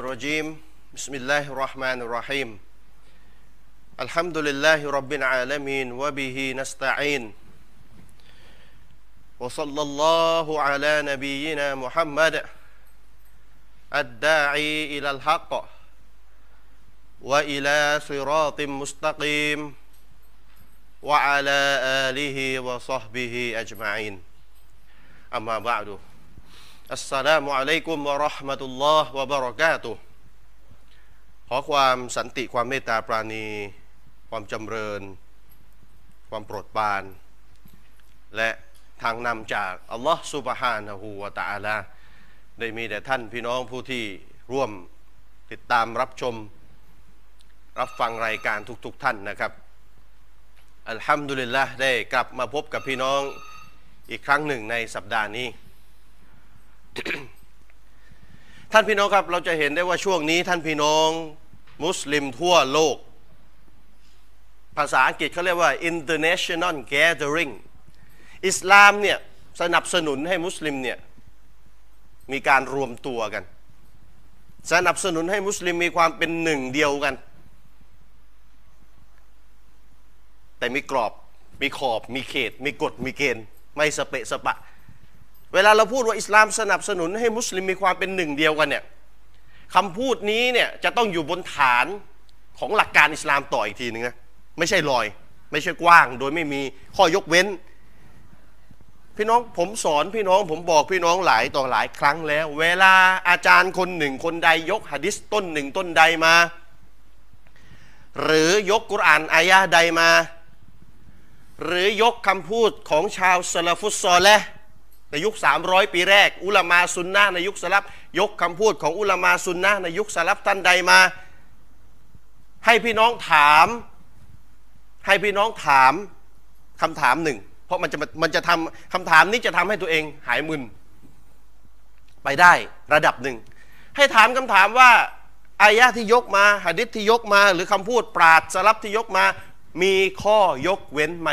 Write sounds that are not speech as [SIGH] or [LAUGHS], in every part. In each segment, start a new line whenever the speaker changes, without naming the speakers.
الرجيم بسم الله الرحمن الرحيم الحمد لله رب العالمين وبه نستعين وصلى الله على نبينا محمد الداعي إلى الحق وإلى صراط مستقيم وعلى آله وصحبه أجمعين أما بعد السلام عليكم ورحمة الله وبركاته ขอความสันติความเมตตาปราณี ความจำเริญ ความโปรดปราน และทางนำจากอัลลอฮ์ซุบฮานะฮูวะตะอาลาได้มีแต่ท่านพี่น้องผู้ที่ร่วมติดตามรับชม รับฟังรายการทุกๆทท่านนะครับ อัลฮัมดุลิลละได้กลับมาพบกับพี่น้องอีกครั้งหนึ่งในสัปดาห์นี้ ท่านพี่น้องครับเราจะเห็นได้ว่าช่วงนี้ท่านพี่น้อง มุสลิมทั่วโลก ภาษาอังกฤษเขาเรียกว่า international gathering อิสลามเนี่ยสนับสนุนให้มุสลิมเนี่ยมีการรวมตัวกัน สนับสนุนให้มุสลิมมีความเป็นหนึ่งเดียวกัน แต่มีกรอบมีขอบมีเขต มีกฎมีเกณฑ์ ไม่สเปะสปะ เวลาเราพูดว่าอิสลามสนับสนุนให้มุสลิมมีความเป็นหนึ่งเดียวกันเนี่ยคำพูดนี้เนี่ยจะต้องอยู่บนฐานของหลักการอิสลามต่ออีกทีหนึ่งนะไม่ใช่ลอย ไม่ใช่กว้าง โดยไม่มีข้อยกเว้น พี่น้องผมสอนพี่น้องผมบอกพี่น้องหลายต่อหลายครั้งแล้ว เวลาอาจารย์คนหนึ่งคนใดยกหะดิษต้นหนึ่งต้นใดมา หรือยกกุรอานอายะห์ใดมา หรือยกคำพูดของชาวสลาฟุตซอแลห์ ในยุค 300 ปีแรก อุลามาซุนนะห์ในยุคสลับยกคำพูดของอุลามาซุนนะห์ในยุคสลับท่านใดมา ให้พี่น้องถาม ให้พี่น้องถามคำถามหนึ่ง เพราะมันจะมันจะทำคำถามนี้จะทำให้ตัวเองหายมึน ไปได้ระดับหนึ่ง ให้ถามคำถามว่าอายะห์ที่ยกมาหะดิษที่ยกมา หรือคำพูดปราดสลับที่ยกมา มีข้อยกเว้นไหม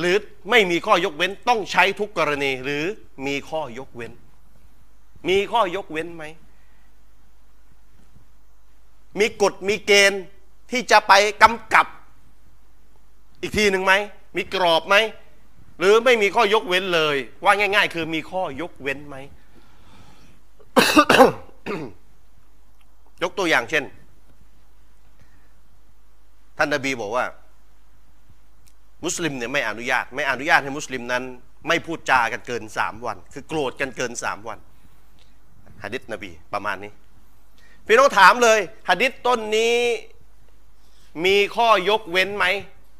หรือไม่มีข้อยกเว้นต้องใช้ทุกกรณีหรือมีข้อยกเว้น มีข้อยกเว้นไหม มีกฎมีเกณฑ์ที่จะไปกำกับอีกทีหนึ่งไหม มีกรอบไหม หรือไม่มีข้อยกเว้นเลย ว่าง่าย ๆ คือมีข้อยกเว้นไหม [COUGHS] ยกตัวอย่างเช่น ท่านนบีบอกว่า มุสลิมเนี่ยไม่อนุญาตไม่อนุญาตให้มุสลิมนั้น ไม่พูดจากันเกินสามวัน คือโกรธกันเกินสามวันหะดิษนบีประมาณนี้ พี่น้องถามเลยหะดิษต้นนี้มีข้อยกเว้นไหม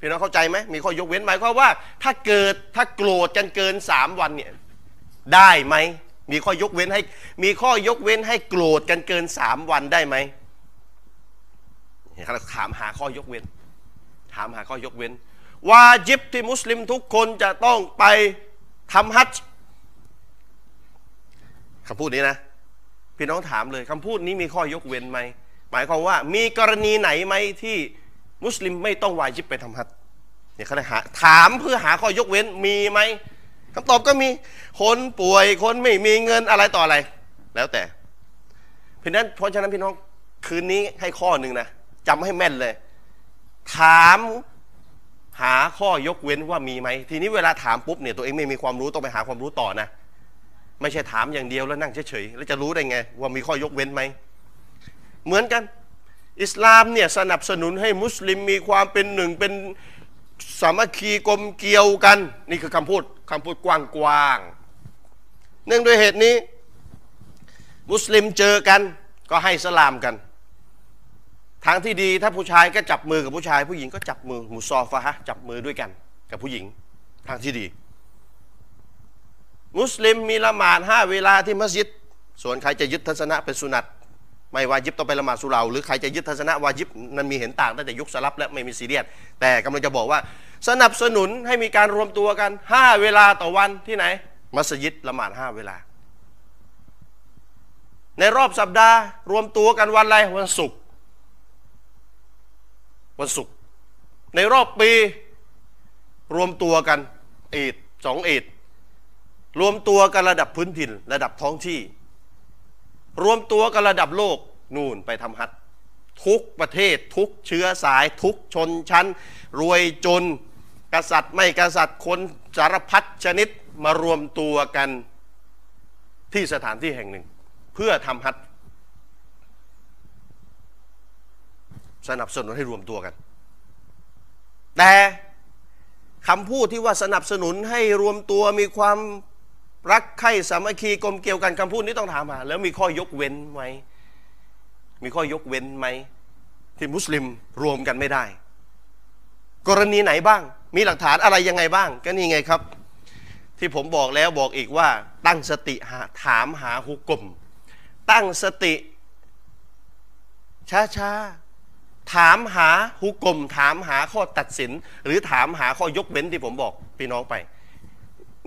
พี่น้องเข้าใจไหมมีข้อยกเว้นไหมเพราะว่า ถ้าเกิดถ้าโกรธกันเกินสามวันเนี่ยได้ไหมมีข้อยกเว้นให้ มีข้อยกเว้นให้โกรธกันเกินสามวันได้ไหมเนี่ยเราถามหาข้อยกเว้น ถามหาข้อยกเว้น วาจิบที่มุสลิมทุกคนจะต้องไปทำฮัจญ์คำพูดนี้นะ พี่น้องถามเลยคำพูดนี้มีข้อยกเว้นไหม หมายความว่ามีกรณีไหนไหมที่มุสลิมไม่ต้องวาจิบไปทำฮัจญ์เนี่ยเขาได้หาถามเพื่อหาข้อยกเว้นมีไหมคำตอบก็มีคนป่วยคนไม่มีเงินอะไรต่ออะไร แล้วแต่ เพราะฉะนั้นเพราะฉะนั้นพี่น้องคืนนี้ให้ข้อหนึ่งนะจำให้แม่นเลย ถาม หาข้อยกเว้นว่ามีไหม ทีนี้เวลาถามปุ๊บเนี่ยตัวเองไม่มีความรู้ต้องไปหาความรู้ต่อนะ ไม่ใช่ถามอย่างเดียวแล้วนั่งเฉยๆแล้วจะรู้ได้ไง ว่ามีข้อยกเว้นไหม เหมือนกัน อิสลามเนี่ยสนับสนุนให้มุสลิมมีความเป็นหนึ่งเป็นสามัคคีกลมเกลียวกัน นี่คือคำพูดคำพูดกว้างๆเนื่องด้วยเหตุนี้ มุสลิมเจอกันก็ให้สลามกัน ทางที่ดีถ้าผู้ชายก็จับมือกับผู้ชาย ผู้หญิงก็จับมือมุซอฟะฮะจับมือด้วยกัน กับผู้หญิงทางที่ดี มุสลิมมีละหมาดห้าเวลาที่มัสยิด ส่วนใครจะยึดทัศนะเป็นสุนัตไม่วาจิบต้องไปละหมาดสุเหราหรือใครจะยึดทัศนะวาจิบนั้นมีเห็นต่างตั้งแต่ยุคสลับและไม่มีซีเรียสแต่กำลังจะบอกว่า สนับสนุนให้มีการรวมตัวกันห้าเวลาต่อวันที่ไหน มัสยิดละหมาดห้าเวลา ในรอบสัปดาห์ รวมตัวกันวันอะไรวันศุกร์ วันศุกร์ในรอบปี รวมตัวกันอีดสองอีดรวมตัวกันระดับพื้นถิ่น ระดับท้องที่ รวมตัวกันระดับโลกนู่นไปทำฮัจญ์ทุกประเทศทุกเชื้อสาย ทุกชนชั้น รวยจน กษัตริย์ไม่กษัตริย์คนสารพัดชนิดมารวมตัวกันที่สถานที่แห่งหนึ่ง เพื่อทำฮัจญ์สนับสนุนให้รวมตัวกัน แต่คำพูดที่ว่าสนับสนุนให้รวมตัวมีความรักใคร่สามัคคีกลมเกลียวกันคำพูดนี้ต้องถามหาแล้วมีข้อยกเว้นไหมมีข้อยกเว้นไหม ที่มุสลิมรวมกันไม่ได้ กรณีไหนบ้าง มีหลักฐานอะไรยังไงบ้าง ก็นี่ไงครับ ที่ผมบอกแล้วบอกอีกว่า ตั้งสติหาถามหาฮุกกลมตั้งสติช้าๆ ถามหาฮุกกลมถามหาข้อตัดสิน หรือถามหาข้อยกเว้นที่ผมบอกพี่น้องไป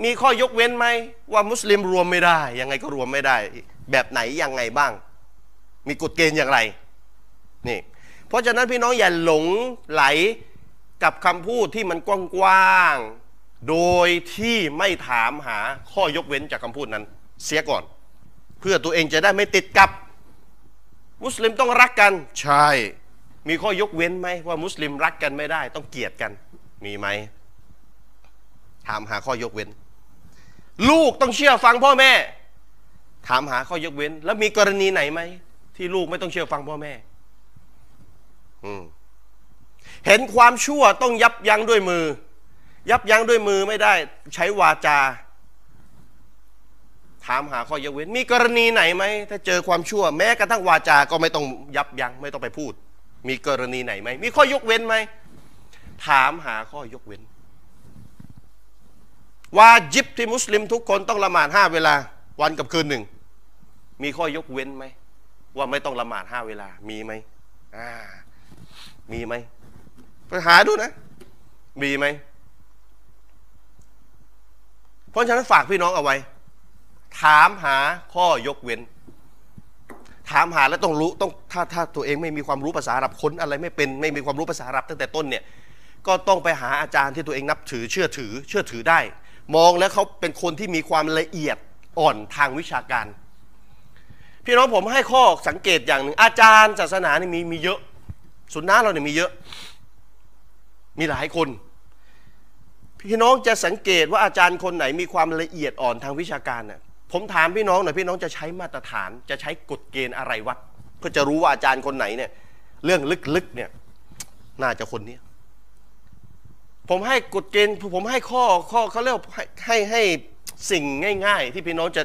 มีข้อยกเว้นไหมว่ามุสลิมรวมไม่ได้ ยังไงก็รวมไม่ได้ แบบไหนยังไงบ้าง มีกฎเกณฑ์อย่างไรนี่เพราะฉะนั้นพี่น้องอย่าหลงไหลกับคำพูดที่มันกว้างๆโดยที่ไม่ถามหาข้อยกเว้นจากคำพูดนั้น เสียก่อน เพื่อตัวเองจะได้ไม่ติดกับ มุสลิมต้องรักกัน ใช่ มีข้อยกเว้นไหมว่ามุสลิมรักกันไม่ได้ ต้องเกลียดกัน มีไหมถามหาข้อยกเว้น ลูกต้องเชื่อฟังพ่อแม่ ถามหาข้อยกเว้น แล้วมีกรณีไหนไหมที่ลูกไม่ต้องเชื่อฟังพ่อแม่อืมเห็นความชั่วต้องยับยั้งด้วยมือ ยับยั้งด้วยมือไม่ได้ ใช้วาจา ถามหาข้อยกเว้น มีกรณีไหนไหมถ้าเจอความชั่วแม้กระทั่งวาจาก็ไม่ต้องยับยั้งไม่ต้องไปพูด มีกรณีไหนไหมมีข้อยกเว้นไหมถามหาข้อยกเว้น วาจิบที่มุสลิมทุกคนต้องละหมาดห้าเวลา วันกับคืนหนึ่ง มีข้อยกเว้นไหมว่าไม่ต้องละหมาดห้าเวลา มีไหมอ่ามีไหมไปหาดูนะ มีไหมเพราะฉะนั้นฝากพี่น้องเอาไว้ ถามหาข้อยกเว้น ถามหาแล้วต้องรู้ต้องถ้าถ้าตัวเองไม่มีความรู้ภาษาอาหรับค้นอะไรไม่เป็นไม่มีความรู้ภาษาอาหรับตั้งแต่ต้นเนี่ยก็ต้องไปหาอาจารย์ที่ตัวเองนับถือเชื่อถือ เชื่อถือได้ มองแล้วเขาเป็นคนที่มีความละเอียดอ่อนทางวิชาการ พี่น้องผมให้ข้อสังเกตอย่างหนึ่งอาจารย์ศาสนานี่มีมีเยอะสุนนะเราเนี่ยมีเยอะ มีหลายคน พี่น้องจะสังเกตว่าอาจารย์คนไหนมีความละเอียดอ่อนทางวิชาการน่ะผมถามพี่น้องหน่อยพี่น้องจะใช้มาตรฐาน จะใช้กฎเกณฑ์อะไรวัด เพื่อจะรู้ว่าอาจารย์คนไหนเนี่ยเรื่องลึกๆเนี่ยน่าจะคนเนี้ยผมให้กฎเกณฑ์ผมให้ข้อข้อเขาเรียกว่าให้ให้ให้สิ่งง่าย ๆ ที่พี่น้องจะ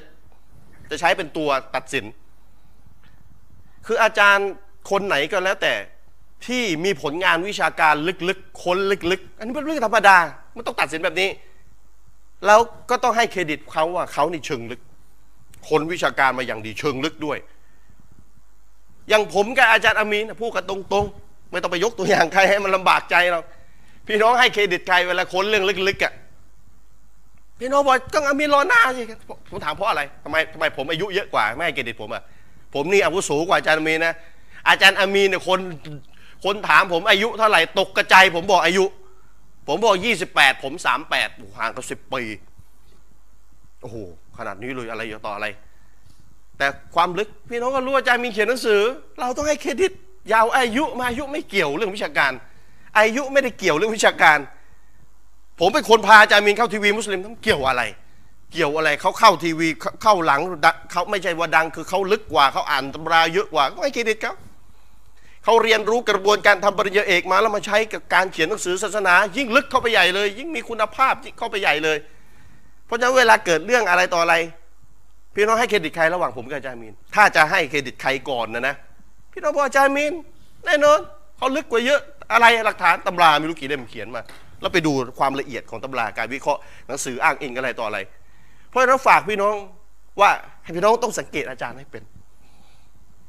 จะใช้เป็นตัวตัดสิน คืออาจารย์คนไหนก็แล้วแต่ที่มีผลงานวิชาการลึกๆ ค้นลึกๆ อันนี้เป็นเรื่องธรรมดามันต้องตัดสินแบบนี้ แล้วก็ต้องให้เครดิตเขาว่าเขานี่เชิงลึก คนวิชาการมาอย่างดีเชิงลึกด้วย อย่างผมกับอาจารย์อามีนน่ะพูดกันตรงๆ ไม่ต้องไปยกตัวอย่างใครให้มันลำบากใจเราพี่น้องให้เครดิตใครเวลาค้นเรื่องลึกๆอ่ะพี่น้องบอกก็อามีนรอหน้าสิผมถามเพราะอะไรทำไมทำไมผมอายุเยอะกว่าไม่ให้เครดิตผมอ่ะผมนี่อาวุโสกว่าอาจารย์อามีนนะอาจารย์อามีนเนี่ยคนคนถามผมอายุเท่าไหร่ตกกระจายผมบอกอายุ ผมบอก 28 ผม 38โอ้โหห่างกัน10 ปี โอ้โห ขนาดนี้เลยอะไรอยู่ต่ออะไร แต่ความลึกพี่น้องก็รู้อาจารย์มีเขียนหนังสือ เราต้องให้เครดิต ยาวอายุมาอายุไม่เกี่ยวเรื่องวิชาการ อายุไม่ได้เกี่ยวเรื่องวิชาการ ผมเป็นคนพาอาจารย์มีนเข้าทีวีมุสลิมต้องเกี่ยวอะไร เกี่ยวอะไรเขาเข้าทีวีเขาเข้าหลังดังเขาไม่ใช่ว่าดังคือเขาลึกกว่าเขาอ่านตำราเยอะกว่าก็ให้เครดิตเขาเขาเรียนรู้กระบวนการทำปริญญาเอกมาแล้วมาใช้กับการเขียนหนังสือศาสนา ยิ่งลึกเข้าไปใหญ่เลย ยิ่งมีคุณภาพยิ่งเข้าไปใหญ่เลย เพราะฉะนั้นเวลาเกิดเรื่องอะไรต่ออะไร พี่น้องให้เครดิตใครระหว่างผมกับอาจารย์มีน ถ้าจะให้เครดิตใครก่อนนะนะ พี่น้องบอกอาจารย์มีนแน่นอนเขาลึกกว่าเยอะอะไรหลักฐานตำราไม่รู้กี่เล่มเขียนมา แล้วไปดูความละเอียดของตำราการวิเคราะห์หนังสืออ้างอิงอะไรต่ออะไร เพราะฉะนั้นฝากพี่น้องว่าให้พี่น้องต้องสังเกตอาจารย์ให้เป็น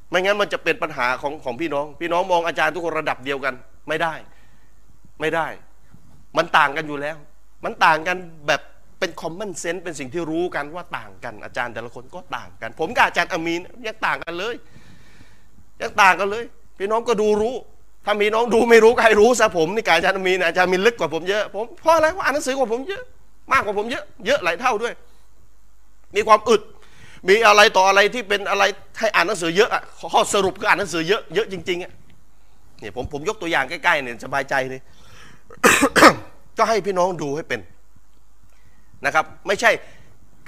ไม่งั้นมันจะเป็นปัญหาของของพี่น้อง พี่น้องมองอาจารย์ทุกคนระดับเดียวกัน ไม่ได้ ไม่ได้ มันต่างกันอยู่แล้ว มันต่างกันแบบเป็นคอมมอนเซนส์เป็นสิ่งที่รู้กันว่าต่างกันอาจารย์แต่ละคนก็ต่างกัน ผมกับอาจารย์อามีนยังต่างกันเลย ยังต่างกันเลย พี่น้องก็ดูรู้ ถ้ามีน้องดูไม่รู้ก็ให้รู้ซะผมนี่กับอาจารย์อามีนอาจารย์อามีนลึกกว่าผมเยอะผมเพราะอะไรเพราะอ่านหนังสือกว่าผมเยอะ มากกว่าผมเยอะเยอะหลายเท่าด้วย มีความอึด มีอะไรต่ออะไรที่เป็นอะไรให้อ่านหนังสือเยอะอะข้อสรุปคืออ่านหนังสือเยอะเยอะจริงๆอะเนี่ยผมผมยกตัวอย่างใกล้ๆเนี่ยสบายใจเลย [COUGHS] ก็ให้พี่น้องดูให้เป็นนะครับ ไม่ใช่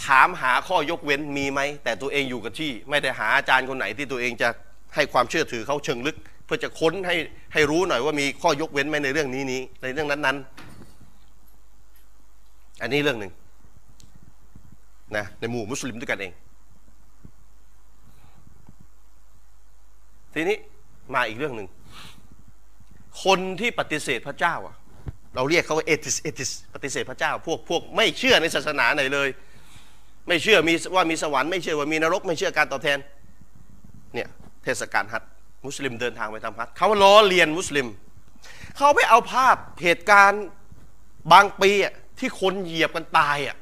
ถามหาข้อยกเว้นมีไหมแต่ตัวเองอยู่กับที่ ไม่ได้หาอาจารย์คนไหนที่ตัวเองจะให้ความเชื่อถือเขาเชิงลึก เพื่อจะค้นให้ให้รู้หน่อยว่ามีข้อยกเว้นไหมในเรื่องนี้นี้ในเรื่องนั้นๆ อันนี้เรื่องหนึ่งนะในหมู่มุสลิมด้วยกันเอง ทีนี้มาอีกเรื่องหนึ่ง คนที่ปฏิเสธพระเจ้าอะเราเรียกเขาว่าเอติสเอติสปฏิเสธพระเจ้า พวกพวกไม่เชื่อในศาสนาไหนเลย ไม่เชื่อมีว่ามีสวรรค์ไม่เชื่อว่ามีนรก ไม่เชื่อการตอบแทนเนี่ยเทศกาลฮัทมุสลิมเดินทางไปทำฮัทเขาล้อเลียนมุสลิม เขาไปเอาภาพเหตุการณ์บางปีอะที่คนเหยียบกันตายอะ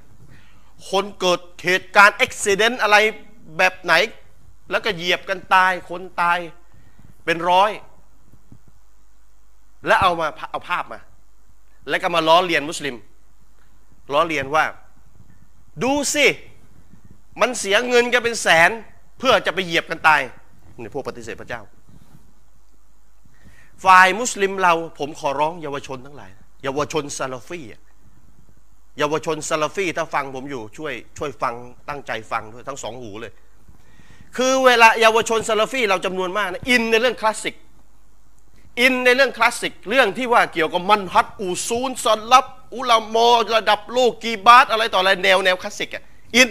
คนเกิดเหตุการณ์อุบิเหตุอะไรแบบไหน แล้วก็เหยียบกันตาย คนตายเป็นร้อย แล้วเอามาเอาภาพมา แล้วก็มาล้อเลียนมุสลิมล้อเลียนว่า ดูสิ มันเสียเงินกันเป็นแสน เพื่อจะไปเหยียบกันตายนี่พวกปฏิเสธพระเจ้า ฝ่ายมุสลิมเราผมขอร้องเยาวชนทั้งหลายนะเยาวชนซาลาฟีอะเยาวชนซาลาฟีถ้าฟังผมอยู่ช่วยช่วยฟังตั้งใจฟังด้วยทั้งสองหูเลย คือเวลาเยาวชนซาลาฟีเราจำนวนมากนะอินในเรื่องคลาสสิก อินในเรื่องคลาสสิกเรื่องที่ว่าเกี่ยวกับมันฮัดอูซูนซอนลับ อุลามอระดับโลกกีบาสอะไรต่ออะไรแนวแนวคลาสสิกอ่ะอิน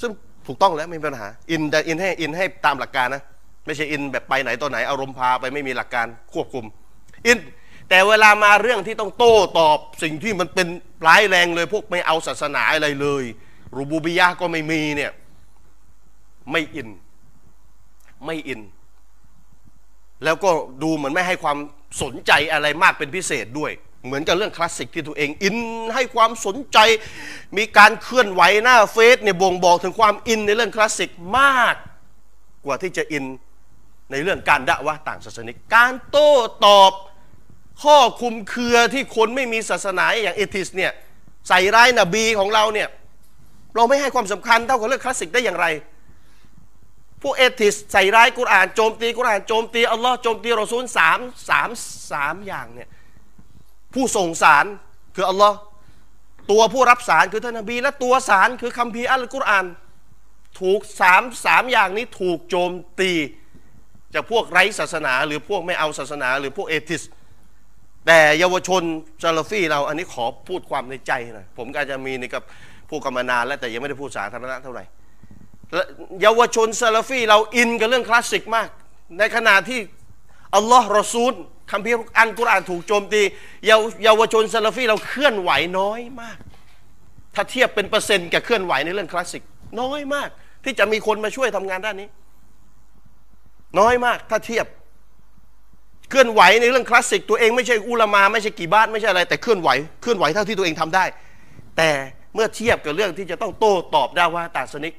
ซึ่งถูกต้องแล้วไม่มีปัญหา อินแต่อินให้อินให้ตามหลักการนะ ไม่ใช่อินแบบไปไหนตัวไหนอารมณ์พาไปไม่มีหลักการควบคุม อิน แต่เวลามาเรื่องที่ต้องโต้ตอบสิ่งที่มันเป็นร้ายแรงเลย พวกไม่เอาศาสนาอะไรเลย รูบูบิยะห์ก็ไม่มีเนี่ยไม่อิน ไม่อิน แล้วก็ดูเหมือนไม่ให้ความสนใจอะไรมากเป็นพิเศษด้วย เหมือนกับเรื่องคลาสสิกที่ตัวเอง อินให้ความสนใจ มีการเคลื่อนไหวหน้าเฟซเนี่ยบ่งบอกถึงความอินในเรื่องคลาสสิกมาก กว่าที่จะอินในเรื่องการด่าวะห์ต่างศาสนิก การโต้ตอบข้อคลุมเครือที่คนไม่มีศาสนาอย่างเอทิสเนี่ยใส่ร้ายนบีของเราเนี่ยเราไม่ให้ความสำคัญเท่ากับเรื่องคลาสสิกได้อย่างไร พวกเอทิสใส่ร้ายกุรอานโจมตีกุรอานโจมตีอัลลอฮ์โจมตีรอซูลสามสามสามอย่างเนี่ยผู้ส่งสารคืออัลลอฮ์ตัวผู้รับสารคือท่านนบี และตัวสารคือคัมภีร์อัลกุรอาน ถูกสามสามอย่างนี้ถูกโจมตีจากพวกไร้ศาสนาหรือพวกไม่เอาศาสนา หรือพวกเอทิส แต่เยาวชนซาลาฟี่เราอันนี้ขอพูดความในใจหน่อยผมก็อาจจะมีนี่กับผู้กรรมานานแล้วแต่ยังไม่ได้พูดสาธารณะเท่าไหร่ และเยาวชนซาลาฟีเราอินกับเรื่องคลาสสิกมาก ในขณะที่อัลลอฮ์รอซูลคัมภีร์อันกุรอานถูกโจมตีเยาวเยาวชนซาลาฟีเราเคลื่อนไหวน้อยมาก ถ้าเทียบเป็นเปอร์เซ็นต์กับเคลื่อนไหวในเรื่องคลาสสิกน้อยมาก ที่จะมีคนมาช่วยทำงานด้านนี้ น้อยมากถ้าเทียบ เคลื่อนไหวในเรื่องคลาสสิกตัวเองไม่ใช่อุลามาไม่ใช่กี่บ้านไม่ใช่อะไรแต่เคลื่อนไหวเคลื่อนไหวเท่าที่ตัวเองทำได้ แต่เมื่อเทียบกับเรื่องที่จะต้องโต้ตอบได้ว่าตาสนิก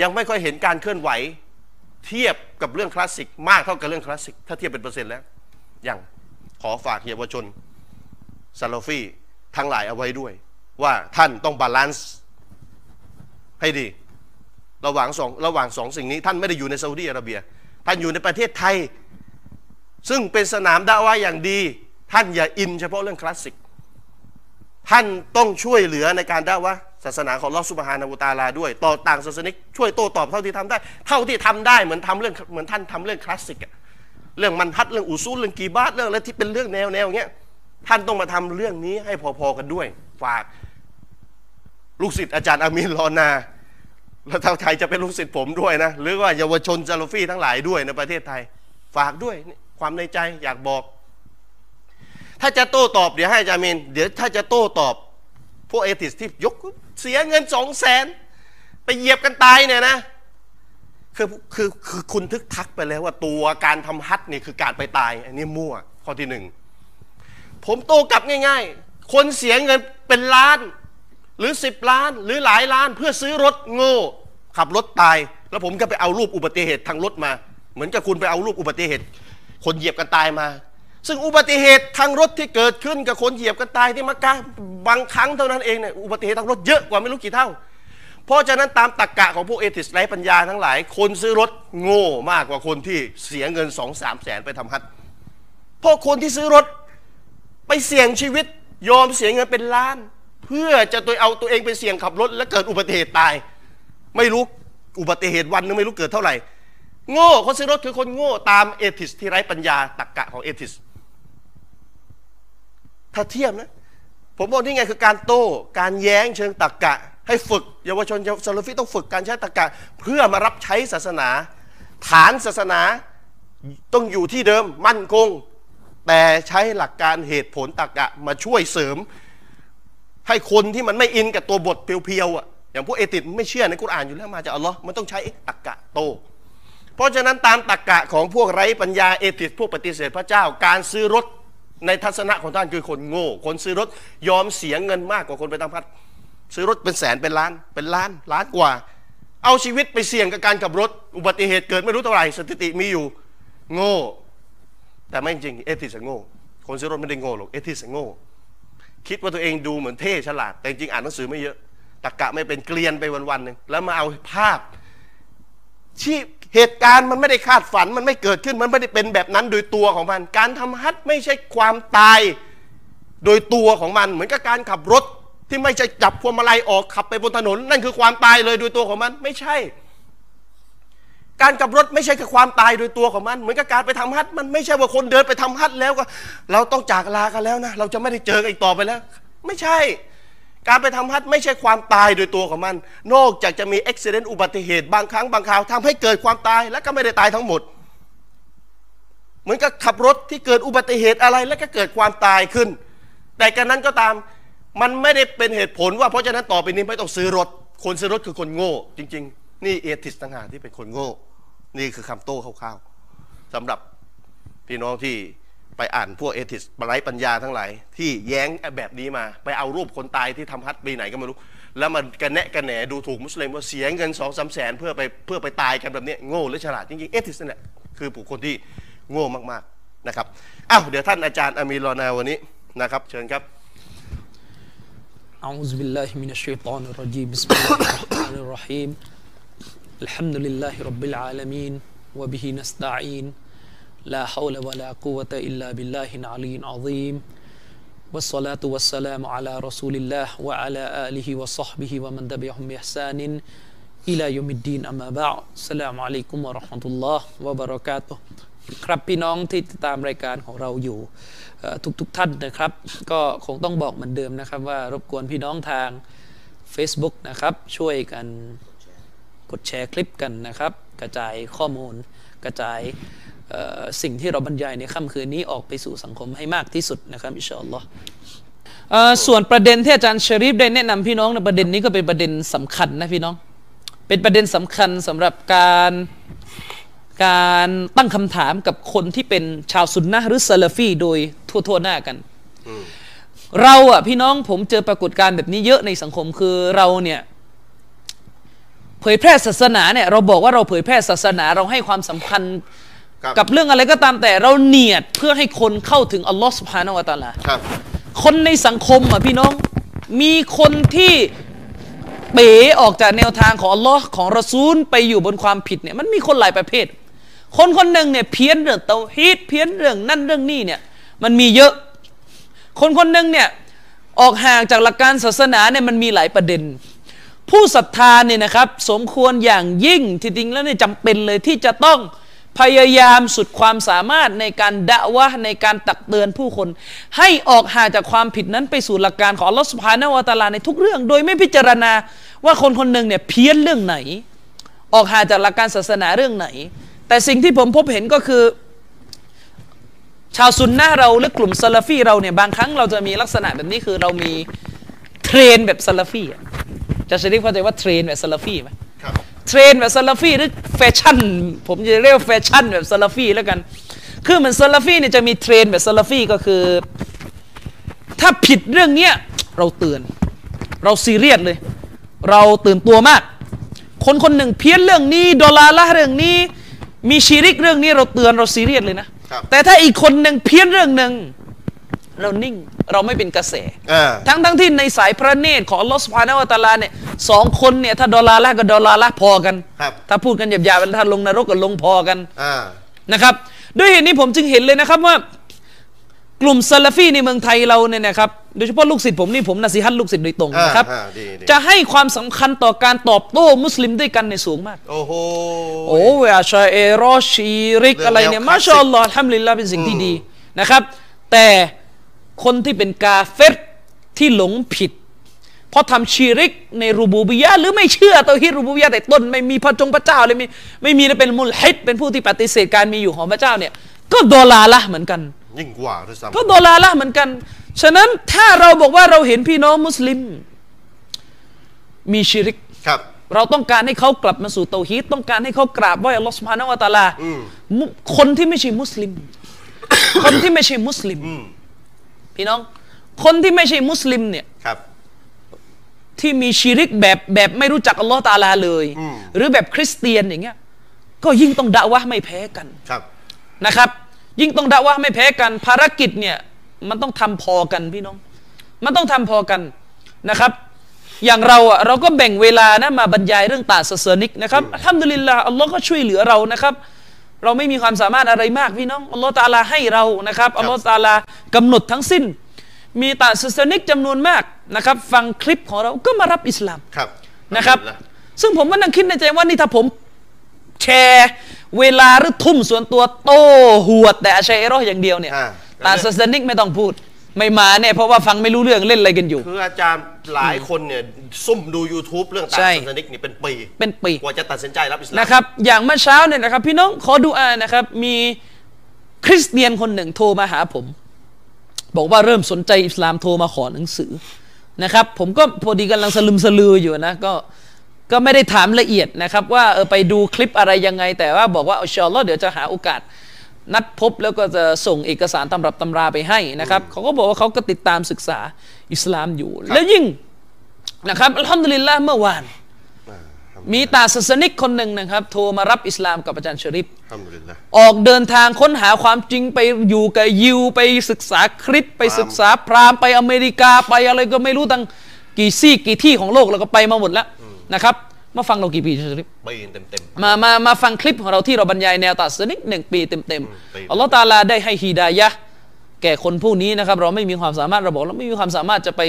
ยังไม่ค่อยเห็นการเคลื่อนไหว เทียบกับเรื่องคลาสสิกมากเท่ากับเรื่องคลาสสิก ถ้าเทียบเป็นเปอร์เซ็นต์แล้วยังขอฝากเยาวชนซาลาฟีทั้งหลายเอาไว้ด้วย ว่าท่านต้องบาลานซ์ให้ดี ระหว่างสองระหว่างสองสิ่งนี้ ท่านไม่ได้อยู่ในซาอุดีอาระเบีย ท่านอยู่ในประเทศไทย ซึ่งเป็นสนามดาว่าอย่างดี ท่านอย่าอินเฉพาะเรื่องคลาสสิก ท่านต้องช่วยเหลือในการได้ว่าศาสนาของอัลลอสุบฮานาบูตะอาลาด้วย ต่อต่างศาสนิกช่วยโต้ตอบเท่าที่ทำได้ เท่าที่ทำได้เหมือนทำเรื่องเหมือนท่านทำเรื่องคลาสสิกอะเรื่องมันทัดเรื่องอุซูลเรื่องกีบาสเรื่องอะไรที่เป็นเรื่องแนวแนวเงี้ยท่านต้องมาทำเรื่องนี้ให้พอๆกันด้วย ฝาก ลูกศิษย์อาจารย์อามีนรอนา แล้วถ้าใครจะเป็นลูกศิษย์ผมด้วยนะ หรือว่าเยาวชนซาลาฟี่ทั้งหลายด้วยในประเทศไทย ฝากด้วยนี่ความในใจอยากบอก ถ้าจะโต้ตอบเดี๋ยวให้อาจารย์มีนเดี๋ยวถ้าจะโต้ตอบ พวกเอติสที่ยกเสียเงินสองแสนไปเหยียบกันตายเนี่ยนะ คือคือคือคุณทึกทักไปแล้วว่าตัวการทำฮัทนี่คือการไปตาย อันนี้มั่วข้อที่หนึ่ง ผมโตกลับง่ายๆ คนเสียเงินเป็นล้าน หรือสิบล้านหรือหลายล้านเพื่อซื้อรถโง่ ขับรถตาย แล้วผมก็ไปเอารูปอุบัติเหตุทางรถมา เหมือนกับคุณไปเอารูปอุบัติเหตุ คนเหยียบกันตายมา ซึ่งอุบัติเหตุทางรถที่เกิดขึ้นกับคนเหยียบกันตายที่มักกะบางครั้งเท่านั้นเองเนี่ยอุบัติเหตุทางรถเยอะกว่าไม่รู้กี่เท่า เพราะฉะนั้นตามตรกกะของพวกเอติสไร้ปัญญาทั้งหลาย คนซื้อรถโง่มากกว่าคนที่เสียเงินสองสามแสนไปทำฮัทเพราะคนที่ซื้อรถ ไปเสี่ยงชีวิตยอมเสียเงินเป็นล้าน เพื่อจะตัวเอาตัวเองไปเสี่ยงขับรถ และเกิดอุบัติเหตุตาย ไม่รู้อุบัติเหตุวันนึงไม่รู้เกิดเท่าไหร่ โง่คนซื้อรถคือคนโง่ตามเอทิสที่ไร้ปัญญาตรกกะของเอทิส ถ้าเทียบนะ ผมบอกนี่ไงคือการโต้ การแย้งเชิงตรรกะ ให้ฝึกเยาวชนซาลฟิต้องฝึกการใช้ตรรกะ เพื่อมารับใช้ศาสนา ฐานศาสนาต้องอยู่ที่เดิมมั่นคง แต่ใช้หลักการเหตุผลตรรกะมาช่วยเสริม ให้คนที่มันไม่อินกับตัวบทเพียวๆอ่ะอย่างพวกเอติดไม่เชื่อในกุรอานอยู่แล้วมาจากอัลลอฮ์มันต้องใช้ตรรกะโต เพราะฉะนั้นตามตรรกะของพวกไร้ปัญญาเอติสพวกปฏิเสธพระเจ้า การซื้อรถในทัศนะของท่านคือคนโง่ คนซื้อรถยอมเสียเงินมากกว่าคนไปตั้งพัดซื้อรถเป็นแสนเป็นล้านเป็นล้านล้านกว่า เอาชีวิตไปเสี่ยงกับการขับรถ อุบัติเหตุเกิดไม่รู้เท่าไหร่สถิติมีอยู่ โง่ แต่ไม่จริงเอติสโง่ คนซื้อรถไม่ได้โง่หรอกเอติสโง่ คิดว่าตัวเองดูเหมือนเท่ฉลาด แต่จริงๆอ่านหนังสือไม่เยอะตรรกะไม่เป็นเกลียนไปวันๆหนึ่งแล้วมาเอาภาพ ที่เหตุการณ์มันไม่ได้คาดฝันมันไม่เกิดขึ้นมันไม่ได้เป็นแบบนั้นโดยตัวของมัน การทำฮัทไม่ใช่ความตายโดยตัวของมัน เหมือนกับการขับรถที่ไม่ใช่จับพวงมาลัยออกขับไปบนถนน นั่นคือความตายเลยโดยตัวของมันไม่ใช่ การขับรถไม่ใช่แค่ความตายโดยตัวของมัน เหมือนกับการไปทำฮัทมันไม่ใช่ว่าคนเดินไปทำฮัทแล้วก็ เราต้องจากลากันแล้วนะเราจะไม่ได้เจอกันอีกต่อไปแล้ว ไม่ใช่ การไปทำฮัทไม่ใช่ความตายโดยตัวของมัน นอกจากจะมีอุบิเหตุอุบัติเหตุบางครั้งบางคราวทำให้เกิดความตายและก็ไม่ได้ตายทั้งหมด เหมือนกับขับรถที่เกิดอุบัติเหตุอะไรแล้วก็เกิดความตายขึ้น แต่การนั้นก็ตามมันไม่ได้เป็นเหตุผลว่าเพราะฉะนั้นต่อไปนี้ไม่ต้องซื้อรถ คนซื้อรถคือคนโง่ จริง ๆ นี่เอทิสต่างหากที่เป็นคนโง่ นี่คือคำโต้คร่าวๆสำหรับพี่น้องที่ไปอ่านพวกเอทิสไร้ปัญญาทั้งหลาย ที่แย้งแบบนี้มา ไปเอารูปคนตายที่ทำฮัทปีไหนก็ไม่รู้ แล้วมันกระแนะกระแหนดูถูกมุสลิมว่าเสียเงินสองสามแสนเพื่อไปเพื่อไปตายกันแบบเนี้ยโง่หรือฉลาดจริงๆเอทิสนั่นแหละคือผู้คนที่โง่มากๆนะครับอ้าวเดี๋ยวท่านอาจารย์อามีรอนาวันนี้นะครับเชิญครับ
أعوذ بالله من الشيطان الرجيم بسم الله الرحمن الرحيم الحمد لله رب العالمين وبه نستعين لا حول ولا قوة إلا بالله العلي العظيم والصلاة والسلام على رسول الله وعلى آله وصحبه ومن تبعهم بإحسان إلى يوم الدين أما بعد السلام عليكم ورحمة الله وبركاته ครับพี่น้องที่ติดตามรายการของเราอยู่เอ่อทุกๆทท่านนะครับ ก็คงต้องบอกเหมือนเดิมนะครับ ว่ารบกวนพี่น้องทาง Facebook นะครับ ช่วยกัน กดแชร์คลิปกันนะครับ กระจายข้อมูล กระจายเอ่อสิ่งที่เราบรรยายในค่ำคืนนี้ออกไปสู่สังคมให้มากที่สุดนะครับอินชาอัลลอฮ์เอ่อส่วนประเด็นที่อาจารย์ชะรีฟได้แนะนำพี่น้องในะประเด็นนี้ก็เป็นประเด็นสำคัญนะพี่น้อง เป็นประเด็นสำคัญสำหรับการการตั้งคำถามกับคนที่เป็นชาวซุนนะห์หรือซาลาฟีโดยทั่วๆหน้ากัน เราอะพี่น้องผมเจอปรากฏการณ์แบบนี้เยอะในสังคมคือเราเนี่ย เผยแพร่ศาสนาเนี่ยเราบอกว่าเราเผยแพร่ศาสนาเราให้ความสำคัญ
ครับ
กับเรื่องอะไรก็ตามแต่เราเนียดเพื่อให้คนเข้าถึงอัลลอฮ์สุบฮานาวะตะอาลา
ครับ
คนในสังคมอ่ะพี่น้อง มีคนที่เป๋ออกจากแนวทางของอัลลอฮ์ของรอซูลไปอยู่บนความผิดเนี่ยมันมีคนหลายประเภท คนคนหนึ่งเนี่ยเพี้ยนเรื่องเตาฮีดเพี้ยนเรื่องนั่นเรื่องนี่เนี่ยมันมีเยอะ คนคนหนึ่งเนี่ยออกห่างจากหลักการศาสนาเนี่ยมันมีหลายประเด็น ผู้ศรัทธาเนี่ยนะครับสมควรอย่างยิ่งที่จริงแล้วเนี่ยจำเป็นเลยที่จะต้องพยายามสุดความสามารถในการดะวะห์ในการตักเตือนผู้คน ให้ออกห่างจากความผิดนั้นไปสู่หลักการของอัลลอฮฺสุภาณวะตะอาลาในทุกเรื่อง โดยไม่พิจารณาว่าคนคนหนึ่งเนี่ยเพี้ยนเรื่องไหน ออกห่างจากหลักการศาสนาเรื่องไหน แต่สิ่งที่ผมพบเห็นก็คือ ชาวซุนนะห์เราหรือกลุ่มซาลาฟีเราเนี่ยบางครั้งเราจะมีลักษณะแบบนี้คือเรามีเทรนแบบซาลาฟีอะจะเรียกเข้าใจว่าเทรนแบบซาลาฟีไหม
ครับ
เทรนแบบซาลาฟีหรือแฟชั่น ผมจะเรียกว่าแฟชั่นแบบซาลาฟีแล้วกัน คือเหมือนซาลาฟีเนี่ยจะมีเทรนแบบซาลาฟีก็คือ ถ้าผิดเรื่องเนี้ยเราเตือน เราซีเรียสเลย เราตื่นตัวมาก คนคนหนึ่งเพี้ยนเรื่องนี้ดอลลาร์ละเรื่องนี้ มีชีริกเรื่องนี้เราเตือนเราซีเรียสเลยนะ
ครับ
แต่ถ้าอีกคนหนึ่งเพี้ยนเรื่องหนึ่ง เรานิ่ง เราไม่เป็นกระแส
อ่า
ทั้งทั้งที่ในสายพระเนตรของอัลลอฮ์สุภาเนวตะอาลาเนี่ยสองคนเนี่ยถ้าดอลลาร์ละก็ดอลลาร์ละพอกัน
ครับ
ถ้าพูดกันหยาบๆถ้าลงนรกก็ลงพอกัน
อ่า
นะครับด้วยเหตุนี้ผมจึงเห็นเลยนะครับว่ากลุ่มซาลาฟีในเมืองไทยเราเนี่ยนะครับโดยเฉพาะลูกศิษย์ผมนี่ผมนะสิฮัตลูกศิษย์โดยตรง
อ่า
นะครับ
อ่าดีดี
จะให้ความสำคัญต่อการตอบโต้มุสลิมด้วยกันในยสูงมาก
โอ้โห
โอ้เวอาชาเอรอชีริก
เรื่อง
อะไรเนี่ย
แนว
มาชา
classic
อัลลอฮ์อัลฮัมดุลิลลาฮ์เป็นสิ่งที่ดีนะครับ แต่คนที่เป็นกาเฟตที่หลงผิด เพราะทำชีริกในรูบูบิยะห์หรือไม่เชื่อเตาฮีดรูบูบิยะห์แต่ต้นไม่มีพระจงพระเจ้าเลยไม่ไม่มีเลยเป็นมุลฮิดเป็นผู้ที่ปฏิเสธการมีอยู่ของพระเจ้าเนี่ย ก็ดอลลาร์ละเหมือนกัน
ยิ่งกว่าด้วยซ้ำ
ก็โดนลาละเหมือนกัน ฉะนั้นถ้าเราบอกว่าเราเห็นพี่น้องมุสลิม มีชิริก
ครับ
เราต้องการให้เขากลับมาสู่เตาฮีดต้องการให้เขากราบไหว้อัลลอฮ์สุบฮานาวะตะอาลามุคนที่ไม่ใช่มุสลิม คนที่ไม่ใช่มุสลิม พี่น้อง คนที่ไม่ใช่มุสลิมเนี่ย
ครับ
ที่มีชีริกแบบแบบไม่รู้จักอัลลอฮ์ตะอาลาเลย หรือแบบคริสเตียนอย่างเงี้ย ก็ยิ่งต้องดะวะห์ไม่แพ้กัน
ครับ
นะครับยิ่งต้องด่าว่าไม่แพ้กันภารกิจเนี่ยมันต้องทำพอกันพี่น้อง มันต้องทำพอกันนะครับ อย่างเราอะเราก็แบ่งเวลานะมาบรรยายเรื่องตาสเสนิกนะครับอัลฮัมดุลิลละอัลลอฮ์ก็ช่วยเหลือเรานะครับ เราไม่มีความสามารถอะไรมากพี่น้องอัลลอฮ์ตะอาลาให้เรานะครับอัลลอฮ์ตะอาลากำหนดทั้งสิ้น มีตาสเสนิกจำนวนมากนะครับ ฟังคลิปของเราก็มารับอิสลาม
ครับ
นะครับ
อัลฮัมดุลิลลาห์
ซึ่งผมก็นั่งคิดในใจว่านี่ถ้าผมแชร์เวลาหรือทุ่มส่วนตัวโต้หวด แต่อาชัยเอโรออย่างเดียวเนี่ย
อ่า
ตาซัสนิกไม่ต้องพูด ไม่มาเนี่ยเพราะว่าฟังไม่รู้เรื่องเล่นอะไรกันอยู่
คืออาจารย์หลายคนเนี่ยซุ่มดู YouTube เรื่องต่าง
ใช่
ศาสนิกนี่เป็นปี
เป็นปี
กว่าจะตัดสินใจรับอิสลาม
นะครับอย่างเมื่อเช้าเนี่ยนะครับ พี่น้องขอดูอานะครับ มีคริสเตียนคนหนึ่งโทรมาหาผม บอกว่าเริ่มสนใจอิสลามโทรมาขอหนังสือนะครับ ผมก็พอดีกำลังสลึมสลืออยู่นะก็ก็ไม่ได้ถามละเอียดนะครับ ว่าเออไปดูคลิปอะไรยังไง แต่ว่าบอกว่าเอาอินชาอลลอฮ์เดี๋ยวจะหาโอกาส นัดพบแล้วก็จะส่งเอกสารตำรับตำราไปให้นะครับเขาก็บอกว่าเขาก็ติดตามศึกษาอิสลามอยู่ แล้วยิ่งนะครับอัลฮัมดุลิลละเมื่อวาน มีตาศาสนิกคนหนึ่งนะครับ โทรมารับอิสลามกับอาจารย์ชริป
อัลฮัมดุลิลละ
ออกเดินทางค้นหาความจริงไปอยู่กับยิวไปศึกษาคริสต์ไปศึกษาพราหมณ์ไปอเมริกาไปอะไรก็ไม่รู้ตั้งกี่ซี่กี่ที่ของโลกเราก็ไปมาหมดแล้วนะครับ มาฟังเรากี่ปีอาจารย์ชริป
ปีนเต็ม
มา มา มาฟังคลิปของเราที่เราบรรยายแนวตัดสนิกหนึ่งปีเต็ม
ปี
ๆ อัลลอฮ์ตะอาลาได้ให้ฮีดายะห์แก่คนผู้นี้นะครับ เราไม่มีความสามารถเราบอกเราไม่มีความสามารถจะไป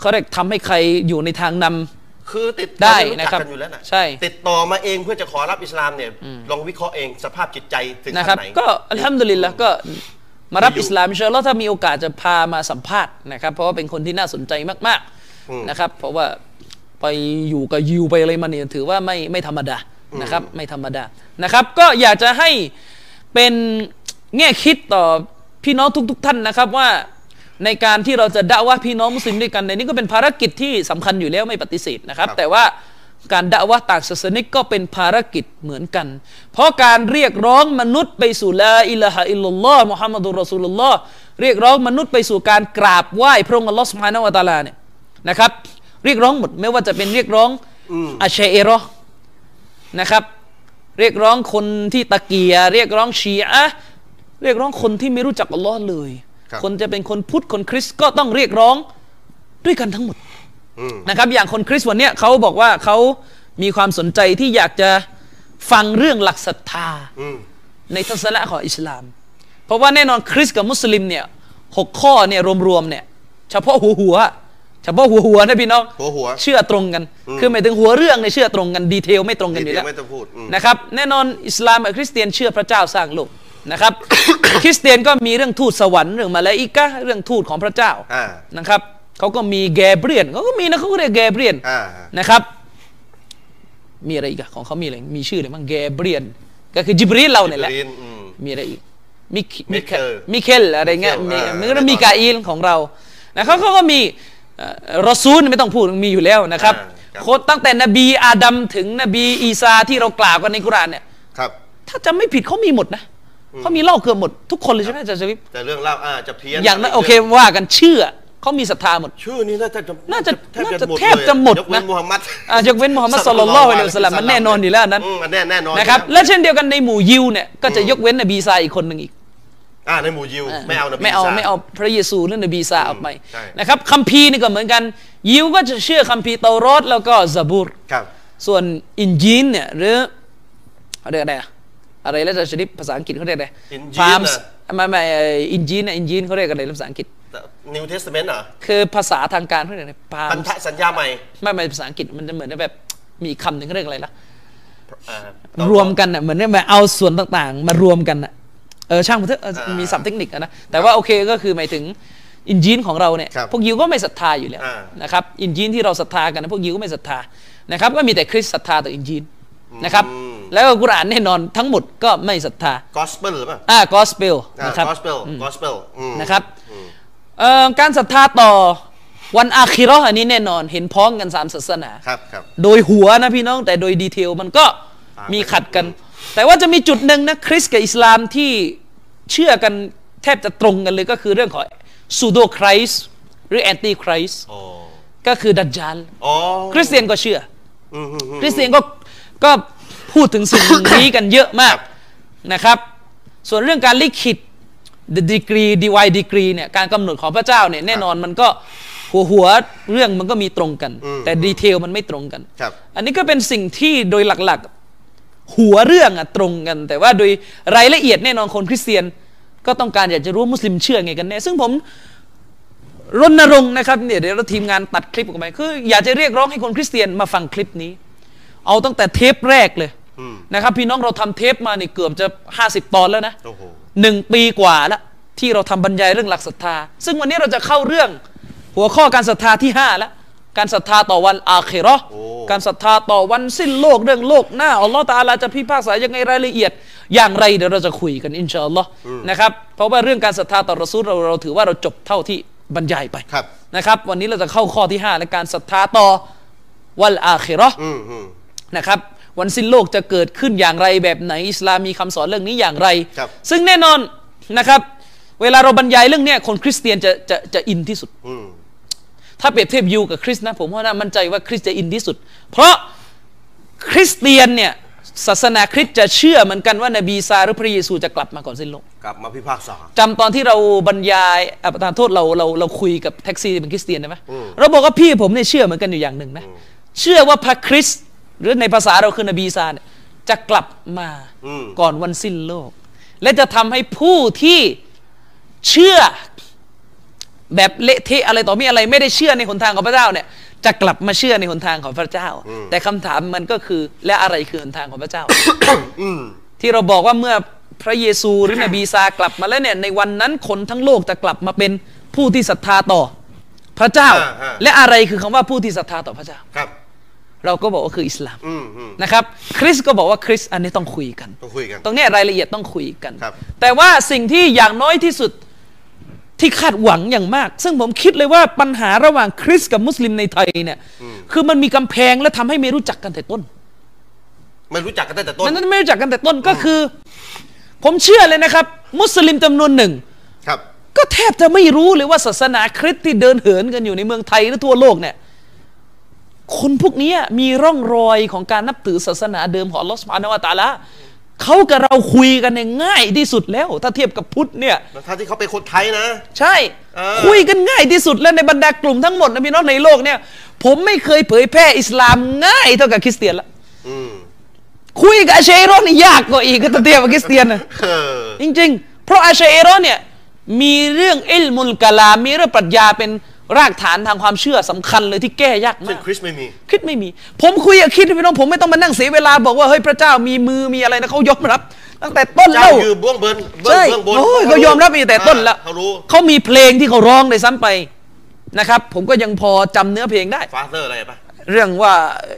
เขาเรียกทำให้ใครอยู่ในทางนำ
ๆ คือติด
ได้
เา
นะ
จัก
ครับ
กัอยู่แล้วนะ
ใช่
ติดต่อมาเองเพื่อจะขอรับอิสลามเนี่ย ลองวิเคราะห์เองสภาพจิตใจถึง
นะค
ขั้
รับ
นไหน
ก็อัลฮัมดุลิลละก็มารับ
ที่อยู่
อิสลามอินชาอัลลอฮ์ถ้ามีโอกาสจะพามาสัมภาษณ์นะครับ เพราะว่าเป็นคนที่น่าสนใจมาก
อืม
ๆนะครับ เพราะว่าไปอยู่กับยิวไปอะไรมาเนี่ยถือว่าไม่ไม่ธรรมดานะครับ ไม่ธรรมดานะครับ ก็อยากจะให้เป็นแง่คิดต่อพี่น้องทุก ๆ ท่านนะครับว่าในการที่เราจะด่าว่าพี่น้องมุสลิมด้วยกันในยนี้ก็เป็นภารกิจที่สำคัญอยู่แล้วไม่ปฏิเสธนะครับ แต่ว่าการด่าว่าต่างศาสนิกก็เป็นภารกิจเหมือนกัน เพราะการเรียกร้องมนุษย์ไปสู่ลาอิลาฮะอิลลัลลอฮ์มุฮัมมัดุลรอซูลุลลอฮ์เรียกร้องมนุษย์ไปสู่การกราบไหว้พระองค์อัลลอฮ์สุบฮานาวะตะอาลาเนี่ยนะครับ เรียกร้องหมดไม่ว่าจะเป็นเรียกร้องอาเชเอรอห์นะครับ เรียกร้องคนที่ตะเกียเรียกร้องชีอะห์เรียกร้องคนที่ไม่รู้จักอัลลอฮ์เลย
ครับ
คนจะเป็นคนพุทธคนคริสต์ก็ต้องเรียกร้องด้วยกันทั้งหมด
อืม
นะครับอย่างคนคริสต์วันเนี้ยเขาบอกว่าเขามีความสนใจที่อยากจะฟังเรื่องหลักศรัทธา
อืม
ในทัศนะของอิสลาม เพราะว่าแน่นอนคริสต์กับมุสลิมเนี่ยหกข้อเนี่ยรวมๆเนี่ยเฉพาะหัวหัวๆเฉพาะหัวหัวๆนะพี่น้อง
หัวหัว
เชื่อตรงกัน คือหมายถึงหัวเรื่องในยเชื่อตรงกันดีเทลไม่ตรงกันอยู่
เดี๋
แล้
ยว วไม่ต้องพูดอืม
นะครับแน่นอนอิสลามกับคริสเตียนเชื่อพระเจ้าสร้างโลก
[COUGHS]
นะครับ คริสเตียนก็มีเรื่องทูตสวรรค์เรื่องมาลาอิกะห์เรื่องทูตของพระเจ้า
อ่า
นะครับเขาก็มีแกเบรียนเขาก็มีนะเขาก็เรียกแกเบรียน
อ่า
นะครับ มีอะไรอีกอะของเขามีอะไรมีชื่ออะไรบ้างแกเบรียนก็คือจิบรีลเราเนี่ยแหละ
จิบรีลอืม
มีอะไรอีกมิคมิเค
มิเคล
มิเคลอะไรเงี้ย
มิ
มี
เคลอ่าไม่
มีก็
ต้อง
มีกาอีลของเรานะเขาเขาก็มีเอ่อรอซูลไม่ต้องพูดมีอยู่แล้วนะครับ
อ่าครับ
โคตรตั้งแต่นบีอาดัมถึงนบีอีซาที่เรากล่าวกันในกุรอานเนี่ย
ครับ
ถ้าจำไม่ผิดเขามีหมดนะเขามีเล่าเกือบหมดทุกคนเลยใช่ไหมอาจารย์ชวิป
แต่เรื่องเล่าอ่าจะเพี้ยน
อย่างนั้นโอเคว่ากันเชื่อเขามีศรัทธาหมด
ชื่อนี้น่าจะ
น่าจะ
แทบจะ
น่าจะ
หมด
แทบจะหมด
เลยยกเว้น
นะ
มูฮัมมัด
อ่ะยกเว้นมูฮัมมั
[LAUGHS]
ดสลลัลลอฮุอะลัยฮิวะสัลลัมมันแน่นอนอยู่แล้วอันนั้น
มมัแน่แน่นอน
นะครับ
อยู่แล้ว
และเช่นเดียวกันในหมู่ยิวเนี่ยก็จะยกเว้นนบีอีซาอีกคนหนึ่งอีก
อ่าในหมู่ยิวไม่เอานบี
ไม่เอา
ส
ไม่เอาพระเยซูและนบีซาออกไป
ใช่
นะครับคัมภีร์นี่ก็เหมือนกัน ยิวก็จะเชื่อคัมภีร์เตารอดแล้วก็ซาบูร
ครับ
ส่วนอินจีนเนี่ย หรือเขาเรียกอะไรอะอะไรแล้วแต่ชนิดภาษาอังกฤษเขาเรียกอะไร
Injil
พามส์
น่ะ
ไม่ไม่เอ่ออินจีนเนี่ยอินจีนเขาเรียกอะไรภาษาอังกฤษ
นิวเทสเมนต์อ่ะ
คือภาษาทางการเขาเรียกอะไรพาม
พันธสัญญาใหม่
ไม่ไม่ภาษาอังกฤษมันจะเหมือนแบบมีคำหนึ่งเขาเรียกอะไรละ
อ่าร
วมกันอ่ะเหมือนแบบเอาส่วนต่างๆ มารวมกันอ่ะเออช่างมันเถอะเออมีศัพท์เทคนิคอะนะแต่ว่าโอเคก็คือหมายถึงอินจีนของเราเนี่ย
ครับ
พวกยิวก็ไม่ศรัทธาอยู่แล้ว
อ่า
นะครับอินจีนที่เราศรัทธากันนะพวกยิวก็ไม่ศรัทธานะครับก็มีแต่คริสต์ศรัทธาต่ออินจีนนะครับแล้วก็กุรอานแน่นอนทั้งหมดก็ไม่ศรัทธาก
อสเปลหรือเปล่า
อ่ากอสเปลนะครับ
กอสเปลกอสเปล
นะครับเอ่อการศรัทธาต่อวันอาคิเราะห์อันนี้แน่นอนเห็นพ้องกันสามศาสนา
ครับครับ
โดยหัวนะพี่น้องแต่โดยดีเทลมันก็
ต่างกัน
มีขัดกัน แต่ว่าจะมีจุดหนึ่งนะคริสต์กับอิสลามที่เชื่อกันแทบจะตรงกันเลยก็คือเรื่องของซูโดคริสหรือแอนตี้คริส
โอ้
ก็คือดัจจาล
โอ้
คริสเตียนก็เชื่อ
อืมอืมอืม
คริสเตียนก็ก็พูดถึงสิ่ง นี้กันเยอะมาก
ครับ
นะครับ ส่วนเรื่องการลิขิต the degree divine degree เนี่ยการกำหนดของพระเจ้าเนี่ยแน่นอนมันก็หัวหัวเรื่องมันก็มีตรงกัน แต่ดีเทลมันไม่ตรงกัน
ครับ
อันนี้ก็เป็นสิ่งที่โดยหลักๆหัวเรื่องอะตรงกัน แต่ว่าโดยรายละเอียดแน่นอนคนคริสเตียน ก็ต้องการอยากจะรู้ว่ามุสลิมเชื่อไงกันแน่ซึ่งผมรณรงค์นะครับเนี่ยเดี๋ยวเราทีมงานตัดคลิปออกไปคืออยากจะเรียกร้องให้คนคริสเตียนมาฟังคลิปนี้ เอาตั้งแต่เทปแรกเลยนะครับ พี่น้องเราทำเทปมานี่เกือบจะ 50 ตอนแล้วนะ
โอ้โห
หนึ่งปีกว่าละที่เราทำบรรยายเรื่องหลักศรัทธา ซึ่งวันนี้เราจะเข้าเรื่องหัวข้อการศรัทธาที่ 5 แล้ว การศรัทธาต่อวันอาเคเราะห์
โอ้
การศรัทธาต่อวันสิ้นโลกเรื่องโลกหน้าอัลลอฮ์ตาลาจะพิพากษายังไงรายละเอียด อย่างไรเดี๋ยวเราจะคุยกันอินชาอัลลอฮ์นะครับเพราะว่าเรื่องการศรัทธาต่อรอซูลเราเราถือว่าเราจบเท่าที่บรรยายไป
ครับ
นะครับ วันนี้เราจะเข้าข้อที่ห้าและการศรัทธาต่อวันอาเคเราะห์
อืมอืม
นะครับวันสิ้นโลกจะเกิดขึ้นอย่างไรแบบไหน อิสลามมีคำสอนเรื่องนี้อย่างไร
ครับ
ซึ่งแน่นอนนะครับ เวลาเราบรรยายเรื่องเนี้ยคนคริสเตียนจะจะจะอินที่สุด
อืม
ถ้าเปรียบเทียบยูกับคริสต์นะผมว่าน่ามั่นใจว่าคริสต์จะอินที่สุด เพราะคริสเตียนเนี่ยศาสนาคริสต์จะเชื่อเหมือนกันว่านบีอีซาหรือพระเยซูจะกลับมาก่อนสิ้นโลก
กลับมาพิพากษา
จำตอนที่เราบรรยายอะประธานโทษเราเราเราคุยกับแท็กซี่ที่เป็นคริสเตียนได้ไหมเราบอกว่าพี่ผมเนี่ยเชื่อเหมือนกันอยู่อย่างหนึ่งนะ เชื่อว่าพระคริสต์หรือในภาษาเราคือนบีอีซาเนี่ยจะกลับมา
อืม
ก่อนวันสิ้นโลก และจะทำให้ผู้ที่เชื่อแบบเละเทะอะไรต่อมีอะไร ไม่ได้เชื่อในหนทางของพระเจ้าเนี่ย จะกลับมาเชื่อในหนทางของพระเจ้า แต่คำถามมันก็คือและอะไรคือหนทางของพระเจ้า ที่เราบอกว่าเมื่อพระเยซูหรือนบีอีซากลับมาแล้วเนี่ยในวันนั้นคนทั้งโลกจะกลับมาเป็นผู้ที่ศรัทธาต่อพระเจ้า
อ่าฮะ
และอะไรคือคำว่าผู้ที่ศรัทธาต่อพระเจ้า
ครับ
เราก็บอกว่าคืออิสลาม
อืมอืม
นะครับ คริสต์ก็บอกว่าคริสต์อันนี้ต้องคุยกัน
ต้องคุยกัน
ตรงเนี้ยรายละเอียดต้องคุยกัน
ครับ
แต่ว่าสิ่งที่อย่างน้อยที่สุดที่คาดหวังอย่างมาก ซึ่งผมคิดเลยว่าปัญหาระหว่างคริสต์กับมุสลิมในไทยเนี่ยคือมันมีกำแพงและทำให้ไม่รู้จักกันแต่ต้น
ไม่รู้จักกันตั้งแต่ต้น
มันไม่รู้จักกันแต่ต้นก็คือ ผมเชื่อเลยนะครับ มุสลิมจำนวนหนึ่ง
ครับ
ก็แทบจะไม่รู้เลยว่าศาสนาคริสต์ที่เดินเหินกันอยู่ในเมืองไทยและทั่วโลกเนี่ยคนพวกเนี้ยมีร่องรอยของการนับถือศาสนาเดิมของลอสมานวตาละเขากับเราคุยกันเนี่ยง่ายที่สุดแล้ว ถ้าเทียบกับพุทธเนี่ย
แล้วถ้าที่เขาเป็นคนไทย
[LAUGHS]
นะ
ใช่
เออ
คุยกันง่ายที่สุดแล้วในบรรดากลุ่มทั้งหมดนะพี่น้องในโลกเนี่ย ผมไม่เคยเผยแพร่อิสลามง่ายเท่ากับคริสเตียนละ
อืม
คุยกับอาเชโรนี่ยากกว่าอีกถ้าเทียบกับคริสเตียนนะ
เออ
จริงๆ เพราะอาชเอรอเนี่ยมีเรื่องอิลมุลกะลามมีเรื่องปรัชญาเป็นรากฐานทางความเชื่อสำคัญเลยที่แก้ยาก
ซึ่
มาง ก
คริสไม่มี
คิดไม่มี ผมคุยกับคิดพี่น้องผมไม่ต้องมานั่งเสียเวลาบอกว่าเฮ้ยพระเจ้ามีมือมีอะไรนะเขายอมรับ ตั้งแต่ต้น
เจ้า
เล่า
อยู่บ้วงเบินเบิ้ง
ใช่
เบื้องบน
โอ้ยเขายอมรับมีแต่ต้นละ
อ่าเขารู้
เขามีเพลงที่เขาร้องเลยซ้ำไปนะครับ ผมก็ยังพอจำเนื้อเพลงได้
ฟาเธอร์อะไรปะ
เรื่องว่า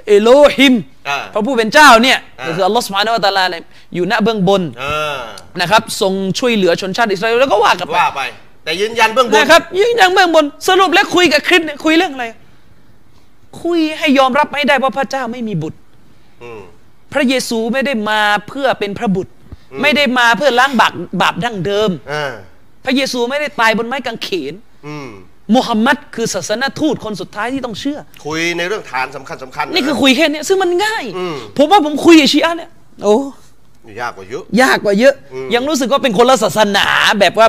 เอโลฮิม
อ่า
พระผู้เป็นเจ้าเนี่ย
อ่า
ก็คืออัลลอฮ์สุบฮานะฮูวะตะอาลาเนี่ยอยู่ณเบื้องบน
เออ
นะครับทรงช่วยเหลือชนชาติอิสราเอลแล้วก็ว่ากันไป
ว่าไป แต่ยืนยันเบื้องบน
นะครับยิ่งยังเบื้องบนสรุปแล้วคุยกับคริสต์เนี่ยคุยเรื่องอะไร คุยให้ยอมรับไม่ได้ว่าพระเจ้าไม่มีบุตร
อืม
พระเยซูไม่ได้มาเพื่อเป็นพระบุตร ไม่ได้มาเพื่อล้างบาปบาปดั้งเดิม
อ่า
พระเยซูไม่ได้ตายบนไม้กางเขน
อืม
มูฮัมหมัดคือศาสนทูตคนสุดท้ายที่ต้องเชื่อ
คุยในเรื่องฐานสำคัญสำคัญ
นี่คือคุยแค่เนี้ยซึ่งมันง่าย
อืม
ผมว่าผมคุยกับชีอะห์เนี่ยโอ้
ยากกว่าเยอะ
ยากกว่าเยอะ ยังรู้สึกว่าเป็นคนละศาสนาแบบว่า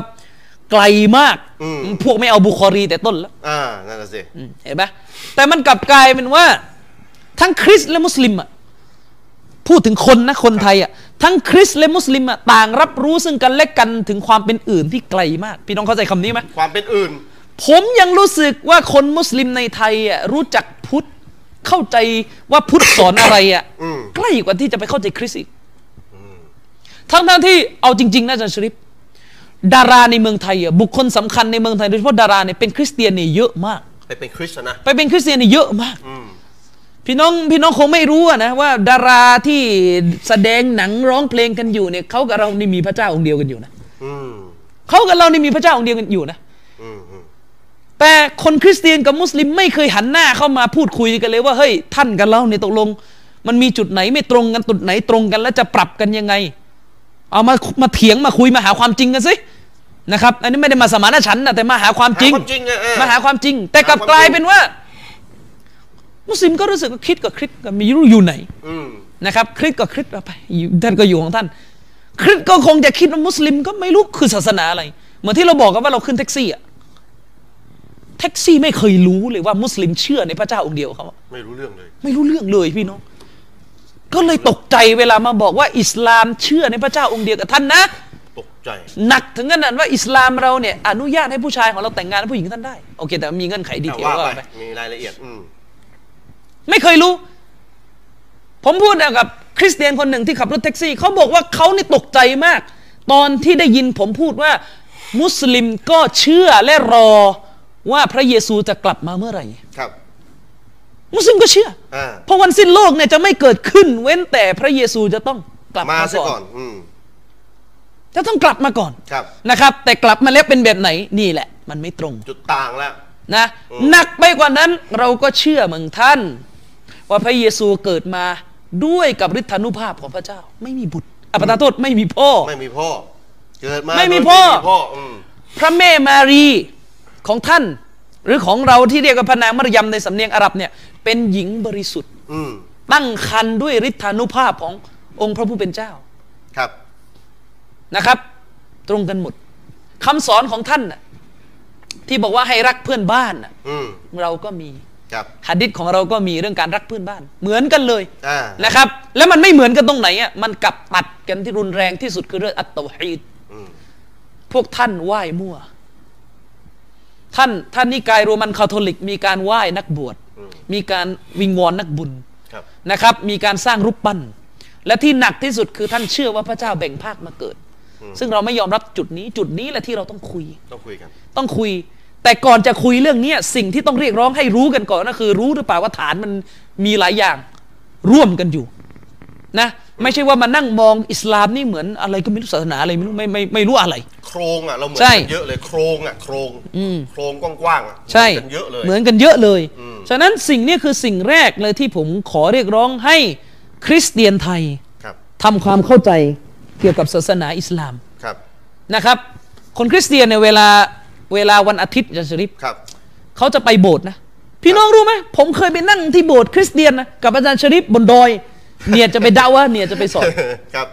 ไกลมาก
อืม
พวกไม่เอาบุคอรีแต่ต้นแล้ว
อ่านั่นน่ะสิ
อืมเห็นไหมแต่มันกลับกลายเป็นว่า ทั้งคริสต์และมุสลิมอะพูดถึงคนนะคนไทยอะทั้งคริสต์และมุสลิมอะต่างรับรู้ซึ่งกันและกันถึงความเป็นอื่นที่ไกลมาก พี่น้องเข้าใจคำนี้ไหม
ความเป็นอื่น
ผมยังรู้สึกว่าคนมุสลิมในไทยอะรู้จักพุทธเข้าใจว่าพุทธสอนอะไรอะ
อืม
ใกล้กว่าที่จะไปเข้าใจคริสต์อีกทั้งทั้งๆที่เอาจริง ๆนะอาจารย์ชริปดาราในเมืองไทยอะบุคคลสำคัญในเมืองไทยโดยเฉพาะดาราเนี่ยเป็นคริสเตียนเนี่ยเยอะมาก
ไปเป็นคริสต์นะ
ไปเป็นคริสเตียนนี่เยอะมาก
อืม
พี่น้องพี่น้องคงไม่รู้อะนะว่าดาราที่แสดงหนังร้องเพลงกันอยู่เนี่ยเขากับเรานี่มีพระเจ้าองค์เดียวกันอยู่นะ
อืม
เขากับเรานี่มีพระเจ้าองค์เดียวกันอยู่นะ
อืมอืม
แต่คนคริสเตียนกับมุสลิมไม่เคยหันหน้าเข้ามาพูดคุยกันเลยว่าเฮ้ยท่านกับเราเนี่ยตกลง มันมีจุดไหนไม่ตรงกันจุดไหนตรงกันแล้วจะปรับกันยังไง เอามามาเถียงมาคุยมาหาความจริงกันสินะครับ อันนี้ไม่ได้มาสมานฉันท์นะแต่มาหาความจริง
หาความจริงไงเออ
มาหาความจริง แต่กลับ
หาความจริง
กลายเป็นว่า มุสลิมก็รู้สึกว่าคริดกับคริดก็ไม่รู้อยู่ไหน
อืม
นะครับ คริดก็คริดเอาไปอยู่ท่านก็อยู่ของท่าน คริดก็คงจะคิดว่ามุสลิมก็ไม่รู้คือศาสนาอะไร เหมือนที่เราบอกกันว่าเราขึ้นแท็กซี่อะแท็กซี่ไม่เคยรู้เลยว่ามุสลิมเชื่อในพระเจ้าองค์เดียวเขาอะ
ไม่รู้เรื่องเลย
ไม่รู้เรื่องเลยพี่น้อง ก็เลยตกใจเวลามาบอกว่าอิสลามเชื่อในพระเจ้าองค์เดียวกับท่านนะ
ตกใจ
หนักถึงขนาดว่าอิสลามเราเนี่ยอนุญาตให้ผู้ชายของเราแต่งงานกับผู้หญิงท่านได้โอเค แต่มีเงื่อนไขดี
แต่
เทล
ว่า
ว่า
ไป
ไป
มีรายละเอียด อืม
ไม่เคยรู้ ผมพูดกับคริสเตียนคนหนึ่งที่ขับรถแท็กซี่เขาบอกว่าเขานี่ตกใจมาก ตอนที่ได้ยินผมพูดว่า มุสลิมก็เชื่อและรอว่าพระเยซูจะกลับมาเมื่อไหร่
ครับ
มุสลิมก็เชื่อ
อ่า
เพราะวันสิ้นโลกเนี่ยจะไม่เกิดขึ้น เว้นแต่พระเยซูจะต้องกลับ
มา
มา
ซะ
ก่
ก่
อ
อน น อืม
จะต้องกลับมาก่อน
ครับ
นะครับ แต่กลับมาแล้วเป็นแบบไหนนี่แหละ มันไม่ตรง
จุดต่างแล้ว
นะหนักไปกว่านั้นเราก็เชื่อเหมือนท่าน ว่าพระเยซูเกิดมาด้วยกับฤทธานุภาพของพระเจ้า ไม่มีบุตรอปตานโทษไม่มีพ่อ
ไม่มีพ่อ เกิดมา
ไม่มี
โดย
พ่อ
ไม่มีพ่อ อืม
พระแม่มารีของท่าน หรือของเราที่เรียกว่าพระนางมารยมในสำเนียงอาหรับเนี่ยเป็นหญิงบริสุทธิ์
อืม
ตั้งครรภ์ด้วยฤทธานุภาพขององค์พระผู้เป็นเจ้า
ครับ
นะครับ ตรงกันหมดคำสอนของท่านน่ะที่บอกว่าให้รักเพื่อนบ้านน่ะ
อืม
เราก็มี
ครับ
ฮัดดิษของเราก็มีเรื่องการรักเพื่อนบ้าน เหมือนกันเลย
อ่า
นะครับ แล้วมันไม่เหมือนกันตรงไหนอ่ะมันกลับตัดกันที่รุนแรงที่สุดคือเรื่องอัตตวฮีด
อืม
พวกท่านไหว้มั่ว ท่านท่านนิกายโรมันคาทอลิก มีการไหว้นักบวช
อืม
มีการวิงวอนนักบุญ
ครับ
นะครับ มีการสร้างรูปปั้น และที่หนักที่สุดคือท่านเชื่อว่าพระเจ้าแบ่งภาคมาเกิด ซึ่งเราไม่ยอมรับจุดนี้ จุดนี้แหละที่เราต้องคุย
ต้องคุยกัน
ต้องคุย แต่ก่อนจะคุยเรื่องเนี้ยสิ่งที่ต้องเรียกร้องให้รู้กันก่อนก็คือรู้หรือเปล่าว่าฐานมันมีหลายอย่างร่วมกันอยู่นะไม่ใช่ว่ามานั่งมองอิสลามนี่เหมือนอะไรก็ไม่รู้ศาสนาอะไรไม่รู้ไม่ไม่ไม่รู้อะไร
โครงอ่ะ เราเหมือน
ใช่
กันเยอะเลย โครงอ่ะ โครง โครงกว้างๆอ่ะ
ใช่
เหมือนกันเยอะเลย
เหมือนกันเยอะเลยฉะนั้นสิ่งเนี้ยคือสิ่งแรกเลยที่ผมขอเรียกร้องให้คริสเตียนไทย
ครับ
ทำความเข้าใจเกี่ยวกับศาสนาอิสลาม
ครับ
นะครับ คนคริสเตียนในยเวลาเวลาวันอาทิตย์จะชริป
ครับ [LAUGHS]
เขาจะไปโบสถ์นะ พี่น้องรู้ไหมผมเคยไปนั่งที่โบสถ์คริสเตียนนะกับอาจารย์ชริปบนดอย เนี่ยจะไปด่าว่าเนี่ยจะไปสอน
ครับ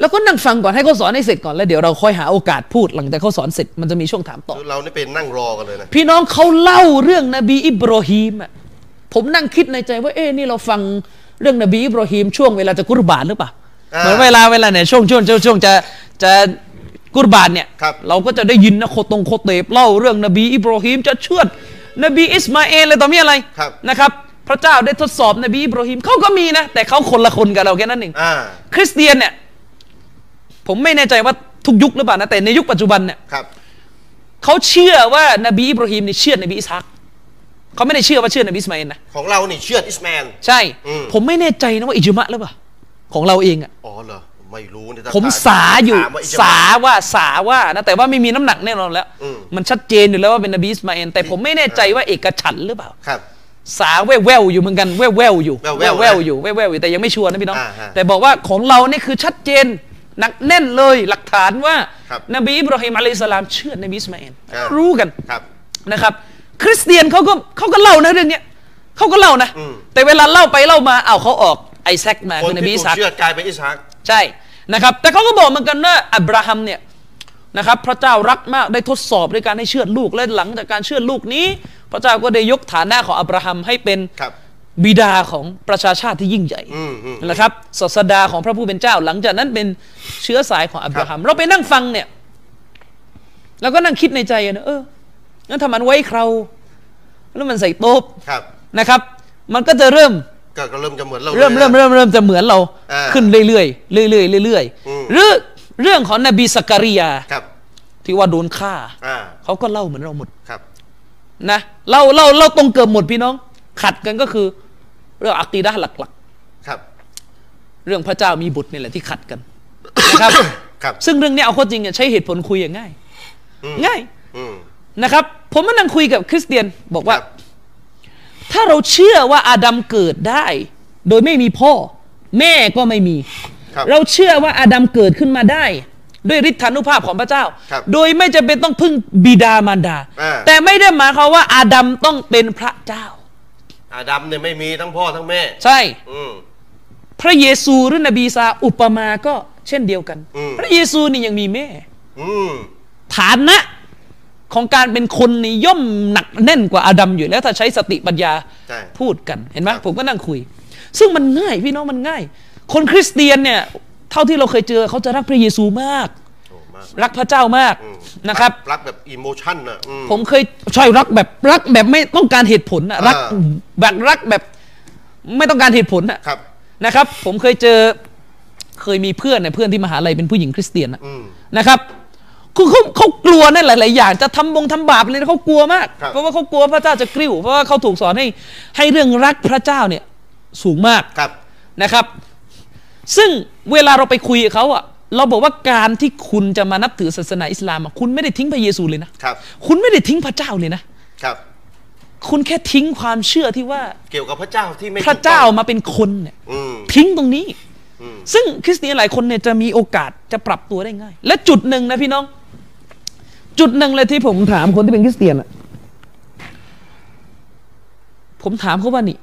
แล้วก็นั่งฟังก่อนให้เขาสอนให้เสร็จก่อนแล้วเดี๋ยวเราค่อยหาโอกาสพูดหลังจากเขาสอนเสร็จมันจะมีช่วงถามตอบ
เรานี่เป็นนั่งรอกันเลยนะ
พี่น้องเขาเล่าเรื่องนบีอิบรอฮีมอะผมนั่งคิดในใจว่าเอ๊ะนี่เราฟังเรื่องนบีอิบรอฮีมช่วงเวลาจะกุรบานหรือเปล่า
อ่า
เหมือนเวลาเวลาเนี่ยช่วงช่วงช่วงช่วงจะจะกุรบานเนี่ย
ครับ
เราก็จะได้ยินนะโคตรงโคเตบเล่าเรื่องนบีอิบรอฮีมจะเชือดนบีอิสมาเอลอะไรต่อมีอะไร
ครับ
นะครับ พระเจ้าได้ทดสอบนบีอิบรอฮีมเขาก็มีนะ แต่เขาคนละคนกับเราแค่นั้นเอง
อ่า
คริสเตียนเนี่ยผมไม่แน่ใจว่าทุกยุคหรือเปล่านะแต่ในยุคปัจจุบันเนี่ย
ครับ
เขาเชื่อว่านบีอิบราฮิมเนี่ยเชื่อนบีอิสฮักเขาไม่ได้เชื่อว่าเชื่อนบีอิสมาอินนะ
ของเรานี่เชื่อดอิสมาอล
ใช่
อืม
ผมไม่แน่ใจนะว่าอิจมะหรือเปล่าของเราเองอะ
อ๋อเหรอ ไม่รู้นี่ถ้
ผม
ถ
สาอยู่
ถมว่อิจมะ
สาว่าสาว่านะแต่ว่าไม่มีน้ำหนักแน่นอนแล้ว
อืม
มันชัดเจนอยู่แล้วว่าเป็นนบีอิสมาอินแต่ผมไม่แน่ใจว่าเอกฉันท์หรือเปล่า
ครับ
สาแว่วๆอยู่เหมือนกันแว่วๆอยู่
แว่วๆนะ
อยู่แว่วๆอยู่แต่ยังไม่ชัวร์นะพี่น้อง
อ่าฮะ
แต่บอกว่าของเราเนี่ยคือชัดเจนหนักแน่นเลยหลักฐานว่า
ครับ
นบีอิบราฮิมอะลัยฮิสสลามเชื่อนบีอิสมาอิน
อ่า
รู้กัน
ครับ
นะครับคริสเตียนเขาก็เขาก็เล่านะเรื่องเนี้ยเขาก็เล่านะ
อืม
แต่เวลาเล่าไปเล่ามาเอาวเขาออก ไอแซคมา
คน
คือนบี
ที่
อิ
ถู
สาก ก
เชื่อกลายเป็นอิสฮัก
ใช่นะครับ แต่เขาก็บอกเหมือนกันว่าอับราฮัมเนี่ยนะครับ พระเจ้ารักมากได้ทดสอบด้วยการให้เชื่อดลูกและหลังจากการเชื่อดลูกนี้ พระเจ้าก็ได้ยกฐานะของอับราฮัมให้เป็น
ครับ
บิดาของประชาชาติที่ยิ่งใหญ่
อืมอืม
นะครับศาสดาของพระผู้เป็นเจ้า หลังจากนั้นเป็นเชื้อสายของอับราฮัม เราไปนั่งฟังเนี่ยแล้วก็นั่งคิดในใจอะนะเอองั้นถ้ามันไว้เคราแล้วมันใส่โต๊ะ
ครับ
นะครับ มันก็จะเริ่ม
ก็ก็เริ่มจะเหมือนเรา
เริ่ม
ลยนะ
เริ่มเริ่มเริ่มจะเหมือนเรา
อ่า
ขึ้นเรื่อยๆเรื่อยๆเรื่อย
อืม
ๆหรือเรื่องของนบีสักการียา
ครับ
ที่ว่าโดนฆ่า
อ่า
เขาก็เล่าเหมือนเราหมด
ครับ
นะเล่าเล่าเล่าตรงเกือบหมดพี่น้อง ขัดกันก็คือเรื่องอักีดะห์หลัก
ครับ
ๆ เรื่องพระเจ้ามีบุตรนี่แหละที่ขัดกันนะครับ
ครับ
ซึ่งเรื่องเนี้ยเอาเข้อจริงเนี่ยใช้เหตุผลคุยอย่างง่าย
อืม
ง่าย
อืม
นะครับ ผมมานั่งคุยกับคริสเตียนบอกว่า
ครับ
ถ้าเราเชื่อว่าอาดัมเกิดได้ โดยไม่มีพ่อ แม่ก็ไม่มี
ครับ
เราเชื่อว่าอาดัมเกิดขึ้นมาได้ ด้วยฤทธานุภาพของพระเจ้า
ครับ
โดยไม่จำเป็นต้องพึ่งบิดามารดา
อ่า
แต่ไม่ได้หมายความว่าอาดัมต้องเป็นพระเจ้า
อาดัมเนี่ยไม่มีทั้งพ่อทั้งแม่
ใช่
อืม
พระเยซูหรือนบีอีสาอุปมาก็เช่นเดียวกัน
อืม
พระเยซูนี่ยังมีแม่
อืม
ฐานะของการเป็นคนนี่ย่อมหนักแน่นกว่าอาดัมอยู่แล้วถ้าใช้สติปัญญา
ใช่
พูดกันเห็นไหม
ครับ
ผมก็นั่งคุย ซึ่งมันง่ายพี่น้องมันง่าย คนคริสเตียนเนี่ยเท่าที่เราเคยเจอเขาจะรักพระเยซูมาก
โอ้มาก
รักพระเจ้ามาก
อืม
นะครับ
รักแบบอิโมชันอ่ะอืม
ผมเคยใช่รักแบบรักแบบไม่ต้องการเหตุผลนะรัก
อ่า
แบบรักแบบไม่ต้องการเหตุผลนะครับ นะครับ ผมเคยเจอเคยมีเพื่อนเนยเพื่อนที่มหาลัยเป็นผู้หญิงคริสเตียนนะ
อืม
นะครับคือเขาเขากลัวนั่นหลาย ๆ อย่างจะทำบงทำบาปอะไรนะเขากลัวมาก
ครับ
เพราะว่าเขากลัวพระเจ้าจะกริ้วเพราะว่าเขาถูกสอนให้ให้เรื่องรักพระเจ้าเนี่ยสูงมาก
ครับ
นะครับ ซึ่งเวลาเราไปคุยกับเขาอะเราบอกว่าการที่คุณจะมานับถือศาสนาอิสลามอะคุณไม่ได้ทิ้งพระเยซูเลยนะ
ครับ
คุณไม่ได้ทิ้งพระเจ้าเลยนะ
ครับ
คุณแค่ทิ้งความเชื่อที่ว่า
เกี่ยวกับพระเจ้าที่ไม่
พระเจ้า
ถูกต้อง
มาเป็นคนเนี่ย
อืม
ทิ้งตรงนี้
อืม
ซึ่งคริสเตียนหลายคนเนี่ยจะมีโอกาสจะปรับตัวได้ง่าย และจุดหนึ่งนะพี่น้อง จุดหนึ่งเลยที่ผมถามคนที่เป็นคริสเตียนอะผมถามเขาว่านี่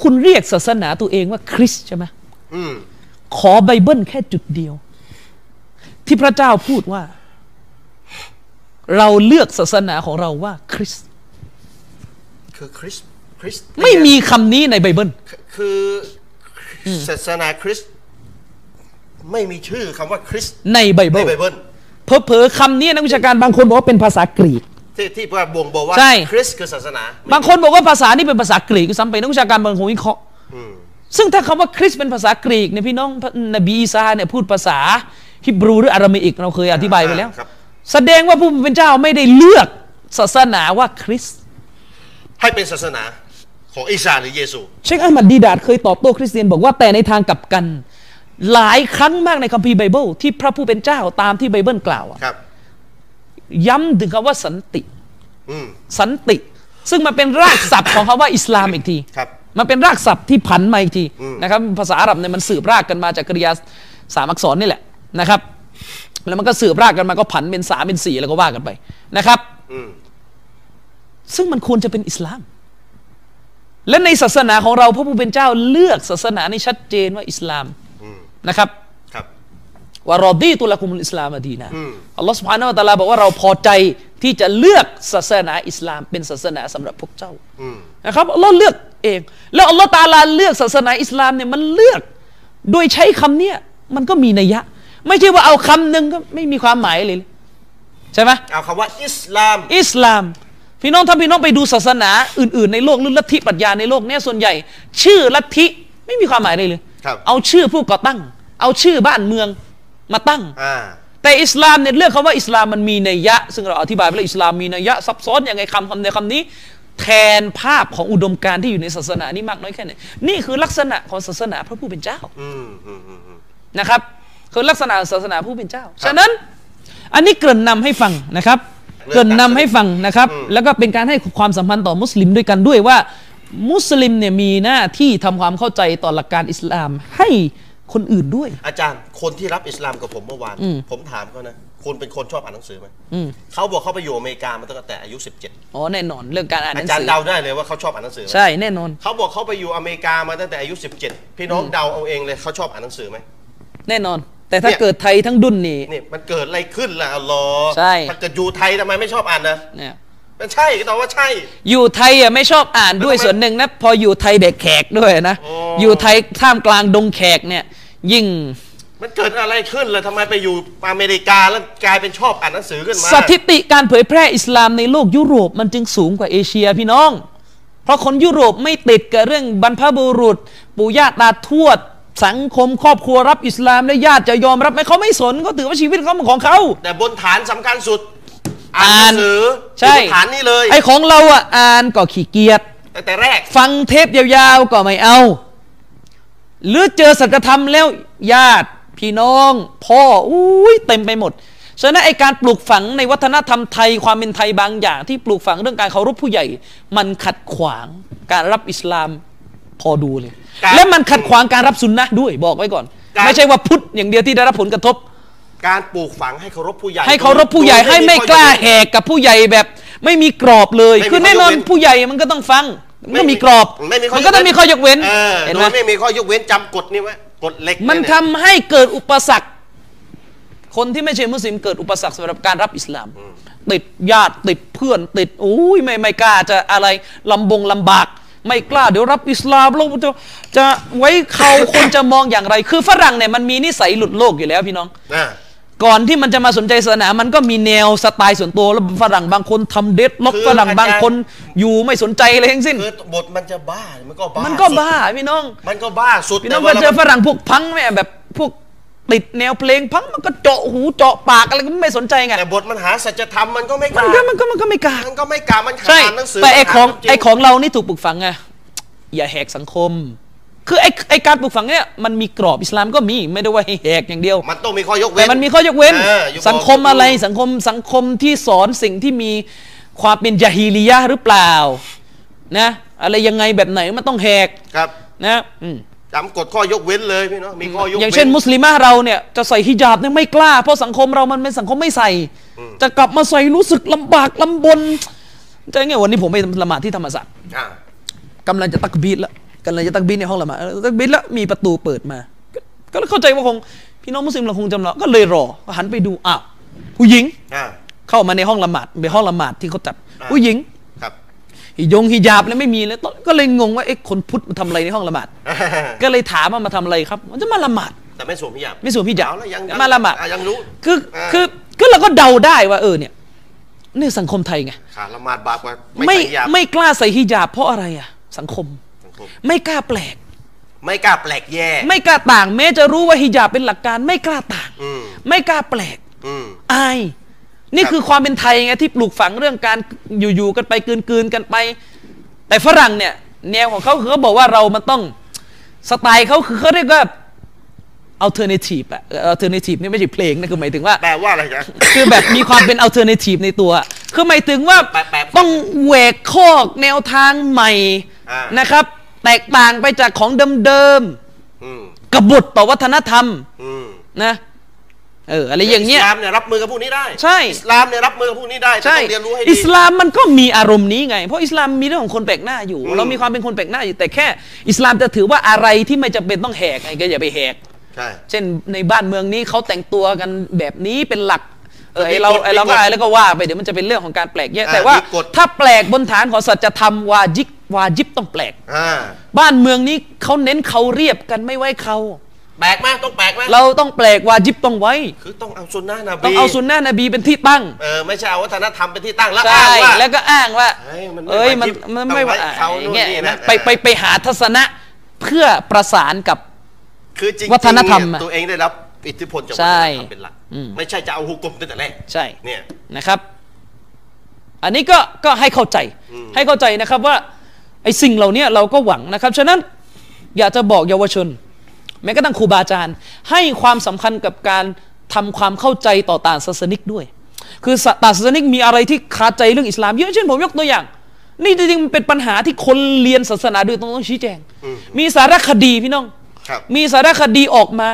คุณเรียกศาสนาตัวเองว่าคริสต์ใช่ไหม
อืม
ขอไบเบิลแค่จุดเดียว ที่พระเจ้าพูดว่า เราเลือกศาสนาของเราว่าคริสต์
คือคริสต์คริสต์
ไม่มีคำนี้ในไบเบิล
คือคืออศาสนาคริสต์ไม่มีชื่อคำว่าคริสต์
ในไบเบิ
ใน
ล
ไบเบิล
เพอเพอๆคำนี้นักวิชาการบางคนบอกว่าเป็นภาษากรีก
ที่ที่ว่าบ่งบอกว่า
ใช่
คริสต์คือศาสนา
บางคนบอกว่าภาษานี่เป็นภาษากรีกด้วยซ้ำไปนักวิชาการบางคนวิเคราะห์
อืม
ซึ่งถ้าคำว่าคริสต์เป็นภาษากรีกเนี่ยพี่น้องพระนบีอีซาเนี่ยพูดภาษาฮิบรูหรืออารามิกเราเคยอธิบายไปแล้ว
อ่าครับ
แสดงว่าผู้เป็นเจ้าไม่ได้เลือกศาสนาว่าคริสต์
ให้เป็นศาสนาของอิสาหรือเยซู
เชคอาหมัดดีดาดเคยตอบโต้คริสเตียนบอกว่าแต่ในทางกลับกัน หลายครั้งมากในคัมภีร์ไบเบิลที่พระผู้เป็นเจ้าตามที่ไบเบิลกล่าวอะ
ครับ
ย้ำถึงคำว่าสันติ
อืม
สันติ ซึ่งมันเป็นรากศัพท์ของคำว่าอิสลามอีกที
ครับ
มันเป็นรากศัพท์ที่ผันมาอีกทีนะครับภาษาอาหรับเนี่ยมันสืบรากกันมาจากกริยาสามอักษรนี่แหละนะครับแล้วมันก็สืบรากกันมาก็ผันเป็นสามเป็นสี่แล้วก็ว่ากันไปนะครับ
อืม
ซึ่งมันควรจะเป็นอิสลาม และในศาสนาของเราพระผู้เป็นเจ้าเลือกศาสนานี่ชัดเจนว่าอิสลามนะครับ
ครับ
ว่ารอดีตุลกุมุลอิสลามดีนะ
อืม
อัลลอฮ์สุบฮานะฮูวะตะอาลาบอกว่าเราพอใจที่จะเลือกศาสนาอิสลามเป็นศาสนาสำหรับพวกเจ้า
อืม
นะครับอัลลอฮ์เลือกเอง แล้วอัลลอฮ์ตะอาลาเลือกศาสนาอิสลามเนี่ยมันเลือก โดยใช้คำเนี้ยมันก็มีนัยยะ ไม่ใช่ว่าเอาคำหนึ่งก็ไม่มีความหมายเลยใช่ไหม
เอาคำว่าอิสลาม
อิสลาม พี่น้องถ้าพี่น้องไปดูศาสนาอื่น ๆ ในโลกหรือลัทธิปรัชญาในโลกเนี่ยส่วนใหญ่ ชื่อลัทธิไม่มีความหมายเลยเลย
ครับ
เอาชื่อผู้ก่อตั้ง เอาชื่อบ้านเมืองมาตั้ง
อ่า
แต่อิสลามเนี่ยเรื่องคำว่าอิสลามมันมีนัยยะ ซึ่งเราอธิบายไปแล้วอิสลามมีนัยยะซับซ้อนยังไงคำคำในคำนี้ แทนภาพของอุดมการณ์ที่อยู่ในศาสนานี้มากน้อยแค่ไหนนี่คือลักษณะของศาสนาพระผู้เป็นเจ้า
อืมอืมอืมอืม
นะครับคือลักษณะศาสนาผู้เป็นเจ้า ฉะนั้นอันนี้เกริ่นนำให้ฟังนะครับ
เรื่
เกริ่
อง
น
การ
นำให้ฟังนะครับ
อืม
แล้วก็เป็นการให้ความสัมพันธ์ต่อมุสลิมด้วยกันด้วยว่า มุสลิมเนี่ยมีหน้าที่ทำความเข้าใจต่อหลักการอิสลามให้คนอื่นด้วย
อาจารย์ คนที่รับอิสลามกับผมเมื่อวาน ผมถามเขานะ คุณเป็นคนชอบอ่านหนังสือไหม
อืม
เขาบอกเขาไปอยู่อเมริกามาตั้งแต่อายุ 17
อ๋อแน่นอนเรื่องการอ่านห
อา
นัง
จาร
สื
ย์
อ
เดาได้เลยว่าเขาชอบอ่านหนังสือไหม
ใช่แน่นอน
เขาบอกเขาไปอยู่อเมริกามาตั้งแต่อายุ 17 พี่น้องเดาเอาเองเลยเขาชอบอ่านหนังสือไหม
แน่นอน แต่ถ้า
เนี่ย
เกิดไทยทั้งดุนนี่
นี่มันเกิดอะไรขึ้นล่ะอัลลอฮ์
ใช่
ถ้าเกิดอยู่ไทยทำไมไม่ชอบอ่านนะ
เนี่ย
มันใช่ก็ตอบว่าใช่
อยู่ไทยอ่ะไม่ชอบอ่านด้วย
แล้วทำไม
ส่วนหนึ่งนะพออยู่ไทยแบกแขกด้วยนะ
โอ้
อยู่ไทยท่ามกลางดงแขกเนี่ย ยิ่ง
มันเกิดอะไรขึ้นล่ะทำไมไปอยู่อเมริกาแล้วกลายเป็นชอบอ่านหนังสือขึ้นมา
สถิติการเผยแพร่อิสลามในโลกยุโรปมันจึงสูงกว่าเอเชียพี่น้อง เพราะคนยุโรปไม่ติดกับเรื่องบรรพบุรุษ ปู่ย่าตาทวด สังคมครอบครัวรับอิสลามและญาติจะยอมรับไหมเขาไม่สนเขาถือว่าชีวิตเขาเป็นของเขา
แต่บนฐานสำคัญสุด อ่านหนังสือ
ใช่
อยู่บนฐานนี้เลย
ไอของเราอ่ะอ่านก็ขี้เกียจ
ตั้งแต่แรก
ฟังเทปยาวๆก็ไม่เอา หรือเจอสัจธรรมแล้วญาติ พี่น้อง พ่ออุ้ยเต็มไปหมด ฉะนั้นไอการปลูกฝังในวัฒนธรรมไทยความเป็นไทยบางอย่าง ที่ปลูกฝังเรื่องการเคารพผู้ใหญ่ มันขัดขวางการรับอิสลามพอดูเลย
การ
และมันขัดขวางการรับสุนนะห์ด้วยบอกไว้ก่อน
การ
ไม่ใช่ว่าพุทธอย่างเดียวที่ได้รับผลกระทบ
การปลูกฝังให้เคารพผู้ใหญ่
ให้เคารพผู้ใหญ่
โดย
ให้ไม่กล้าแหกกับผู้ใหญ่แบบ ไม่มีกรอบเลย
ไม่มี
คือแน่นอน
ข้อยกเว้น
ผู้ใหญ่มันก็ต้องฟังมันก็มีกรอบ
ไม่มีข้
มันก็ต้องมีข้อยกเว้น
เออ
เห็น
โด
ไหม
ยไม่มีข้อยกเว้นจำกฎนี่ไว้กฎเหล็ก
มัน
เย
ทำให้เกิดอุปสรรค คนที่ไม่ใช่มุสลิมเกิดอุปสรรคสำหรับการรับอิสลาม ติดญาติติดเพื่อนติดโอ้ยไม่ไม่กล้าจะอะไรลำบงลำบาก ไม่กล้าเดี๋ยวรับอิสลามแล้วจะจะไว้เขาคนจะมองอย่างไร คือฝรั่งเนี่ยมันมีนิสัยหลุดโลกอยู่แล้วพี่น้อง
อ่ะ
ก่อนที่มันจะมาสนใจศาสนา มันก็มีแนวสไตล์ส่วนตัว แล้วฝรั่งบางคนทำเด็ดล็อกฝรั่งบางคนอยู่ไม่สนใจอะไรทั้งสิ้น
คือบทมันจะบ้ามันก็บ้า
มั
มัน
ก็บ้าพี่น้อง
มันก็บ้าสุด
พี่น้อ
แต่
งก็
ว่า
เจอฝรั่งพวกพังแม่แบบพวกติดแนวเพลงพังมันก็เจาะหูเจาะปากอะไรก็ไม่สนใจไง
แต่บทมันหาสัจธรรมมันก็ไม่ก
มั
ล้าน
ก็มันก็มันก็ไม่กล้า
มันก็ไม่กล้ามันหา
ใช่
อ่านหนังสือ
แต่ไอของ
มันหาจริ
ไอของเรานี่ถูกปลูกฝังไงอย่าแหกสังคม คือไอไอการปลูกฝังเนี่ยมันมีกรอบอิสลามก็มีไม่ได้ว่าให้แหกอย่างเดียว
มันต้องมีข้อยกเว้
แต่
น
มันมีข้อยกเว้น
เอออยู่
สังคม
บอกอยู่
อะไรสังคมสังคมที่สอนสิ่งที่มีความเป็นยาฮีลียะห์หรือเปล่านะอะไรยังไงแบบไหนมันต้องแหก
ครับ
นะอืม
จำกฎข้อยกเว้นเลยพี่เนาะมีข้อยก
อย่าง
ว้
เช่น มุสลิมะเราเนี่ยจะใส่ฮิญาบเนี่ยไม่กล้า เพราะสังคมเรามันเป็นสังคมไม่ใส่ จะกลับมาใส่รู้สึกลำบากลำบนจะยังไงวันนี้ผมไปละหมาดที่ธรรมศาสตร์
อ่ะ
กำลังจะตักบีดแล้วกำลังจะตักบีดในห้องละหมาดเออตักบีดแล้วมีประตูเปิดมาก็ก็เข้าใจว่าคงพี่น้องมุสลิมเราคงจำเราก็เลยรอก็หันไปดูอ้าวผู้หญิง
อ่ะ
เข้ามาในห้องละหมาดเป็นห้องละหมาดที่เขาจัด
อ่า
ผู้หญิง
ครับ [LAUGHS]
หิยงหิญาบเลยไม่มีเลยตอนก็เลยงงว่าเอ๊ะคนพุทธมาทำอะไรในห้องละหมาด ก็เลยถามว่ามาทำอะไรครับ มันจะมาละหมาด
แต่ไม่สวมพิยาบ
ไม่สวมหิญาบ
เอาแล้วยัง
มาละหมาด
อ่ยังรู้
คือ
อ่า
คือคือเราก็เดาได้ว่าเออเนี่ยนี่สังคมไทยไง
ขาดละหมาดบาปกว่าไม่
ไม่
ใส่พิยาบ
ไม่กล้าใส่หิญาบเพราะอะไรอ่ะ สังคม
สังคม
ไม่กล้าแปลก
ไม่กล้าแปลกแย่
ไม่กล้าต่าง แม้จะรู้ว่าหิญาบเป็นหลักการ ไม่กล้าต่าง
อืม
ไม่กล้าแปลก
อืม
อาย นี่
ครับ
คือความเป็นไทยไงที่ปลูกฝังเรื่องการอยู่ๆกันไปกลืนๆกันไป แต่ฝรั่งเนี่ย แนวของเขาคือเขาบอกว่าเรามันต้องสไตล์เขาคือเขาเรียกว่า alternative อะ alternative นี่ไม่ใช่เพลงนะคือหมายถึงว่า
แปลว่าอะไรจ๊ะ [COUGHS]
คือแบบมีความเป็น alternative ในตัว คือหมายถึงว่า
แปะแปะ
ต้องแหวกคอกแนวทางใหม่
อ่าน
นะครับ แตกต่างไปจากของเดิม
อืม
ๆกบฏต่อวัฒนธรรม
อืม
นะเอออะไรอย่างเงี้ย
สลามเนี่ยรับมือกับพวกนี้ได้
ใช่
อิสลามเนี่ยรับมือกับพวกนี้ได้
ใช่
ต้องเรียนรู้ให้ดี
อิสลามมันก็มีอารมณ์นี้ไง เพราะอิสลามมีเรื่องของคนแปลกหน้าอยู่
อืม
เรามีความเป็นคนแปลกหน้าอยู่แต่แค่ อิสลามจะถือว่าอะไรที่ไม่จำเป็นต้องแหกไงก็อย่าไปแหก
ใช่
เช่นในบ้านเมืองนี้เขาแต่งตัวกันแบบนี้เป็นหลักเออ
มี
ไอ้เรา
กฎ
ไอ้เรา
มี
ก็
กฎ
อายแล้วก็ว่าไปเดี๋ยวมันจะเป็นเรื่องของการแปลกแยก
อ่า
แต่ว่า
มีกฎ
ถ้าแปลกบนฐานของสัจธรรมวาจิบวาจิบต้องแปลก
อ่า
บ้านเมืองนี้เขาเน้นเขาเรียบกันไม่ไว้เขา
แปลกไหมต้องแปลกไหม
เราต้องแปลกวาจิบต้องไว้
คือต้องเอาสุนนะนบี
ต้องเอาสุนนะนบีเป็นที่ตั้ง
เออไม่ใช่เอาวัฒนธรรมเป็นที่ตั้งแล้วอ้า
ใช่
งว่า
แล้วก็อ้างว่า
เฮ้ยมันไม่
เอ้ยมั
วา
น
ญิบ
มันไม่
ต้องไว้
ว่าอ่ะ
เขานู่น
อย่างเงี้ย
นี่นั่น
ไปไปไปหาทัศนะเพื่อประสานกับ
คือจริงๆ
วัฒนธรรมอะ
เยตัวเองได้รับอิทธิพลจากวัฒ
ใช่
นธรรมเป็นหลัก
อืม
ไม่ใช่จะเอาฮุกกลมตั้งแต่แรก
ใช่
เนี่ย
นะครับ อันนี้ก็ก็ให้เข้าใจ ให้เข้าใจนะครับว่าไอ้สิ่งเหล่านี้เราก็หวังนะครับ ฉะนั้นอยากจะบอกเยาวชน แม้กระทั่งครูบาอาจารย์ ให้ความสำคัญกับการทำความเข้าใจต่อต่างศาสนิกด้วย คือสต่างศาสนิกมีอะไรที่คาใจเรื่องอิสลามเยอะเช่นผมยกตัวอย่าง นี่จริงๆมันเป็นปัญหาที่คนเรียนศาสนาโดยตรงต้องชี้แจง มีสารคดีพี่น้อง
ครับ
มีสารคดีออกมา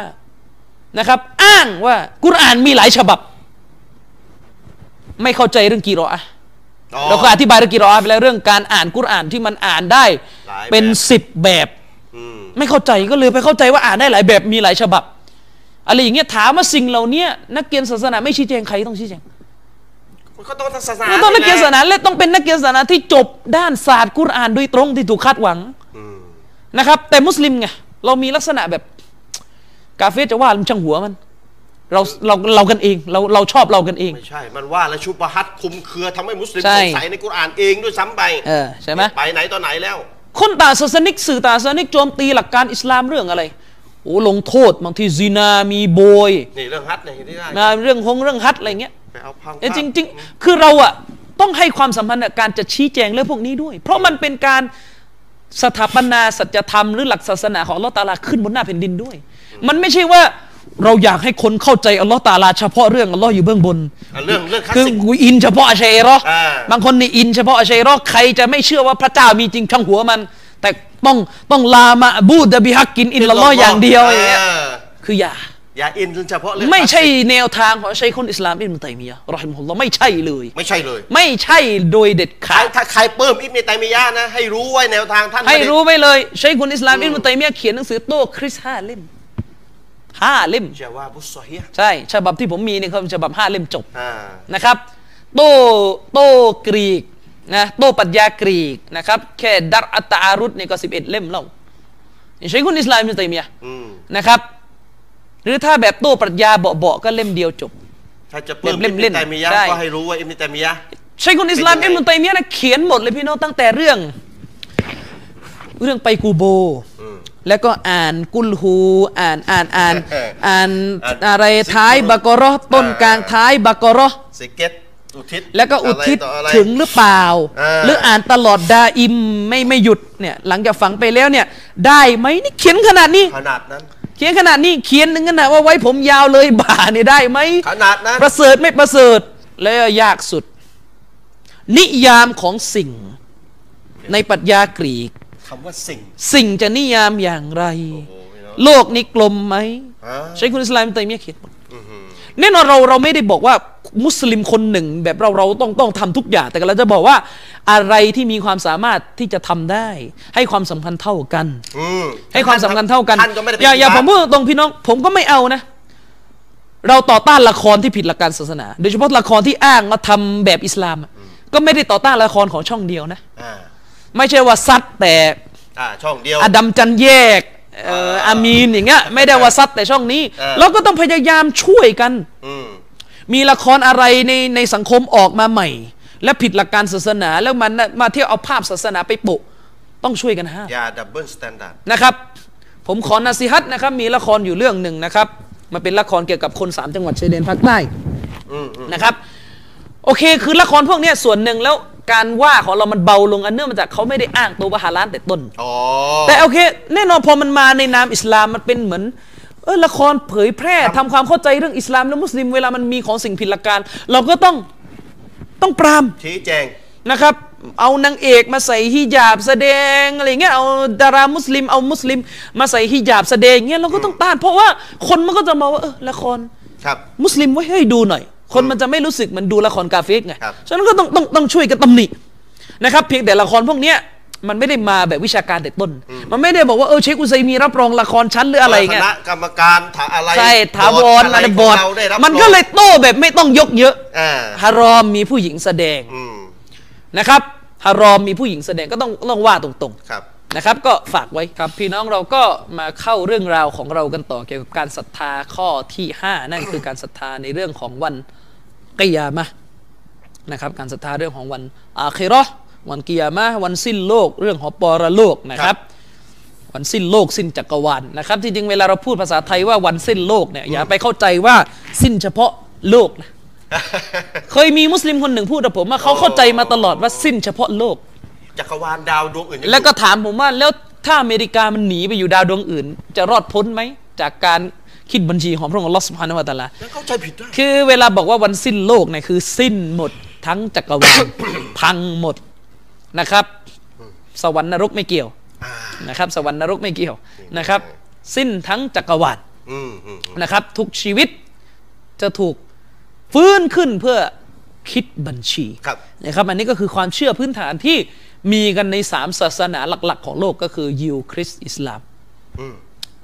นะครับ อ้างว่ากุรอานมีหลายฉบับ ไม่เข้าใจเรื่องกีรออะห์
อ๋อ
เราก็อธิบายเรื่องกีรออะห์ไปแล้วเรื่องการอ่านกุรอานที่มันอ่านได้
หลายแบบ
เป็นสิบแบบ
อืม
ไม่เข้าใจก็เลยไปเข้าใจว่าอ่านได้หลายแบบมีหลายฉบับอะไรอย่างเงี้ยถามว่าสิ่งเหล่านี้นักเรียนศาสนาไม่ชี้แจงใครต้องชี้แจง
มันก็ต้องศาสนา
ก็ต้องนักเรียนศาส
นะ
นาและต้องเป็นนักเรียนศาสนาที่จบด้านศาสตร์กุรอานโดยตรงที่ถูกคาดหวังนะครับ แต่มุสลิมไงเรามีลักษณะแบบกาเฟรจะว่ามันช่างหัวมัน เราเราเรากันเอง เราเราชอบเรากันเอง
ไม่ใช่ มันว่าและชุบฮัตคลุมเครือทำให้มุสลิม
ใช่
สงสัยในกุรอานเองด้วยซ้ำไป
เออใช่ไหม
ไปไหนต่อไหนแล้ว
คนต่างศาสนิกสื่อต่างศาสนิกโจมตีหลักการอิสลามเรื่องอะไรโอ้ลงโทษบางทีซินามีโบย
นี่เรื่องฮัตเนี่ยที่ได้
นะเรื่องฮงเรื่องฮัทอะไรเงี้ย
ไปเอาพัง
แต่จริง ๆ คือเราอะต้องให้ความสำคัญกับการจะชี้แจงเรื่องพวกนี้ด้วย เพราะมันเป็นการสถาปนาสัจธรรมหรือหลักศาสนาของอัลลอฮ์ตะอาลาขึ้นบนหน้าแผ่นดินด้วย มันไม่ใช่ว่าเราอยากให้คนเข้าใจอัลลอฮ์ตะอาลาเฉพาะเรื่องอัลลอฮ์อยู่เบื้องบน
อ่ะเรื่องเรื่องคลาส
คือ
สิก
กูอินเฉพาะอาชัยรอ
อ่า
บางคนนี่อินเฉพาะอาชัยรอใครจะไม่เชื่อว่าพระเจ้ามีจริงช่างหัวมัน แต่ต้องต้องลามาบูดะบิฮักกินอินละลอฮ์อย่างเดียวอย่างเงี้ย
อ
คืออย่า
อย่าอินเฉพาะเรื่อง
ไม่ใช่
คลาสสิ
แนวทางของชัยคนอิสลามอิบนุตัยมียะห์รอฮิมฮุลลอฮ์ไม่ใช่เลย
กไม่ใช่เลย
ไม่ใช่โดยเด็ดขา
ถ้า
ด
ถ้าใครเปิ่มอิบเนตัยมียะห์นะ ให้รู้ไว้แนวทางท่าน
ให้
ไม่ได้
รู้ไว้เลยชัยคนอิสลามอิบนุตัยมียะห์เขียนหนังสือโต้คริสห้าเล่มห้าเล่ม
เชื่อว่าบุสซอฮีฮ์
ใช่ฉบับที่ผมมีเนี่ยครับฉบับห้าเล่มจบ
อ่า
นะครับโตโตกรีกนะโตปรัญญากรีกนะครับแค่ดัรอัตตะอารุตเนี่ยก็ 11 เล่มแล้วใช้คุณอิสลามอิบนุตัยมียะห์
อืม
นะครับ หรือถ้าแบบโตปรัชญาเบาๆก็เล่มเดียวจบ
ถ้าจะเพิ่ม
เล่
อิ
ม
บ
เล่
เน
น
ตัยมียะห์
ใช่
ก็ให้รู้ว่าอิบเนตัยมียะห์
ใช้คุณอิสลาม
เป็นยัง
อิ
ไง
บนุตัยมียะห์นะเขียนหมดเลยพี่น้องตั้งแต่เรื่อง เรื่องไปกูโบ
อืม
แล้วก็อ่านกุลฮูอ่านอ่าน
[LAUGHS]
อ่าน
เออ
อ่าน
อ่าน
อะไรท้าย
ซิกรุล
บากอเราะห์ต้น
อ่าก ก
ลางท้ายบากอเราะห์
สิเก็ตอุทิศ
แล้วก็อุทิศ
ะไรออะไร
ถึงหรือเปล่า
อ่า
หรืออ่านตลอดดาอิมไม่ไม่หยุดเนี่ยหลังจากฝังไปแล้วเนี่ย ได้ไหมนี่เขียนขนาดนี้
ขนาดนั้น
เขียนขนาดนี้เขียนถึงขนาดว่าไว้ผมยาวเลย [LAUGHS] บ่าเนี่ยได้ไหม
ขนาดนั้น
ประเสริฐไม่ประเสริฐแล้วยากสุด นิยามของสิ่ง ในปรัชญากรีก
คำว่าสิ่ง
สิ่งจะนิยามอย่างไร
โอ้โหพี่น้อง
โลกนี้กลมไหม
อ่า
ใช้คุณอิสลามเตยเมียเขียนหมด
อื้อหือ
แน่นอนเราเราไม่ได้บอกว่ามุสลิมคนหนึ่งแบบเราเราต้องต้องทำทุกอย่างแต่เราจะบอกว่าอะไรที่มีความสามารถที่จะทำได้ ให้ความสำคัญเท่ากัน
อืม
ให้ความสำคัญเท่ากัน
ท่านก็ไม่ได้เป็น
อย่าอย่า
อิห
ผ
ม่
มพูดตรงๆพี่น้อง ผมก็ไม่เอานะ เราต่อต้านละครที่ผิดหลักการศาสนา โดยเฉพาะละครที่อ้างว่าทำแบบอิสลามอะก็ไม่ได้ต่อต้านละครของช่องเดียวนะ
อ่า
ไม่ใช่ว่าซัดแต่
อ่าช่องเดียว
อดัมจันแยกเอ่ออามีนอย่างเงี้ยไม่ได้ว่าซัดแต่ช่องนี้
อ่า
เราก็ต้องพยายามช่วยกัน
อืม
มีละครอะไรในในสังคมออกมาใหม่ และผิดหลักการศาสนาแล้วมันน่ะมาเที่ยวเอาภาพศาสนาไปโปะต้องช่วยกันห้าม
อย่าดับเบิลสแตนดาร์ด
นะครับ ผมขอนาซิฮัตนะครับ มีละครอยู่เรื่องหนึ่งนะครับ มันเป็นละครเกี่ยวกับคนสามจังหวัดชายแดนภาคใต้
อืมอืม
นะครับ โอเค คือละครพวกเนี้ยส่วนหนึ่งแล้วการว่าของเรามันเบาลงอันเนื่องมาจากเขาไม่ได้อ้างตัววาฮาลานแต่ต้น
อ๋อ
แต่โอเค แน่นอนพอมันมาในนามอิสลามมันเป็นเหมือนเออละครเผยแพร่ทำความเข้าใจเรื่องอิสลามและมุสลิมเวลามันมีของสิ่งผิดหลักการ เราก็ต้องต้องปราม
ชี้แจง
นะครับ เอานางเอกมาใส่ฮิญาบแสดงอะไรเงี้ยเอาดารามุสลิมเอามุสลิม มาใส่ฮิญาบแสดงเงี้ยเราก็ต้องต้าน เพราะว่าคนมันก็จะมาว่าเออละคร
ครับ
มุสลิมไว้ให้ดูหน่อย คนมันจะไม่รู้สึกเหมันดูละครกาเฟสไง
ครับ
ฉะนั้นก็ต้องต้องต้องช่วยกันตำหนินะครับ เพียงแต่ละครพวกเนี้ยมันไม่ได้มาแบบวิชาการแต่ต้น มันไม่ได้บอกว่าเออเชคอุซัยมีรับรองละครชั้นหรืออะไร
ค
เงี้ย
ณะกรรมการถาอะไร
ใช่ถาว
ด
รอะ
ข
ไร
ง
บอร์ด
เราได้รับ
มันก็เลยโต้แบบไม่ต้องยกเยอะ
อ่า
ฮารอมมีผู้หญิงแสดง
อืม
นะครับฮารอมมีผู้หญิงแสดงก็ต้องต้องว่าตรง
ครับ [LAUGHS]
ๆนะครับ ก็ฝากไว้ครับ พี่น้องเราก็มาเข้าเรื่องราวของเรากันต่อเกี่ยวกับการศรัทธาข้อที่ห้านั่นคือการศรัทธาในเรื่องของวัน กิยามะห์นะครับการศรัทธาเรื่องของวันอาคิเราะห์วันกิยามะห์วันสิ้นโลก เรื่องของปรโลกนะค
ครั
รับ
บ
วันสิ้นโลกสิ้นจักรวาลนะครับที่จริงเวลาเราพูดภาษาไทยว่าวันสิ้นโลกเนี่ยอย่าไปเข้าใจว่าสิ้นเฉพาะโลกนะเคยมีมุสลิมคนหนึ่งพูดกับผมว่าเขาเข้าใจมาตลอดว่าสิ้นเฉพาะโลก
จักรวาลดาวดวงอื่นยังอยู่
แล้วก็ถามผมว่าแล้วถ้าอเมริกามันหนีไปอยู่ดาวดวงอื่น จะรอดพ้นไหมจากการคิดบัญชีของพระองค์ลอสพานวตาลา
ยังเข้าใจผิดด้วย
คือเวลาบอกว่าวันสิ้นโลกเนี่ยคือสิ้นหมดทั้งจักรวาล [COUGHS] พังหมดนะครับ สวรรค์นรกไม่เกี่ยว
อ่า
นะครับ สวรรค์นรกไม่เกี่ยวนะครับ สิ้นทั้งจักรวาล
อืมอืมอืม
นะครับ ทุกชีวิตจะถูกฟื้นขึ้นเพื่อ คิดบัญชี
ครับ
นะครับอันนี้ก็คือความเชื่อพื้นฐานที่มีกันในสามศาสนาหลัก ๆ ของโลกก็คือยิวคริสต์อิสลาม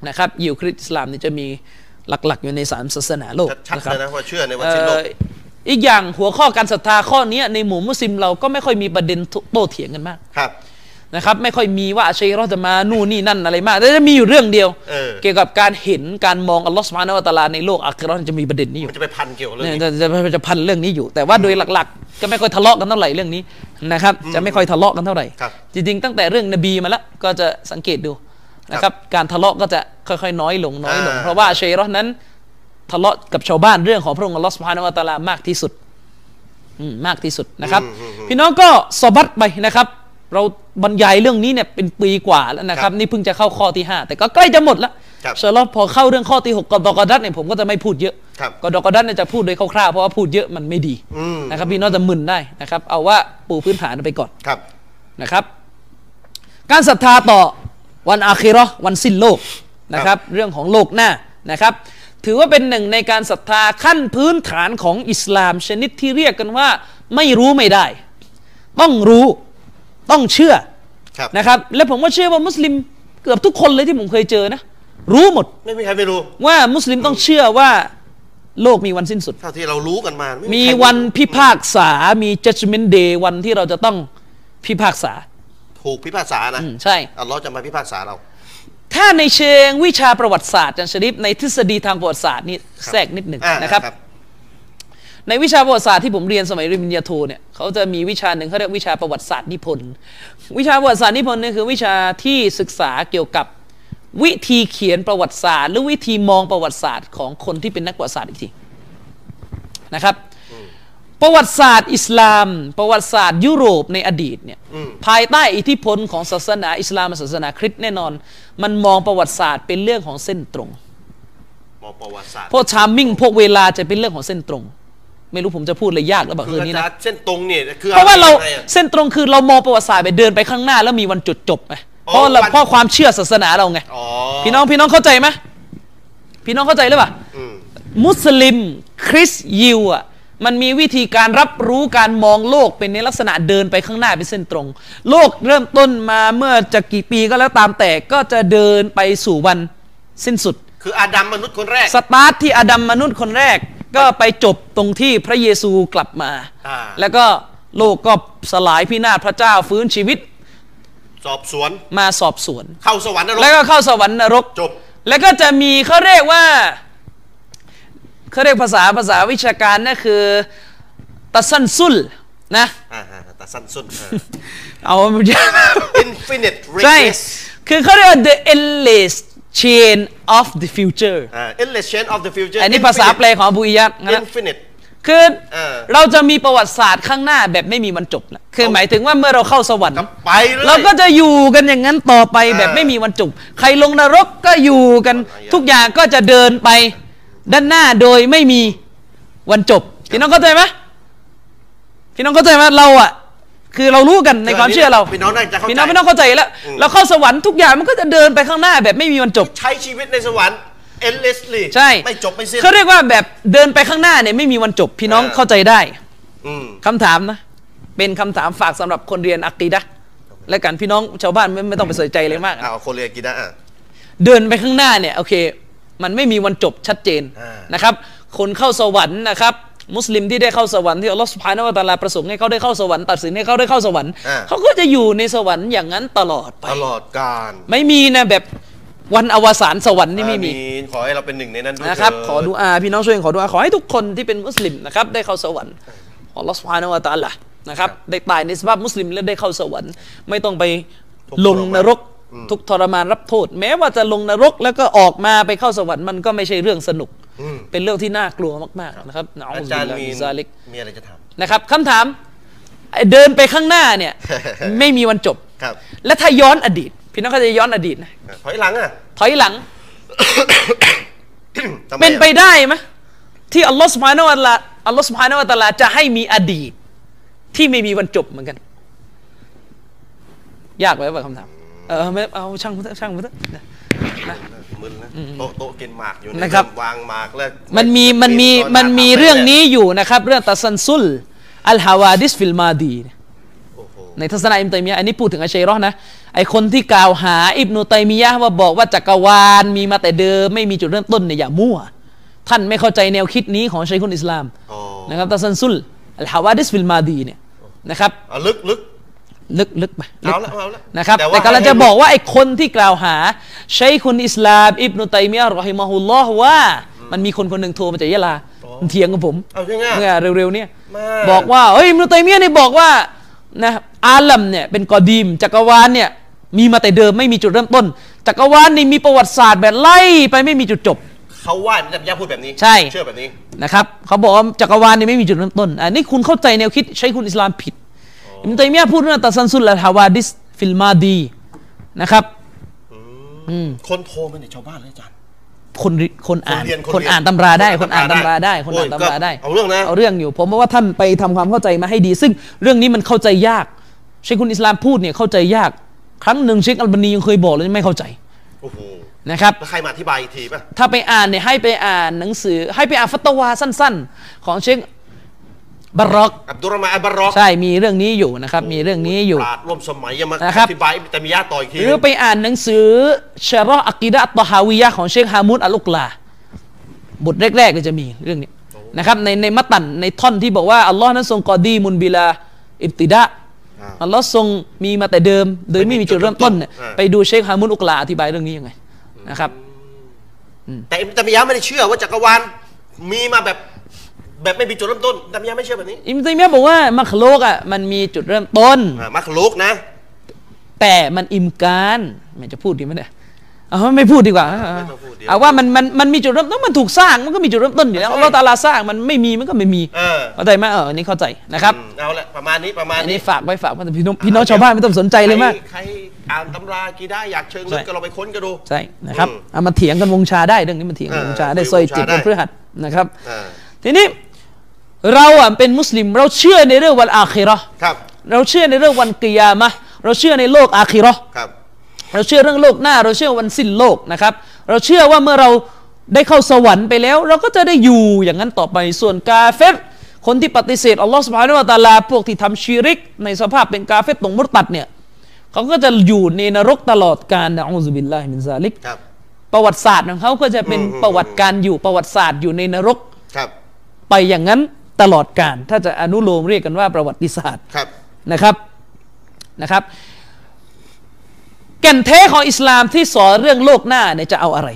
นะครับยิวคริสต์อิสลามเนี่ยจะมีหลัก ๆ อยู่ในสามศาสนาโลก
ชัด
นะ
ๆ
ครับ
เลยนะว่าเชื่อในวันสิ้นโลก
เอ่ออีกอย่างหัวข้อการศรัทธาข้อเนี้ยในหมู่มุสลิมเราก็ไม่ค่อยมีประเด็นโต้เถียงกันมาก
ครับ
นะครับ ไม่ค่อยมีว่าอาชัยรอดมานู่นนี่นั่นอะไรมากแต่จะมีอยู่เรื่องเดียว
เออ
ยวกับการเห็นการมองอัลลอฮ์สุบฮานาวะตะอาลาในโลกอาคิเราะห์จะมีประเด็นนี้อยู่
มันจะไปพันเกี่ยวกับเรื่อง
เนี่ย
นี้
จะจะจะจะพันเรื่องนี้อยู่ แต่ว่าโดยหลักๆ ก็ไม่ค่อยทะเลาะกันเท่าไหร่เรื่องนี้นะครับ จะไม่ค่อยทะเลาะกันเท่าไหร่
ครับ
จริงๆ ตั้งแต่เรื่องนบีมาแล้วก็จะสังเกตดูนะครับการทะเลาะก็จะค่อยๆ น้อยลงน้อยลง
อ่า
เพราะว่าชัยรอห์นั้น ทะเลาะกับชาวบ้านเรื่องของพระองค์อัลลอฮ์สุบฮานาวะตะอาลามากที่สุดอืมมากที่สุดนะครับ พี่น้องก็สอบัดไปนะครับ เราบรรยายเรื่องนี้เนี่ยเป็นปีกว่าแล้วนะค
ครั
รับบ นี่เพิ่งจะเข้าข้อที่ 5 แต่ก็ใกล้จะหมดแล้ว
ครับ
เชลล์พอเข้าเรื่องข้อที่6กกับดอกอดัตเนี่ยผมก็จะไม่พูดเยอะ
ครับ
ก็ดอกอดัตเนี่ยจะพูดโดยคร่าวๆเพราะว่าพูดเยอะมันไม่ดี
อืม
นะครับพี่น้องจะมึนได้นะครับเอาว่าปูพื้นฐานไปก่อน
ครับ
นะครับการศรัทธาต่อวันอาคิเราะห์วันสิ้นโลกนะครับเรื่องของโลกหน้านะครับถือว่าเป็นหนึ่งในการศรัทธาขั้นพื้นฐานของอิสลามชนิดที่เรียกกันว่าไม่รู้ไม่ได้ ต้องรู้ต้องเชื่อ
ครับ
นะครับและผมว่าเชื่อว่ามุสลิมเกือบทุกคนเลยที่ผมเคยเจอนะรู้หมด
ไม่มีใครไม่รู้
ว่ามุสลิมต้องเชื่อว่าโลกมีวันสิ้นสุด
เท่าที่เรารู้กันมา มี
มี
ใคร
วันพิพากษามี judgment day วันที่เราจะต้องพิพากษา
ถูกพิพากษานะ
อืมใช่
อัลเลอฮ์จะมาพิพากษาเรา
ถ้าในเชิงวิชาประวัติศาสตร์อาจันชริปในทฤษฎีทางประวัติศาสตร์นี่แทรกนิดหนึ่ง
อ่า
นะครับ ในวิชาประวัติศาสตร์ที่ผมเรียนสมัยเรียนปริญญาโทเนี่ยเขาจะมีวิชาหนึ่งเขาเรียกวิชาประวัติศาสตร์นิพนธ์วิชาประวัติศาสตร์นิพนธ์เนี่ยคือวิชาที่ศึกษาเกี่ยวกับวิธีเขียนประวัติศาสตร์ หรือวิธีมองประวัติศาสตร์ของคนที่เป็นนักประวัติศาสตร์อีกทีนะครับ ประวัติศาสตร์อิสลาม ประวัติศาสตร์ยุโรปในอดีตเนี่ยภายใต้อิทธิพลของศาสนาอิสลามและศาสนาคริสต์แน่นอน มันมองประวัติศาสตร์เป็นเรื่องของเส้นตรง
มอประวัติศาสตร์
พวกชามมิ่งพวกเวลาจะเป็นเรื่องของเส้นตรง ไม่รู้ผมจะพูดอะไรยากหรือเปล่า
คื
คื
อน อา
นี้
จา
นะ
รย์เส้นตรงเนี่ยคือ
เพราะว่าเรา
อไอะ
เส้นตรงคือเรามองประวัติศาสตร์ไปเดินไปข้างหน้าแล้วมีวันจุดจบไง
อ๋อ
เพราะเรา
วัน
เพราะความเชื่อศาสนาเราไง
อ๋อ
พี่น้องพี่น้องเข้าใจไหมพี่น้องเข้าใจหรือเปล่า
อืม
มุสลิม คริสต์ยิวอ่ะมันมีวิธีการรับรู้การมองโลกเป็นในลักษณะเดินไปข้างหน้าเป็นเส้นตรง โลกเริ่มต้นมาเมื่อจะกี่ปีก็แล้วตามแต่ก็จะเดินไปสู่วันสิ้นสุด
คืออาดัมมนุษย์คนแรก
สตาร์ทที่อดัมมนุษย์คนแรก ก็ไปจบตรงที่พระเยซูกลับมา
อ่า
แล้วก็โลกก็สลายพินาศพระเจ้าฟื้นชีวิต
สอบสวน
มาสอบสวน
เข้าสวรรค์นร
แล้ว
ก
ก็เข้าสวรรค์นรก
จบ
แล้วก็จะมีเขาเรียกว่าเขาเรียกภาษาภาษาวิชาการนะคือตัสซันซุลนะ
อ่าฮะแต่สั้นสุด [LAUGHS]
เอา
อินฟินิตเร
ใช่
ส
คือเขาเรียกว่า the endless chain of the future
อ่าอินเลชเชนออฟเดอะฟิวเจอร์
อั
อั
นนี้ภาษาแปลของอบูอิยะห์นะค
อิ
รับ
นฟินิต
คือ
เออ
เราจะมีประวัติศาสตร์ข้างหน้าแบบไม่มีวันจบนะคือหมายถึงว่าเมื่อเราเข้าสวรรค์
กับไปเลย
เราก็จะอยู่กันอย่างนั้นต่อไปแบบ
เออ
ไม่มีวันจบ ใครลงนรกก็อยู่กัน ทุกอย่างก็จะเดินไปด้านหน้าโดยไม่มีวันจบพี่น้องเข้าใจไหมพี่น้องเข้าใจไหมเราอ่ะ คือเรารู้กันในความเชื่อเรา
พี่น้องน่าจะเข้าใจ
พี่น้องพี่น้องเข้าใจแล้ว
อืม
เราเข้าสวรรค์ทุกอย่างมันก็จะเดินไปข้างหน้าแบบไม่มีวันจบ
ใช้ชีวิตในสวรรค์เอ็นเลสลี
ใช่
ไม่จบไม่สิ้น
เขาเรียกว่าแบบเดินไปข้างหน้าเนี่ยไม่มีวันจบ พี่น้อง
เออ
เข้าใจได้
อืม
คำถามนะ เป็นคำถามฝากสำหรับคนเรียนอักีดะห์และกันพี่น้องชาวบ้านไม่ไม่ต้องไปสนใจเลยมากอะ
เอาคนเรียนกินนะอ่ะ
เดินไปข้างหน้าเนี่ยโอเค มันไม่มีวันจบชัดเจน
อ่าน
นะครับ คนเข้าสวรรค์นะครับ มุสลิมที่ได้เข้าสวรรค์ที่อัลลอฮฺสุบฮานาวะตะอาลาประสงค์ให้เขาได้เข้าสวรรค์ตัดสินให้เขาได้เข้าสวรรค์เขาก็จะอยู่ในสวรรค์อย่างนั้นตลอดไป
ตลอดการ
ไม่มีนะแบบวันอวสานสวรรค์นี่ไม่มี
อาเนขอให้เราเป็นหนึ่งในนั้นด้วย
นะครับ
เถิ
ขอดูอาพี่น้องช่วยกันขอดูอาขอให้ทุกคนที่เป็นมุสลิมนะครับได้เข้าสวรรค์ขออัลลอฮฺสุบฮานะฮูวะตะอาลานะครับได้ตายในสภาพมุสลิมและได้เข้าสวรรค์ ไม่ต้องไปลงนรกทุกข์ทรมานรับโทษ แม้ว่าจะลงนรกแล้วก็ออกมาไปเข้าสวรรค์มันก็ไม่ใช่เรื่องสนุก เป็นเรื่องที่น่ากลัวมากๆนะครับนะอู
อา
ซุ
จาร
บิ
ย์
ลลา
มี
ฮิมินซาลิก
มีอะไรจะถาม
นะครับคำถามไอ้เดินไปข้างหน้า [LAUGHS] เนี่ย ไม่มีวันจบ
ครับ
และถ้าย้อนอดีต พี่น้องก็จะย้อนอดีตนะ
อ่ะถอยหลังอ่ะ
ถอยหลัง
ทำม
เป็นไป
อ่ะ
ได้ไหมที่อัลลอฮ์สุบฮานาวะตะอาลาอัลลอฮ์สุบฮานาวะตะอาลาจะให้มีอดีต ที่ไม่มีวันจบเหมือนกัน ยากไหมว่าคำถามเออไม่เอาช่างมันเถอะช่างมันเถอะนะ
มึนนะโต๊ะโต๊ะกินหมากอยู่เย
นะครับ
วางหมากแล้ว
มันมีมันมี
ตอหา
มันมี
ผับ
เรื่อง
ไปย
นี้อยู่นะครับ เรื่องตัสันซุล อัลฮาวาดิสฟิลมาดีเนี่ย
โอ้โห
ในทัศนะอิมตัยมียะห์อันนี้พูดถึงอาชัยเราะห์นะไอคนที่กล่าวหาอิบนุตัยมียะห์ว่าบอกว่าจักรวาลมีมาแต่เดิมไม่มีจุดเริ่มต้นเนี่ยอย่ามั่ว ท่านไม่เข้าใจแนวคิดนี้ของชัยคุนอิสลาม
อ๋อ
นะครับตาซันซุลอัลฮาวาดิสฟิลมาดีเนี่ยนะครับ
อ่ะลึกลึก
ลึกลึกไปลึก
เอาละเอาละ
นะครับ
ว่า
แต่กำลังจะบอกว่าไอคนที่กล่าวหาชัยคุนอิสลามอิบนุตัยมียะห์รอฮิมะฮุลลอฮ์ว่ามันมีคนคนหนึ่งโทรมาจากยะลามันเถียงกับผม
เอาใช่ไหม
เมื่อเร็วๆเนี่ย
มา
บอกว่าเฮ้ยอิมนุตัยมียะห์เนี่ยบอกว่านะอาลัมเนี่ยเป็นกอดีม จักรวาลเนี่ยมีมาแต่เดิมไม่มีจุดเริ่มต้น จักรวาลนี่มีประวัติศาสตร์แบบไล่ไปไม่มีจุดจบ
เขาว่าอิบนุตัยมียะห์พูดแบบนี้
ใช่
เชื่อแบบนี้
นะครับเขาบอกว่าจักรวาลนี่ไม่มีจุดเริ่มต้นอันนี้คุณเข้าใจแนวคิดใช้คุณอิสลามผิดอิมนุตัยมียะห์พูดเรื่องตัสันซุลและฮาวาดิสฟิลมาดีนะครับ
คนโทรมาเนี่ยชาวบ้านเลยอาจารย์
คนริคนอ่าน
คนเรียนคน
คนอ่าน
เรียน
ตำราได้
ค
คน น
อ่า
อ่าน น
ตำ
ตำ
รา
รา
ได้
ได้คนอ่าน
โอ้ยก็
ตำราได้
เอาเรื่องนะ
เอาเรื่องอยู่ ผมว่าท่านไปทำความเข้าใจมาให้ดี ซึ่งเรื่องนี้มันเข้าใจยากเชคคุณอิสลามพูดเนี่ยเข้าใจยาก ครั้งหนึ่งเชคอัลบานียังเคยบอกเลยไม่เข้าใจ
โอ้โห
นะครับ
แล้วใครมาอธิบายอีกทีป่ะ
ถ้าไปอ่านเนี่ยให้ไปอ่านหนังสือ ให้ไปอ่านฟัตวาสั้น ๆ ของเชคบารอก
อับดุลรอห์มานอับบารอก
ใช่มีเรื่องนี้อยู่นะครับ มีเรื่องนี้อยู่
ปราดร่วมสมัยยังมา
นะครับ
อธิบายอิบนุตัยมียะห์ต่ออีกที
หรือไปอ่านหนังสือชะรออักีดะอัตตอฮาวิยะห์ของเชคฮามุดอัลอุกลา บทแรกๆเลยจะมีเรื่องนี้นะครับในในมัตตันในท่อนที่บอกว่าอัลลอฮ์นั้นทรงกอดีมุนบิลาอิบติดะ
า
อัลลอฮ์ทรงมีมาแต่เดิม โดย
ไม่
ไม่
มี
มีจุดเริ่มต้นเนี่ย
อ่า
ไปดูเชคฮามุดอุกลาอธิบายเรื่องนี้ยังไงนะครับ
แต่อิบนุตัยมียะห์ไม่ได้เชื่อว่าจักรวาลมีมาแบบแบบไม่มีจุดเริ่มต้นอิบนุตัยมียะห์ไม่เชื่อแบบนี้
อิมตัยมียะห์บอกว่ามัคโลกอ่ะมันมีจุดเริ่มต้น
อ่ามักลุกนะ
แต่มันอิมการมันจะพูดดีไหมเนี่ยเอาไม่พูดดีกว่า
ไม่ต้องพูดเดี๋ยว
เอาว่ามันมันมันมีจุดเริ่มต้นมันถูกสร้างมันก็มีจุดเริ่มต้นอยู่แล้ว
ใช่
อัลลอฮ์ตะอาลาสร้างมันไม่มีมันก็ไม่มี
เออ
เข้าใจไหมเอออันนี้เข้าใจนะครับ
อืมเอาละประมาณนี้ประมาณ
อัน
นี้
นี้ฝากไว้ฝากไว้แต่พี่น้องพี่น้องชาวบ้านไม่ต้องสนใจเลยมาก
ใครใครอ่านตำรากีได้อยากเชิงลึก
ใช่
ก็เราไปค้นกันดู
ใช่นะครับ
อืม
เอามาเถียงกันวงชาได้เรื่องนี้มันเถียงกัน
เออ
วงชาได้
คุย
ซอย
กับวงชา
จิต
ได้
วันพฤหัสนะครับ
อ่า
ทีนี้เราอ่ะเป็นมุสลิมเราเชื่อในเรื่องวันอาคิเราะห์
ครับ
เราเชื่อในเรื่องวันกิยามะห์เราเชื่อในโลกอาคิเราะห์
ครับ
เราเชื่อเรื่องโลกหน้า เราเชื่อวันสิ้นโลกนะครับ เราเชื่อว่าเมื่อเราได้เข้าสวรรค์ไปแล้ว เราก็จะได้อยู่อย่างนั้นต่อไปส่วนกาเฟรคนที่ปฏิเสธอัลลอฮ์สุบฮานุวะตะอาลาพวกที่ทำชีริก ในสภาพเป็นกาเฟรตรงมุรตัดเนี่ยเขาก็จะอยู่ในนรกตลอดกาลนะอูซุบิลลาฮิมินซาลิก
ครับ
ประวัติศาสตร์ของเขาก็จะเป็น
อืม
ประวัติการอยู่ประวัติศาสตร์อยู่ในนรก
ครับ
ไปอย่างนั้นตลอดกาลถ้าจะอนุโลมเรียกกันว่าประวัติศาสตร์
ครับ
นะครับนะครับ แก่นแท้ของอิสลามที่สอนเรื่องโลกหน้าเนี่ยจะเอาอะไร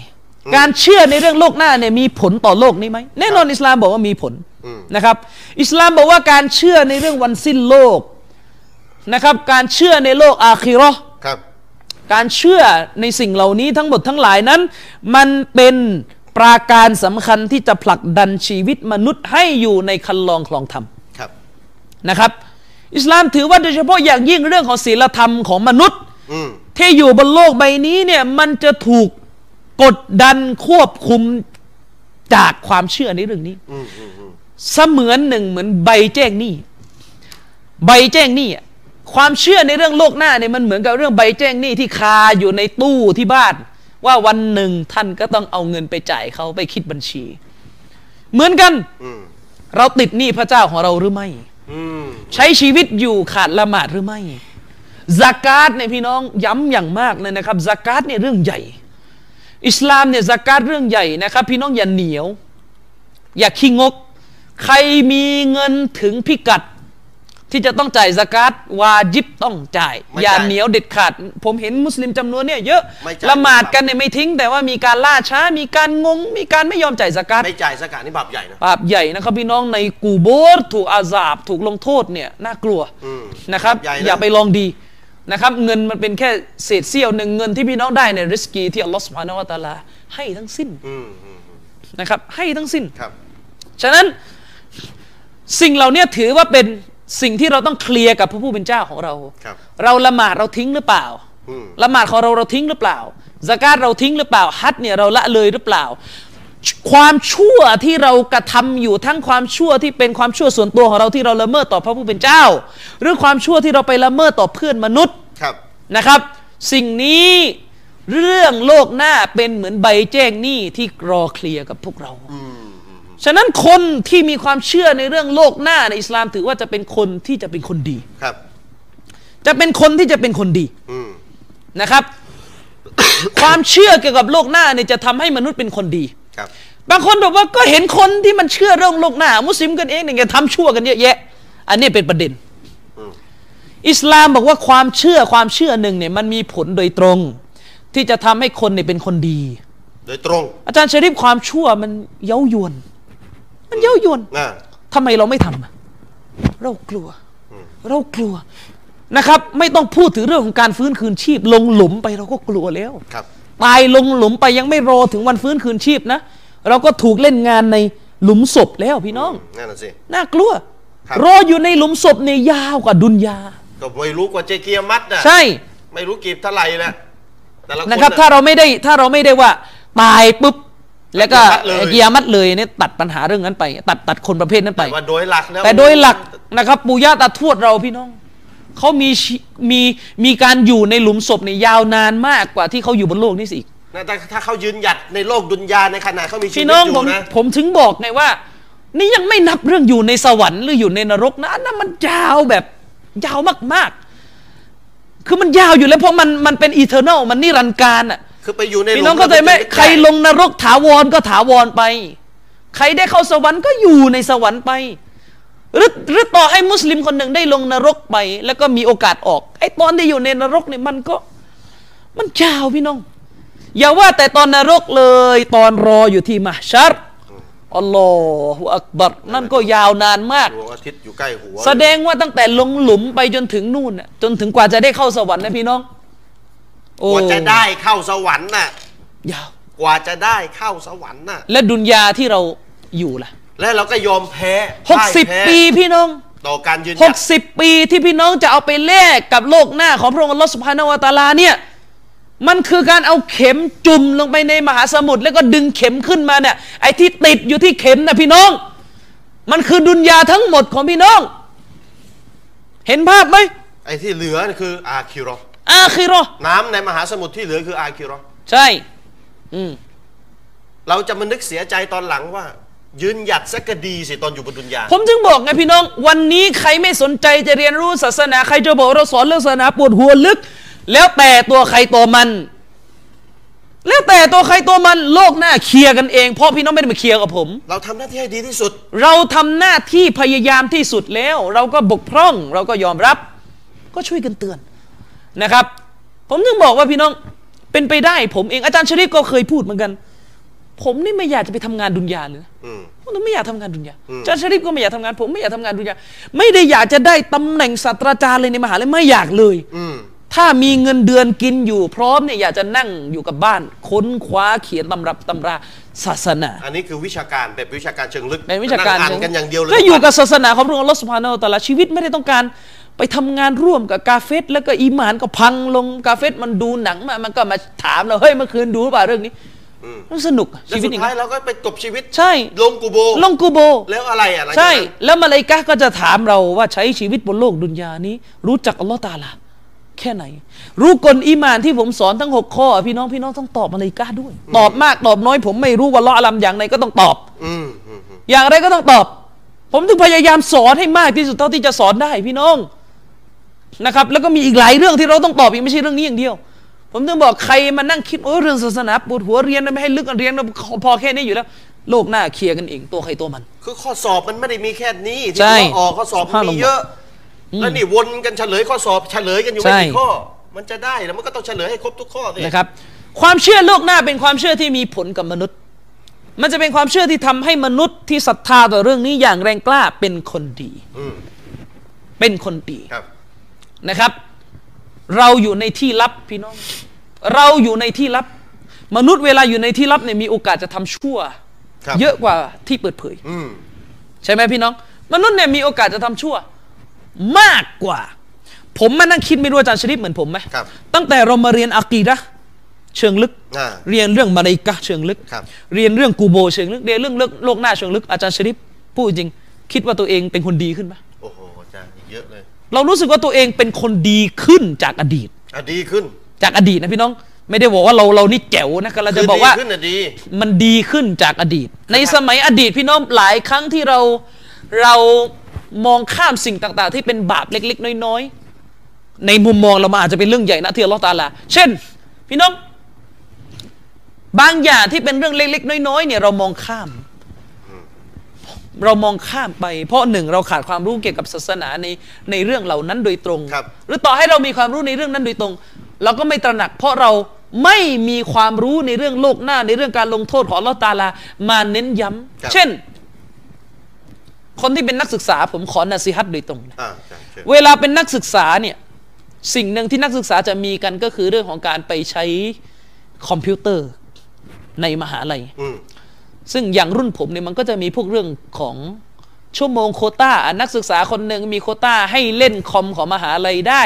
การเชื่อในเรื่องโลกหน้าเนี่ยมีผลต่อโลกนี้ไหมแน่นอนอิสลามบอกว่ามีผล
อืม
นะครับ อิสลามบอกว่าการเชื่อในเรื่องวันสิ้นโลกนะครับ การเชื่อในโลกอาคิเราะห์
ครับ
การเชื่อในสิ่งเหล่านี้ทั้งหมดทั้งหลายนั้น มันเป็นปราการสำคัญที่จะผลักดันชีวิตมนุษย์ให้อยู่ในคันลองคลองธรรม
ครับ
นะครับอิสลามถือว่าโดยเฉพาะอย่างยิ่งเรื่องของศีลธรรมของมนุษย์
อืม
ที่อยู่บนโลกใบนี้เนี่ยมันจะถูกกดดันควบคุมจากความเชื่อในเรื่องนี้
อืมอืมอืม
เสมือนหนึ่งเหมือนใบแจ้งหนี้ ใบแจ้งหนี้อะความเชื่อในเรื่องโลกหน้าเนี่ยมันเหมือนกับเรื่องใบแจ้งหนี้ที่คาอยู่ในตู้ที่บ้าน ว่าวันหนึ่งท่านก็ต้องเอาเงินไปจ่ายเขาไปคิดบัญชี เหมือนกัน
อืม
เราติดหนี้พระเจ้าของเราหรือไม่
อืม
ใช้ชีวิตอยู่ขาดละหมาดหรือไม่ซากาตเนี่ยพี่น้องย้ำอย่างมากเลยนะครับซากาตเนี่ยเรื่องใหญ่ อิสลามเนี่ยซากาตเรื่องใหญ่นะครับ พี่น้องอย่าเหนียว อย่าขี้งก ใครมีเงินถึงพิกัด ที่จะต้องจ่ายซากาตวาจิบต้องจ่าย อย่าเหนียวเด็ดขาด ผมเห็นมุสลิมจำนวนเนี่ยเยอะละหมาดกันเนี่ยไม่ทิ้ง แต่ว่ามีการล่าช้า มีการงง มีการไม่ยอมจ่ายซากาต
ไม่จ่ายสกัดนี่บาปใหญ่นะ
บาปใหญ่นะครับพี่น้องในกูโบสถูกอาสาบถูกลงโทษเนี่ยน่ากลัว
อืม
นะครับ
ใหญ่เลย
อย่าไปลองดีนะครับ เงินมันเป็นแค่เศษเสี้ยวหนึ่งเงินที่พี่น้องได้ในยริสกีที่อัลลอฮฺสุบฮานาวะตะอาลาให้ทั้งสิ้น
อืมอืม
นะครับ ให้ทั้งสิ้น
ครับ
ฉะนั้นสิ่งเหล่าเนี้ยถือว่าเป็นสิ่งที่เราต้องเคลียร์กับพระผู้เป็นเจ้าของเรา
ครับ
เราละหมาดเราทิ้งหรือเปล่า
อืม
ละหมาดของเราเราทิ้งหรือเปล่าสกาตเราทิ้งหรือเปล่าฮัตเนี่ยเราละเลยหรือเปล่า ความชั่วที่เรากระทำอยู่ทั้งความชั่วที่เป็นความชั่วส่วนตัวของเราที่เราละเมิดต่อพระผู้เป็นเจ้า หรือความชั่วที่เราไปละเมิดต่อเพื่อนมนุษย์
ครับ
นะครับ สิ่งนี้เรื่องโลกหน้าเป็นเหมือนใบแจ้งหนี้ที่รอเคลียร์กับพวกเรา ฉะนั้นคนที่มีความเชื่อในเรื่องโลกหน้าในอิสลามถือว่าจะเป็นคนที่จะเป็นคนดี
ครับ
จะเป็นคนที่จะเป็นคนดี
อืม
นะครับ [COUGHS] ความเชื่อเกี่ยวกับโลกหน้าเนี่ยจะทำให้มนุษย์เป็นคนดี
ครับ
บางคนบอกว่าก็เห็นคนที่มันเชื่อเรื่องโลกหน้า มุสลิมกันเองเนี่ยทำชั่วกันเยอะแยะ อันนี้เป็นประเด็น
อืม
อิสลามบอกว่าความเชื่อความเชื่อหนึ่งเนี่ยมันมีผลโดยตรง ที่จะทำให้คนเนี่ยเป็นคนดี
โดยตรง
อาจารย์ชริฟความชั่วมันเย้ายวน มันเย้ายวน
นะ
ทำไมเราไม่ทำอะเรากลัว เรากลัวนะครับ ไม่ต้องพูดถึงเรื่องของการฟื้นคืนชีพ ลงหลุมไปเราก็กลัวแล้ว
ครับ
ตายลงหลุมไปยังไม่รอถึงวันฟื้นคืนชีพนะ เราก็ถูกเล่นงานในหลุมศพแล้วพี่น้อง
นั่นน่ะสิ
น่ากลัว
ครับ
รออยู่ในหลุมศพเนี่ยยาวกว่าดุนยา
ก็ไม่รู้กว่าเจเกียมัดนะ
ใช่
ไม่รู้กี่เท่าไหร่แหละแต่ละคน
นะครับ
น่
ถ้าเราไม่ได้ถ้าเราไม่ได้ว่าตายปุ๊บ แล้วก็
ตัดเลย
เกียร์มัดเลยเนี่ยตัดปัญหาเรื่องนั้นไป ตัดตัดคนประเภทนั้นไป
ว่าโดยหลักแล้ว
แต่โดยหลักนะครับปู่ย่าตาทวดเราพี่น้องเขามีชีมีมีการอยู่ในหลุมศพเนี่ยยาวนานมากกว่าที่เขาอยู่บนโลกนี่สิอีก
นะถ้าถ้าเขายืนหยัดในโลกดุนยาในขณะเขามีชีวิ
พี่
ต
น้อง
อ
ผม
ยู่นะ
ผมถึงบอกไงว่า นี่ยังไม่นับเรื่องอยู่ในสวรรค์หรืออยู่ในนรกนะอันนั้นมันยาวแบบยาวมากๆ คือมันยาวอยู่แล้วเพราะมันมันเป็นอีเทอร์นลมันนิรันดร์การอ่ะ
คือไปอยู่ใน
พี่น้อ
ห
ง
ลุ
เข้าใจไหม
แล้วปอยู่
ใครลงนรกถาวรก็ถาวรไป ใครได้เข้าสวรรค์ก็อยู่ในสวรรค์ไป หรือหรือต่อให้มุสลิมคนหนึ่งได้ลงนรกไป แล้วก็มีโอกาสออกไอ้ตอนที่อยู่ในนรกเนี่ยมันก็ มันยาวพี่น้อง อย่าว่าแต่ตอนนรกเลย ตอนรออยู่ที่มหชัรอัลลอฮฺอักบัรนั่นก็ยาวนานมาก
ดวงอาทิตย์อยู่ใกล้หัว
แสดงว่าตั้งแต่ลงหลุมไปจนถึงนู่นน่ะจนถึงกว่าจะได้เข้าสวรรค์นะพี่น้อง โอ้
กว่าจะได้เข้าสวรรค์น่ะ
ยาว
กว่าจะได้เข้าสวรรค์น่ะ
และดุนยาที่เราอยู่ล่ะ
และเราก็ยอมแพ้
หก
พ่าย
สิบ
แพ้
ปีพี่น้อง
ต่อการยืนห
ห
ยั
ก
ด
สิบปีที่พี่น้องจะเอาไปแลกกับโลกหน้าของพระองค์อัลลอฮฺสุภาณวตาลาเนี่ย มันคือการเอาเข็มจุ่มลงไปในมหาสมุทรแล้วก็ดึงเข็มขึ้นมาเนี่ยไอ้ที่ติดอยู่ที่เข็มนะพี่น้อง มันคือดุนยาทั้งหมดของพี่น้อง เห็นภาพไหม
ไอ้ที่เหลือนี่คืออาคิเราะห์
อาคิเราะห์
น้ำในมหาสมุทรที่เหลือคืออาคิเราะห์
ใช่ อืม
เราจะมานึกเสียใจตอนหลังว่า ยืนหยัดสักก็ดีสิตอนอยู่บนดุนยา
ผมจึงบอกไงพี่น้อง วันนี้ใครไม่สนใจจะเรียนรู้ศาสนา ใครจะบอกเราสอนเรื่องศาสนาปวดหัวลึก แล้วแต่ตัวใครตัวมัน แล้วแต่ตัวใครตัวมันโลกหน้าเคลียร์กันเองเพราะพี่น้องไม่ได้มาเคลียร์กับผม
เราทำหน้าที่ให้ดีที่สุด
เราทำหน้าที่พยายามที่สุดแล้ว เราก็บกพร่อง เราก็ยอมรับ ก็ช่วยกันเตือนนะครับ ผมถึงบอกว่าพี่น้องเป็นไปได้ผมเองอาจารย์ชริฟก็เคยพูดเหมือนกัน ผมนี่ไม่อยากจะไปทำงานดุนยาเลยนะ
อืม
ผมไม่อยากทำงานดุนยาอาจารย์ชริปก็ไม่อยากทำงาน ผมไม่อยากทำงานดุนยาไม่ได้อยากจะได้ตำแหน่งศาสตราจารย์เลยในมหาลัยไม่อยากเลย
อืม
ถ้ามีเงินเดือนกินอยู่พร้อมเนี่ยอยากจะนั่งอยู่กับบ้าน ค้นคว้าเขียนตำรับตำราศาสนา
อันนี้คือวิชาการแบบวิชาการเชิงลึก
เป็นวิชาการ
งอ่านกันอย่างเดียวเลย
ถ้าอยู่กับศาสนาของพระองค์ลอสพาโนแต่ละชีวิตไม่ได้ต้องการไปทำงานร่วมกับกาเฟสแล้วก็อีหมานก็พังลงกาเฟสมันดูหนังมามันก็มาถามเราเฮ้ยเมื่อคืนดูหรือเปล่าเรื่องนี้มันสนุกอะ
แล้ว
ชีวิ
สุ
ต
ด
อย่าง
ท้าย
นี้
เราก็ไปจบชีวิต
ใช่
ลงกูโบ
ลงกูโบ
แล้วอะไรอ่ะหลังจาก
ใช่
นั้น
แล้วมาเลายกาก็จะถามเราว่าใช้ชีวิตบนโลกดุนยานี้ รู้จักอัลลอฮ์ตะอาลา แค่ไหน รู้กลอีหมานที่ผมสอนทั้ง 6 ข้อ พี่น้องพี่น้องต้องตอบมาเลายกาด้วย ตอบมากตอบน้อย ผมไม่รู้ว่าละอลัมอย่างไรก็ต้องตอบ
อืมอืมอืม
อย่างไรก็ต้องตอบ ผมถึงพยายามสอนให้มากที่สุดเท่าที่จะสอนได้พี่น้องนะครับ แล้วก็มีอีกหลายเรื่องที่เราต้องตอบอีกไม่ใช่เรื่องนี้อย่างเดียว ผมถึงบอกใครมานั่งคิดโอ้เรื่องศาสนาปวดหัวเรียนนะไม่ให้ลึกเรียนนะพอแค่นี้อยู่แล้ว โลกหน้าเคลียร์กันเองตัวใครตัวมัน
คือข้อสอบมันไม่ได้มีแค่นี้ที่
ใช่
ว่าออกข้อสอบมันมีเยอะ แล้วนี่วนกันเฉลยข้อสอบเฉลยกันอยู่ไม่
ใช่
กี่ข้อ มันจะได้แล้วมันก็ต้องเฉลยให้ครบทุกข้อสิ
นะครับความเชื่อโลกหน้าเป็นความเชื่อที่มีผลกับมนุษย์ มันจะเป็นความเชื่อที่ทำให้มนุษย์ที่ศรัทธาต่อเรื่องนี้อย่างแรงกล้าเป็นคนดี
อืม
เป็นคนดี
ครับ
นะครับ เราอยู่ในที่ลับพี่น้อง เราอยู่ในที่ลับ มนุษย์เวลาอยู่ในที่ลับเนี่ยมีโอกาสจะทำชั่ว
ครับ
เยอะกว่าที่เปิดเผย
อืม
ใช่ไหมพี่น้อง มนุษย์เนี่ยมีโอกาสจะทำชั่ว มากกว่า ผมมานั่งคิดไม่รู้อาจารย์ชริปเหมือนผมไหม
ครับ
ตั้งแต่เรามาเรียนอากีดะห์เชิงลึก
อ่า
เรียนเรื่องมาลาอิกะห์เชิงลึก
ครับ
เรียนเรื่องกูโบเชิงลึก เรียนเรื่องโลกหน้าเชิงลึก อาจารย์ชริปพูดจริง คิดว่าตัวเองเป็นคนดีขึ้นไหม
โอ้โหอาจารย์อีกเยอะเลย
เรารู้สึกว่าตัวเองเป็นคนดีขึ้นจากอดีต
อ่ะดีขึ้น
จากอดีตนะพี่น้อง ไม่ได้บอกว่าเราเรานี่แจ๋วนะกำลังจะ
คือ
บอกว่า
ดีขึ้นน่ะดี
มันดีขึ้นจากอดีต ในสมัยอดีตพี่น้องหลายครั้งที่เราเรามองข้ามสิ่งต่าง ๆ ที่เป็นบาปเล็ก ๆ น้อย ๆ ในมุมมองเรามันอาจจะเป็นเรื่องใหญ่นะที่อัลลอฮ์ตะอาลาเช่น พี่น้อง บางอย่างที่เป็นเรื่องเล็ก ๆ น้อย ๆ เนี่ยเรามองข้าม เรามองข้ามไป เพราะหนึ่งเราขาดความรู้เกี่ยวกับศาสนาในในเรื่องเหล่านั้นโดยตรง
ครับ
หรือต่อให้เรามีความรู้ในเรื่องนั้นโดยตรง เราก็ไม่ตระหนัก เพราะเราไม่มีความรู้ในเรื่องโลกหน้าในเรื่องการลงโทษของอัลลอฮ์ตะอาลามาเน้น
ค
ย้
รับ
ำเช่น คนที่เป็นนักศึกษาผมขอนาซีฮัตโดยตรงนะ
อ่าใช่ใช่
เวลาเป็นนักศึกษาเนี่ยสิ่งหนึ่งที่นักศึกษาจะมีกันก็คือเรื่องของการไปใช้คอมพิวเตอร์ในมหาลัย
อืม
ซึ่งอย่างรุ่นผมเนี่ยมันก็จะมีพวกเรื่องของชั่วโมงโควต้าอ่ะนักศึกษาคนหนึ่งมีโควต้าให้เล่นคอมของมหาลัยได้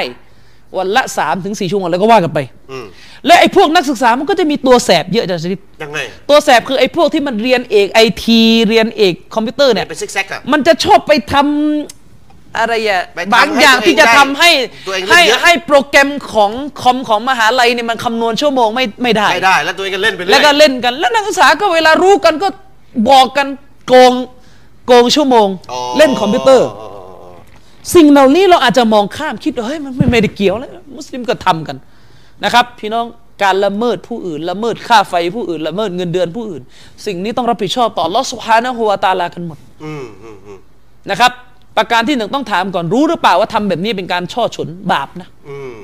วันละ3าถึงสชั่วโมงแล้วก็ว่ากันไป
อืม
และไอ้พวกนักศึกษามันก็จะมีตัวแสบเยอะอาจังสิบ
ยังไง
ตัวแสบคือไอ้พวกที่มันเรียนเอกไอทีเรียนเอกคอมพิวเตอร์เนี่ย
เป็นซิกแซกอะ
มันจะชอบไปทำอะไรอะ
ไปทำ
บางอย่าง
ให้ตัวเอง
ที่จะทำให้
ตัวเองเล่น
ให้
เยอะ
ให้โปรแกรมของคอมของมหาลัยเนี่ยมันคำนวณชั่วโมงไม่ไม่ได้
ไม่ได้แล้วตัวเองก็เล่นไปเรื่อย
แล้วก็เล่นกัน แล้วนักศึกษาก็เวลารู้กันก็บอกกันโกงโกงชั่วโมง เล่นคอมพิวเตอร์ สิ่งเหล่านี้เราอาจจะมองข้ามคิดว่าเฮ้ยมันไม่ไม่ได้เกี่ยวแล้วมุสลิมก็ทำกันนะครับ พี่น้องการละเมิดผู้อื่น ละเมิดค่าไฟผู้อื่น ละเมิดเงินเดือนผู้อื่น สิ่งนี้ต้องรับผิดชอบต่ออัลลอสุฮานะฮัวตะอาลากันหมด
อืมอืมอืม
นะครับ ประการที่หนึ่งต้องถามก่อนรู้หรือเปล่าว่าทำแบบนี้เป็นการช่อฉนบาปนะ
อืม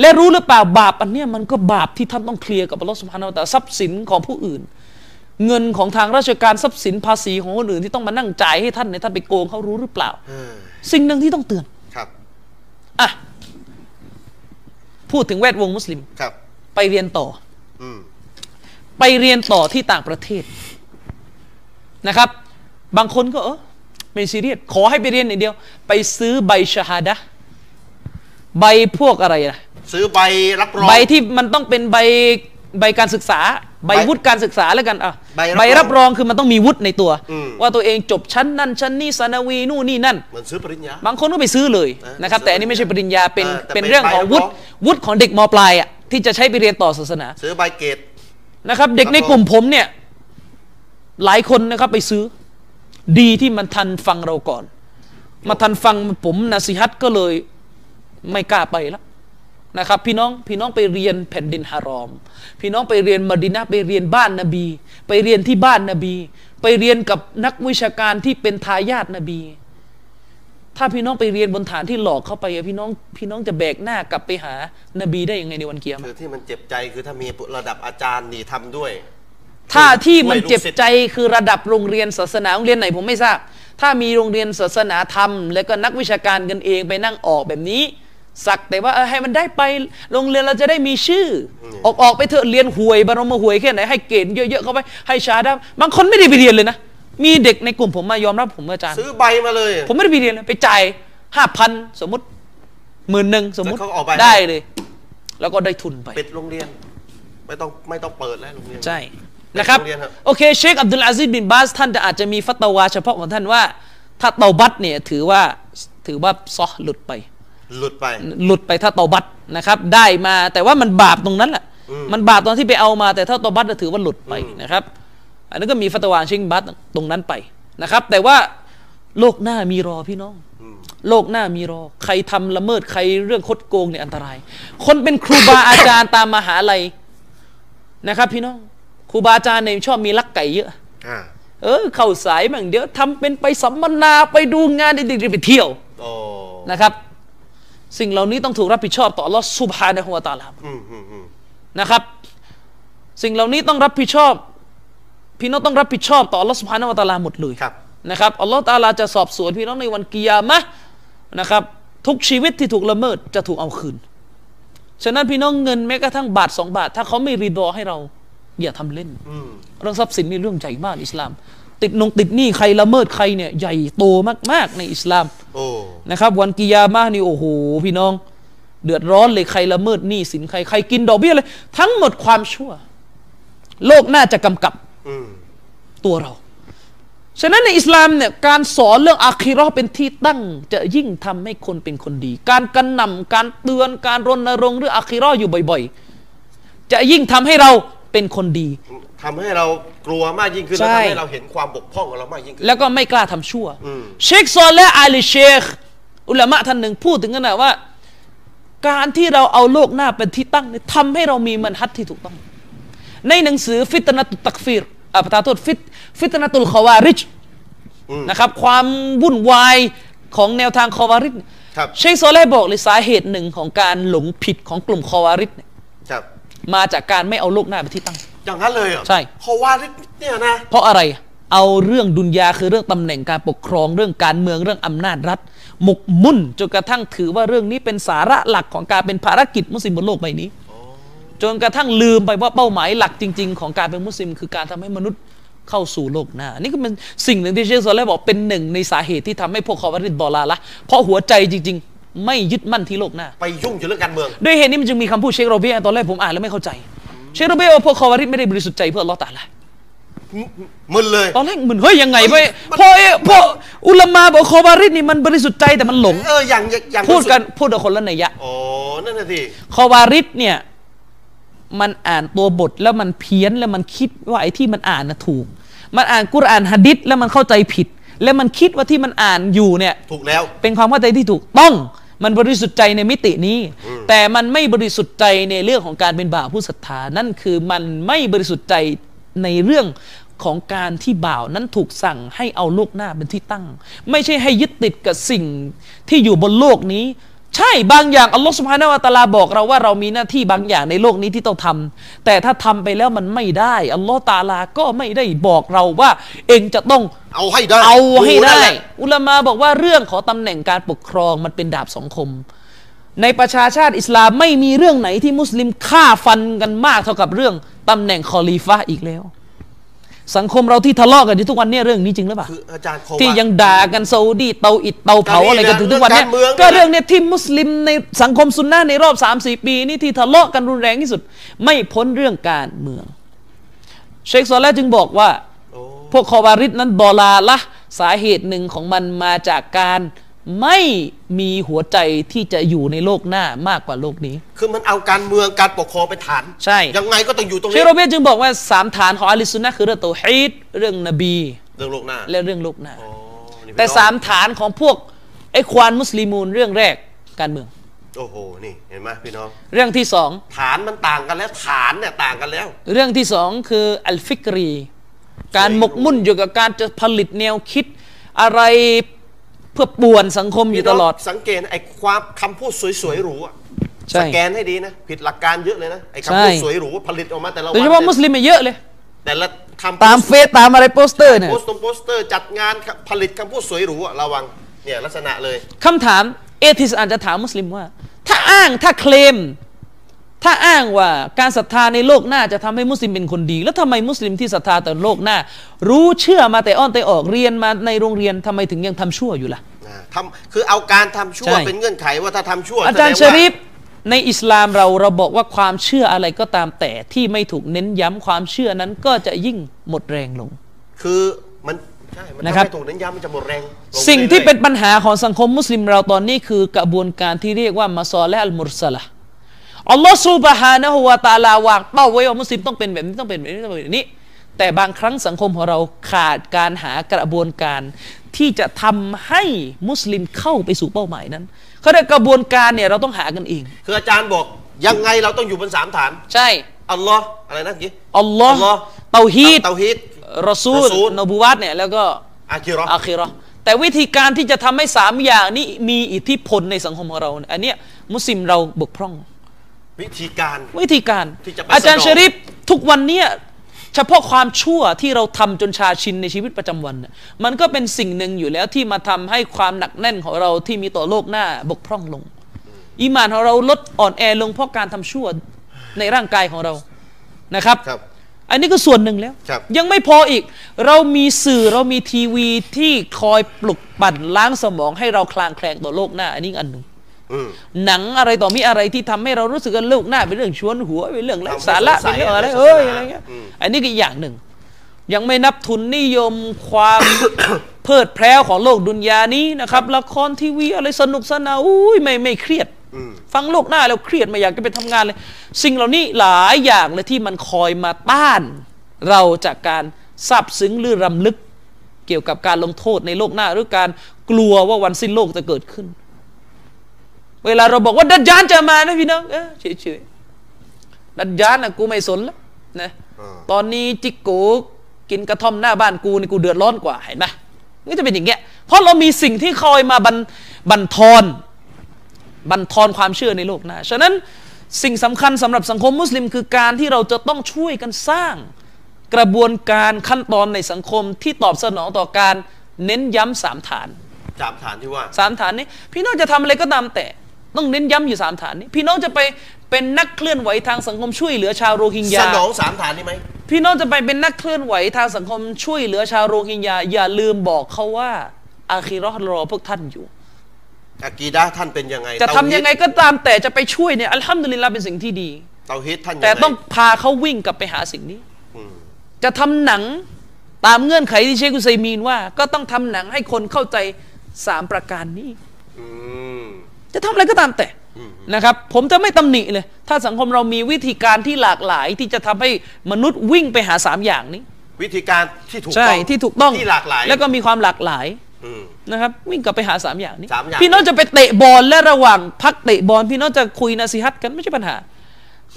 และรู้หรือเปล่าบาปอันเนี้ยมันก็บาปที่ท่านต้องเคลียร์กับอัลลอฮฺสุบฮานาอัลลอฮฺตะอาลาทรัพย์สินของผู้อื่น เงินของทางราชการทรัพย์สินภาษีของคนอื่นที่ต้องมานั่งจ่ายให้ท่านเนี่ยท่านไปโกงเขารู้หรือเปล่า
เออ
สิ่งหนึ่งที่ต้องเตือน
ครับ
อ่ะพูดถึงแวดวงมุสลิม
ครับ
ไปเรียนต่อ
อืม
ไปเรียนต่อที่ต่างประเทศนะครับ บางคนก็เออไม่ซีเรียสขอให้ไปเรียนอย่างเดียว ไปซื้อใบชาฮาดะห์ใบพวกอะไรนะ
ซื้อใบรับรอง
ใบที่มันต้องเป็นใบใบการศึกษา ใบ
ใบ
วุฒิการศึกษาแล้วกันอ่ะ
ใบรับรอง
รับรองคือมันต้องมีวุฒิในตัว
อืม
ว่าตัวเองจบชั้นนั่นชั้นนี่สานาวีนู่นนี่นั่น
เหมือนซื้อปริญญา
บางคนก็ไปซื้อเลย
เออ
นะครับ
ซื้อ
แต่อันนี้ไม่ใช่ปริญญาเป็น
เออแต่
เป็น
เป็น
เรื่องของ
ใบรับรอง
วุฒิวุฒิของเด็กมปลายอ่ะที่จะใช้ไปเรียนต่อศาสนา
ซื้อใบเกรด
นะครับ เด็กใน
ครับผม
กลุ่มผมเนี่ย หลายคนนะครับไปซื้อ ดีที่มันทันฟังเราก่อน มาทันฟังผมนาซิฮัตก็เลยไม่กล้าไปแล้ว นะครับพี่น้องพี่น้องไปเรียนแผ่นดินฮารอม พี่น้องไปเรียนมดินาไปเรียนบ้านนบี ไปเรียนที่บ้านนบี ไปเรียนกับนักวิชาการที่เป็นทายาทนบี ถ้าพี่น้องไปเรียนบนฐานที่หลอกเข้าไปอะพี่น้องพี่น้องจะแบกหน้ากลับไปหานบีได้ยังไงในวันเกียรติ
คือที่มันเจ็บใจคือถ้ามีระดับอาจารย์นี่ทำด้วย
ถ้าที่มัน
ด้วยลูกศิ
เจ็
ษ
บ
ย์
ใจคือระดับโรงเรียนศาสนาโรงเรียนไหนผมไม่ทราบ ถ้ามีโรงเรียนศาสนาธรรม แล้วก็นักวิชาการกันเองไปนั่งออกแบบนี้ สักแต่ว่าเออให้มันได้ไปโรงเรียนเราจะได้มีชื่อ ออกออกไปเถอะเรียนห่วยบารมีห่วยแค่ไหนให้เกรดเยอะๆเข้าไปให้ชาได้บางคนไม่ได้ไปเรียนเลยนะ มีเด็กในกลุ่มผมมายอมรับผมว่าอาจารย์
ซื้อใบมาเลย
ผมไม่ได้ไปเรียนเลยไปจ่ายห้าพันสมมติหมื่นหนึ่งสมมติ
แล้วเขาก็ออกไป
ได้เลย แล้วก็ได้ทุนไป
ปิดโรงเรียน ไม่ต้องไม่ต้องเปิดแล้วโรงเรียน
ใช่ นะครับ
ไปโรงเรียนครับ
โอเคเชคอับดุลอาซิดบินบาสท่านจะอาจจะมีฟัตวาเฉพาะของท่านว่า ถ้าเตาบัตเนี่ยถือว่าถือว่าซอฮ์หลุดไป
หลุดไป
หลุดไปถ้าเตาบัตนะครับ ได้มาแต่ว่ามันบาปตรงนั้นแหละมันบาปตอนที่ไปเอามาแต่ถ้าเตาบัตน่ะถือว่าหลุดไปนะครับ อันนั้นก็มีฟัตวาเชคบินบาสตรงนั้นไปนะครับ แต่ว่าโลกหน้ามีรอพี่น้อง
อืม
โลกหน้ามีรอ ใครทำละเมิดใครเรื่องคดโกงเนี่ยอันตราย คนเป็นครูบา อาจารย์ตามมหาลัยนะครับ พี่น้องครูบาอาจารย์เนี่ยชอบมีลักไก่เยอะ
อ่า
เออเข้าสายบ้างเดี๋ยวทำเป็นไปสัมมนาไปดูงานเด็กๆไปเที่ยว
โอ้
นะครับ สิ่งเหล่านี้ต้องถูกรับผิดชอบต่อลอสุบฮานะฮุวาตาลา
อืมอืมอืม
นะครับ สิ่งเหล่านี้ต้องรับผิดชอบ พี่น้องต้องรับผิดชอบต่อลอสุบฮานะฮุวาตาลาหมดเลย
ครับ
นะครับอัลลอฮ์ตะอาลาจะสอบสวนพี่น้องในวันกิยามะห์นะครับทุกชีวิตที่ถูกละเมิดจะถูกเอาคืน ฉะนั้นพี่น้องเงินแม้กระทั่งบาทสองบาท ถ้าเขาไม่รีดอให้เรา อย่าทำเล่น
อืม
เรื่องทรัพย์สินนี่เรื่องใหญ่มากในอิสลาม ติดนงติดหนี้ใครละเมิดใครเนี่ยใหญ่โตมาก ๆ ในอิสลาม
โอ้
นะครับวันกิยามะห์นี่โอ้โหพี่น้อง เดือดร้อนเลยใครละเมิดหนี้สินใครใครกินดอกเบี้ยเลยทั้งหมดความชั่ว โลกน่าจะกำกับ
อืม
ตัวเรา ฉะนั้นในอิสลามเนี่ยการสอนเรื่องอาคีเราะห์เป็นที่ตั้ง จะยิ่งทำให้คนเป็นคนดี การกระหน่ำการเตือนการรณรงค์เรื่องอาคีเราะห์อยู่บ่อย ๆ จะยิ่งทำให้เราเป็นคนดี
ทำให้เรากลัวมากยิ่งขึ้น
ใช่
และทำให้เราเห็นความบกพร่องของเรามากยิ่งขึ้น
แล้วก็ไม่กล้าทำชั่ว
อืม
เชคซอลและอาลีเชค อุลามะท่านหนึ่งพูดถึงขนาดว่า การที่เราเอาโลกหน้าเป็นที่ตั้งเนี่ยทำให้เรามีมันฮัดที่ถูกต้อง ในหนังสือฟิตนะตุตักฟีรอ่าประทานโทษฟิตฟิตนะตุลขวาริจนะครับ ความวุ่นวายของแนวทางคอวาริด
ครับ
เชคซอลเลห์บอกเลยสาเหตุหนึ่งของการหลงผิดของกลุ่มคอวาริดเนี่ย
ครับ
มาจากการไม่เอาโลกหน้าเป็นที่ตั้ง
อย่างนั้นเลยเหรอ
ใช่
เพราะว่าเนี่ยนะ
เพราะอะไรเอาเรื่องดุนยาคือเรื่องตำแหน่งการปกครองเรื่องการเมืองเรื่องอำนาจรัฐ หมกมุ่นจนกระทั่งถือว่าเรื่องนี้เป็นสาระหลักของการเป็นภารกิจมุสลิมบนโลกใบนี้จนกระทั่งลืมไปว่าเป้าหมายหลักจริง ๆ ของการเป็นมุสลิม คือการทำให้มนุษย์เข้าสู่โลกหน้า นี่ก็เป็นสิ่งหนึ่งที่เชคโซเลห์บอกเป็นหนึ่งในสาเหตุที่ทำให้พวกคอวาริดบอลาละเพราะหัวใจจริง ๆ ไม่ยึดมั่นที่โลกหน้า
ไปยุ่งอยู่เรื่องการเมือง
ด้วยเหตุนี้มันจึงมีคำพูดเชคโรเบียตอนแรกผมอ่านแล้วไม่เข้าใจ เชคโรเบียว่าพวกคอวาริดไม่ได้บริสุทธิ์ใจเพื่ออัลลอฮ์ตะอาลา
มึมึนเลย
ตอนแรกเหมือนเฮ้ยยังไงเว้ย
มัน
พอเอพออุลามาบอกคอบาริดนี่มันบริสุทธิ์ใจแต่มันหลง
เอออย่างอย่างอย่าง
พูดกันพูดกับคนละนัยยะ
โอ้นั่นน่ะสิ
คอบาริดเนี่ยมันอ่านตัวบทแล้วมันเพี้ยนแล้วมันคิดว่าไอ้ที่มันอ่านน่ะถูก มันอ่านกุรอานฮะดิษแล้วมันเข้าใจผิด แล้วมันคิดว่าที่มันอ่านอยู่เนี่ย
ถูกแล้ว
เป็นความเข้าใจที่ถูกต้องมันบริสุทธิ์ใจในมิตินี้ แต่มันไม่บริสุทธิ์ใจในเรื่องของการเป็นบ่าวผู้ศรัทธานั่นคือมันไม่บริสุทธิ์ใจในเรื่องของการที่บ่าวนั้นถูกสั่งให้เอาโลกหน้าเป็นที่ตั้ง ไม่ใช่ให้ยึดติดกับสิ่งที่อยู่บนโลกนี้ ใช่บางอย่างอัลลอฮฺสุบฮานาวะตะอาลาบอกเราว่าเรามีหน้าที่บางอย่างในโลกนี้ที่ต้องทำแต่ถ้าทำไปแล้วมันไม่ได้อัลลอฮฺตะอาลาก็ไม่ได้บอกเราว่า เองจะต้อง
เอาให้ได้
เอาให้
นั่
ได้
นแหละ
อุลามาบอกว่าเรื่องของตำแหน่งการปกครองมันเป็นดาบสองคม ในประชาชาติอิสลามไม่มีเรื่องไหนที่มุสลิมฆ่าฟันกันมากเท่ากับเรื่องตำแหน่งคอลีฟะอีกแล้ว สังคมเราที่ทะเลาะกันอยู่ทุกวันเนี่ยเรื่องนี้จริงหรือเปล่า
คืออาจารย์โค
ที่
ว่า
ยังด่ากันซาอุดีเตาอิดเตาเผา
ก็นี่
อะไรกัน
นะ
ถึงทุกวันเนี้ย
เรื่องการเมือง
ก็
นะ
เรื่องเนี้ยที่มุสลิมในสังคมซุนนะห์ในรอบ3 4ปีนี่ที่ทะเลาะกันรุนแรงที่สุด ไม่พ้นเรื่องการเมือง เชคซอลแลห์จึงบอกว่า
โอ้
พวกคอบาริดนั้นบอลาละสาเหตุหนึ่งของมันมาจากการไม่มีหัวใจที่จะอยู่ในโลกหน้ามากกว่าโลกนี้
คือมันเอาการเมืองการปกครองเป็นฐาน
ใช่
ยังไงก็ต้องอยู่ตรง
เช
นี้
คโรเบียจึงบอกว่าสามฐานของอาลิซุนนะห์คือเรื่องเตาฮีดเรื่องนบี
เรื่องโลกหน้า
และเรื่องโลกหน้า
โอ้นี่พี่
แต่
น้อง
สามฐานของพวกไอ้ควานมุสลิมูนเรื่องแรกการเมือง
โอ้โหนี่เห็นไหมพี่น้อง
เรื่องที่สอง
ฐานมันต่างกันแล้วฐานเนี่ยต่างกันแล้ว
เรื่องที่สองคืออัลฟิกรี การหมกมุ่นอยู่กับการจะผลิตแนวคิดอะไรเพื่อป่วนสังคมอยู่ตลอด
พี่น้งสังเกตนะไอ้ความคำพูดสวยๆหรูอะ
ใช่
สแกนให้ดีนะ ผิดหลักการเยอะเลยนะไอ้
ใช่
คำพูดสวยหรูผลิตออกมาแต่ละวั
โดยเฉพาะ
นี่
มุสลิมเนี่ยเยอะเลย
แต่ละคำ
ตามเฟซตามอะไรโปสเตอร์เนี่ย
โพสต์ตรงโปสเตอร์จัดงานครับผลิตคำพูดสวยหรูอะระวังเนี่ยลักษณะเลย
คำถามเอทิสอาจจะถามมุสลิมว่า ถ้าอ้างถ้าเคลม ถ้าอ้างว่าการศรัทธาในโลกหน้าจะทำให้มุสลิมเป็นคนดี แล้วทำไมมุสลิมที่ศรัทธาต่อโลกหน้า รู้เชื่อมาแต่อ้อนแต่ออกเรียนมาในโรงเรียนทำไมถึงยังทำชั่วอยู่ล่ะ
อ่าทำคือเอาการทำชั่ว
ใช่
เป็นเงื่อนไขว่าถ้าทำชั่ว
อาจารย์
แส
ช
ดงว่
ริฟในอิสลามเราเราบอกว่าความเชื่ออะไรก็ตามแต่ที่ไม่ถูกเน้นย้ำความเชื่อนั้นก็จะยิ่งหมดแรงลง
คือมันใช่มัน
นะครับ
ทำให้ถูกเน้นย้ำมันจะหมดแรงล
สิ่ง
รื่อยๆ
ที่เป็นปัญหาของสังคมมุสลิมเราตอนนี้คือกระบวนการที่เรียกว่ามาซอและอัลมุรสละอัลลอฮ์ซุบฮานะฮูวะตะอาลาวางเป้าไว้ว่ามุสลิมต้องเป็นแบบนี้ต้องเป็นแบบนี้ต้องเป็นแบบนี้ แต่บางครั้งสังคมของเราขาดการหากระบวนการที่จะทำให้มุสลิมเข้าไปสู่เป้าหมายนั้นเขาเรียกกระบวนการเนี่ยเราต้องหากันเอง
คืออาจารย์บอกยังไงเราต้องอยู่บนสามฐาน
ใช่
อัลลอฮ์อะไรนะเมื่อกี้
อัลลอฮ์
อัลลอฮ์
เตาฮีด
เตาฮีด
รอซูล
รอซูล
นบูวัตเนี่ยแล้วก็
อาคิเราะห์
อาคิเราะห์แต่วิธีการที่จะทำให้สามอย่างนี้มีอิทธิพลในสังคมของเราเนี่ยอันเนี้ยมุสลิมเราบกพร่อง
วิธีการ
วิธีการ
ที่จะไป
อาจาร
ส
ย์
นอง
ชริปทุกวันเนี้ยเฉพาะความชั่วที่เราทำจนชาชินในชีวิตประจำวันน่ะมันก็เป็นสิ่งหนึ่งอยู่แล้วที่มาทำให้ความหนักแน่นของเราที่มีต่อโลกหน้าบกพร่องลง อีหมานของเราลดอ่อนแอลงเพราะการทำชั่วในร่างกายของเรานะครับ
ครับ
อันนี้ก็ส่วนหนึ่งแล้ว
ครับ
ยังไม่พออีก เรามีสื่อเรามีทีวีที่คอยปลุกปั่นล้างสมองให้เราคลางแคลงต่อโลกหน้า อันนี้อันหนึ่ง
อืม
หนังอะไรต่อมีอะไรที่ทำให้เรารู้สึกกันโลกหน้าเป็นเรื่องชวนหัวเป็นเรื่องไร้
ทำให้
สาระ
สงสั
เป็น
ย
เรื่องอะไร
อะไร
เอ้ย
ศาสนา
อะไรเงี้ย
อืม
อันนี้ก็อีกอย่างหนึ่ง ยังไม่นับทุนนิยมความ เพลิดเพลินของโลกดุนยานี้นะครับละครทีวีอะไรสนุกสนานอุ้ยไม่ไม่เครียด ฟังโลกหน้าแล้วเครียดไม่อยากจะไปทำงานเลย สิ่งเหล่านี้หลายอย่างเลยที่มันคอยมาต้าน เราจากการซาบซึ้งหรือรำลึก เกี่ยวกับการลงโทษในโลกหน้า หรือการกลัวว่าวันสิ้นโลกจะเกิดขึ้น เวลาเราบอกว่าดัจจานจะมานะพี่น้องเออเฉยๆดัจจานนะกูไม่สนแล้วนะ
อ่า
ตอนนี้จิกโกกินกระท่อมหน้าบ้านกูนี่กูเดือดร้อนกว่าเห็นไหมมันก็จะเป็นอย่างเงี้ยเพราะเรามีสิ่งที่คอยมาบันบันทอน บันทอนความเชื่อในโลกหน้า ฉะนั้นสิ่งสำคัญสำหรับสังคมมุสลิม คือการที่เราจะต้องช่วยกันสร้าง กระบวนการขั้นตอนในสังคมที่ตอบสนองต่อการเน้นย้ำสามฐาน
จามฐานที่ว่า
สามฐานนี้ พี่น้องจะทำอะไรก็ตามแต่ต้องเน้นย้ำอยู่สามฐานนี้ พี่น้องจะไปเป็นนักเคลื่อนไหวทางสังคมช่วยเหลือชาวโรฮิงญา
สนองสามฐานนี่ไหม
พี่น้องจะไปเป็นนักเคลื่อนไหวทางสังคมช่วยเหลือชาวโรฮิงญาอย่าลืมบอกเขาว่าอาคีเราะห์รอพวกท่านอยู่
อากีดะห์ท่านเป็นยังไง
จะทำยังไง
เตาฮีด
ก็ตามแต่จะไปช่วยเนี่ยอัลฮัมดุลิลลาห์เป็นสิ่งที่ดี
เตาฮีดท่านยังไ
แต่ต้องพาเขาวิ่งกลับไปหาสิ่งนี้
อืม
จะทำหนังตามเงื่อนไขที่เชคอุซัยมีนว่า ก็ต้องทำหนังให้คนเข้าใจสามประการนี้
อืม
จะทำอะไรก็ตามแต่นะครับ ผมจะไม่ตำหนิเลย ถ้าสังคมเรามีวิธีการที่หลากหลายที่จะทำให้มนุษย์วิ่งไปหาสามอย่างนี้
วิธีการที่ถูก
ใช่
ต้อง
ที่ถูกต้อง
ที่หลากหลาย
แล้วก็มีความหลากหลาย
อืม
นะครับ วิ่งกลับไปหาสามอย่างนี้
สามอย่าง
พี่น้องจะไปเตะบอลและระหว่างพักเตะบอลพี่น้องจะคุยนาซีฮัตกันไม่ใช่ปัญหา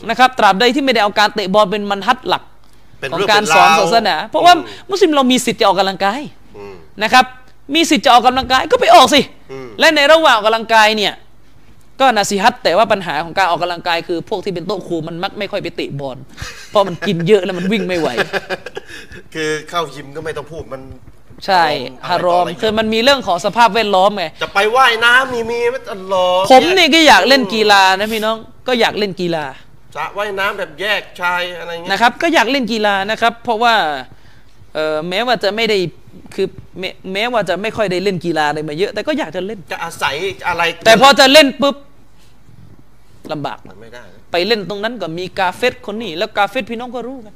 นะครับ ตราบใดที่ไม่ได้เอาการเตะบอลเป็นมันฮัดหลัก
เป็น
ของ
เรื่อง
การ
เป็
สอน
ว
ศาสนา เพราะว่ามุสลิมเรามีสิทธิ์จะออกกำลังกาย
อืม [LAUGHS]
นะครับ มีสิทธิ์จะออกกำลังกายก็ไปออกสิ
อืม
และในระหว่างออกกำลังกายเนี่ย ก็นาซีฮัตแต่ว่าปัญหาของการออกกำลังกายคือพวกที่เป็นโต๊ะครูมันมักไม่ค่อยไปเติบอล [LAUGHS] เพราะมันกินเยอะแล้วมันวิ่งไม่ไหว
คือเข้ายิมก็ไม่ต้องพูดมัน
ใช่ฮารอม
ะไต่ะไ
คือมันมีเรื่องของสภาพแวดล้อมไง
จะไปว่ายน้ำมีมีไหม่ตลอด
ผมนี่ก็อยากเล่นกีฬานะพี่น้องก็อยากเล่นกีฬา
สระว่ายน้ำแบบแยกชายอะไรเงี้ย
นะครับก็อยากเล่นกีฬานะครับ เพราะว่าเอ่อแม้ว่าจะไม่ได้คือแม้แม้ว่าจะไม่ค่อยได้เล่นกีฬาอะไรมาเยอะ แต่ก็อยากจะเล่น
จะอาศัยอะไร
แต่พอจะเล่นปุ๊บลำบาก
มันไม่ได้นะ
ไปเล่นตรงนั้นก็มีกาเฟสคนนี้แล้วกาเฟสพี่น้องก็รู้กัน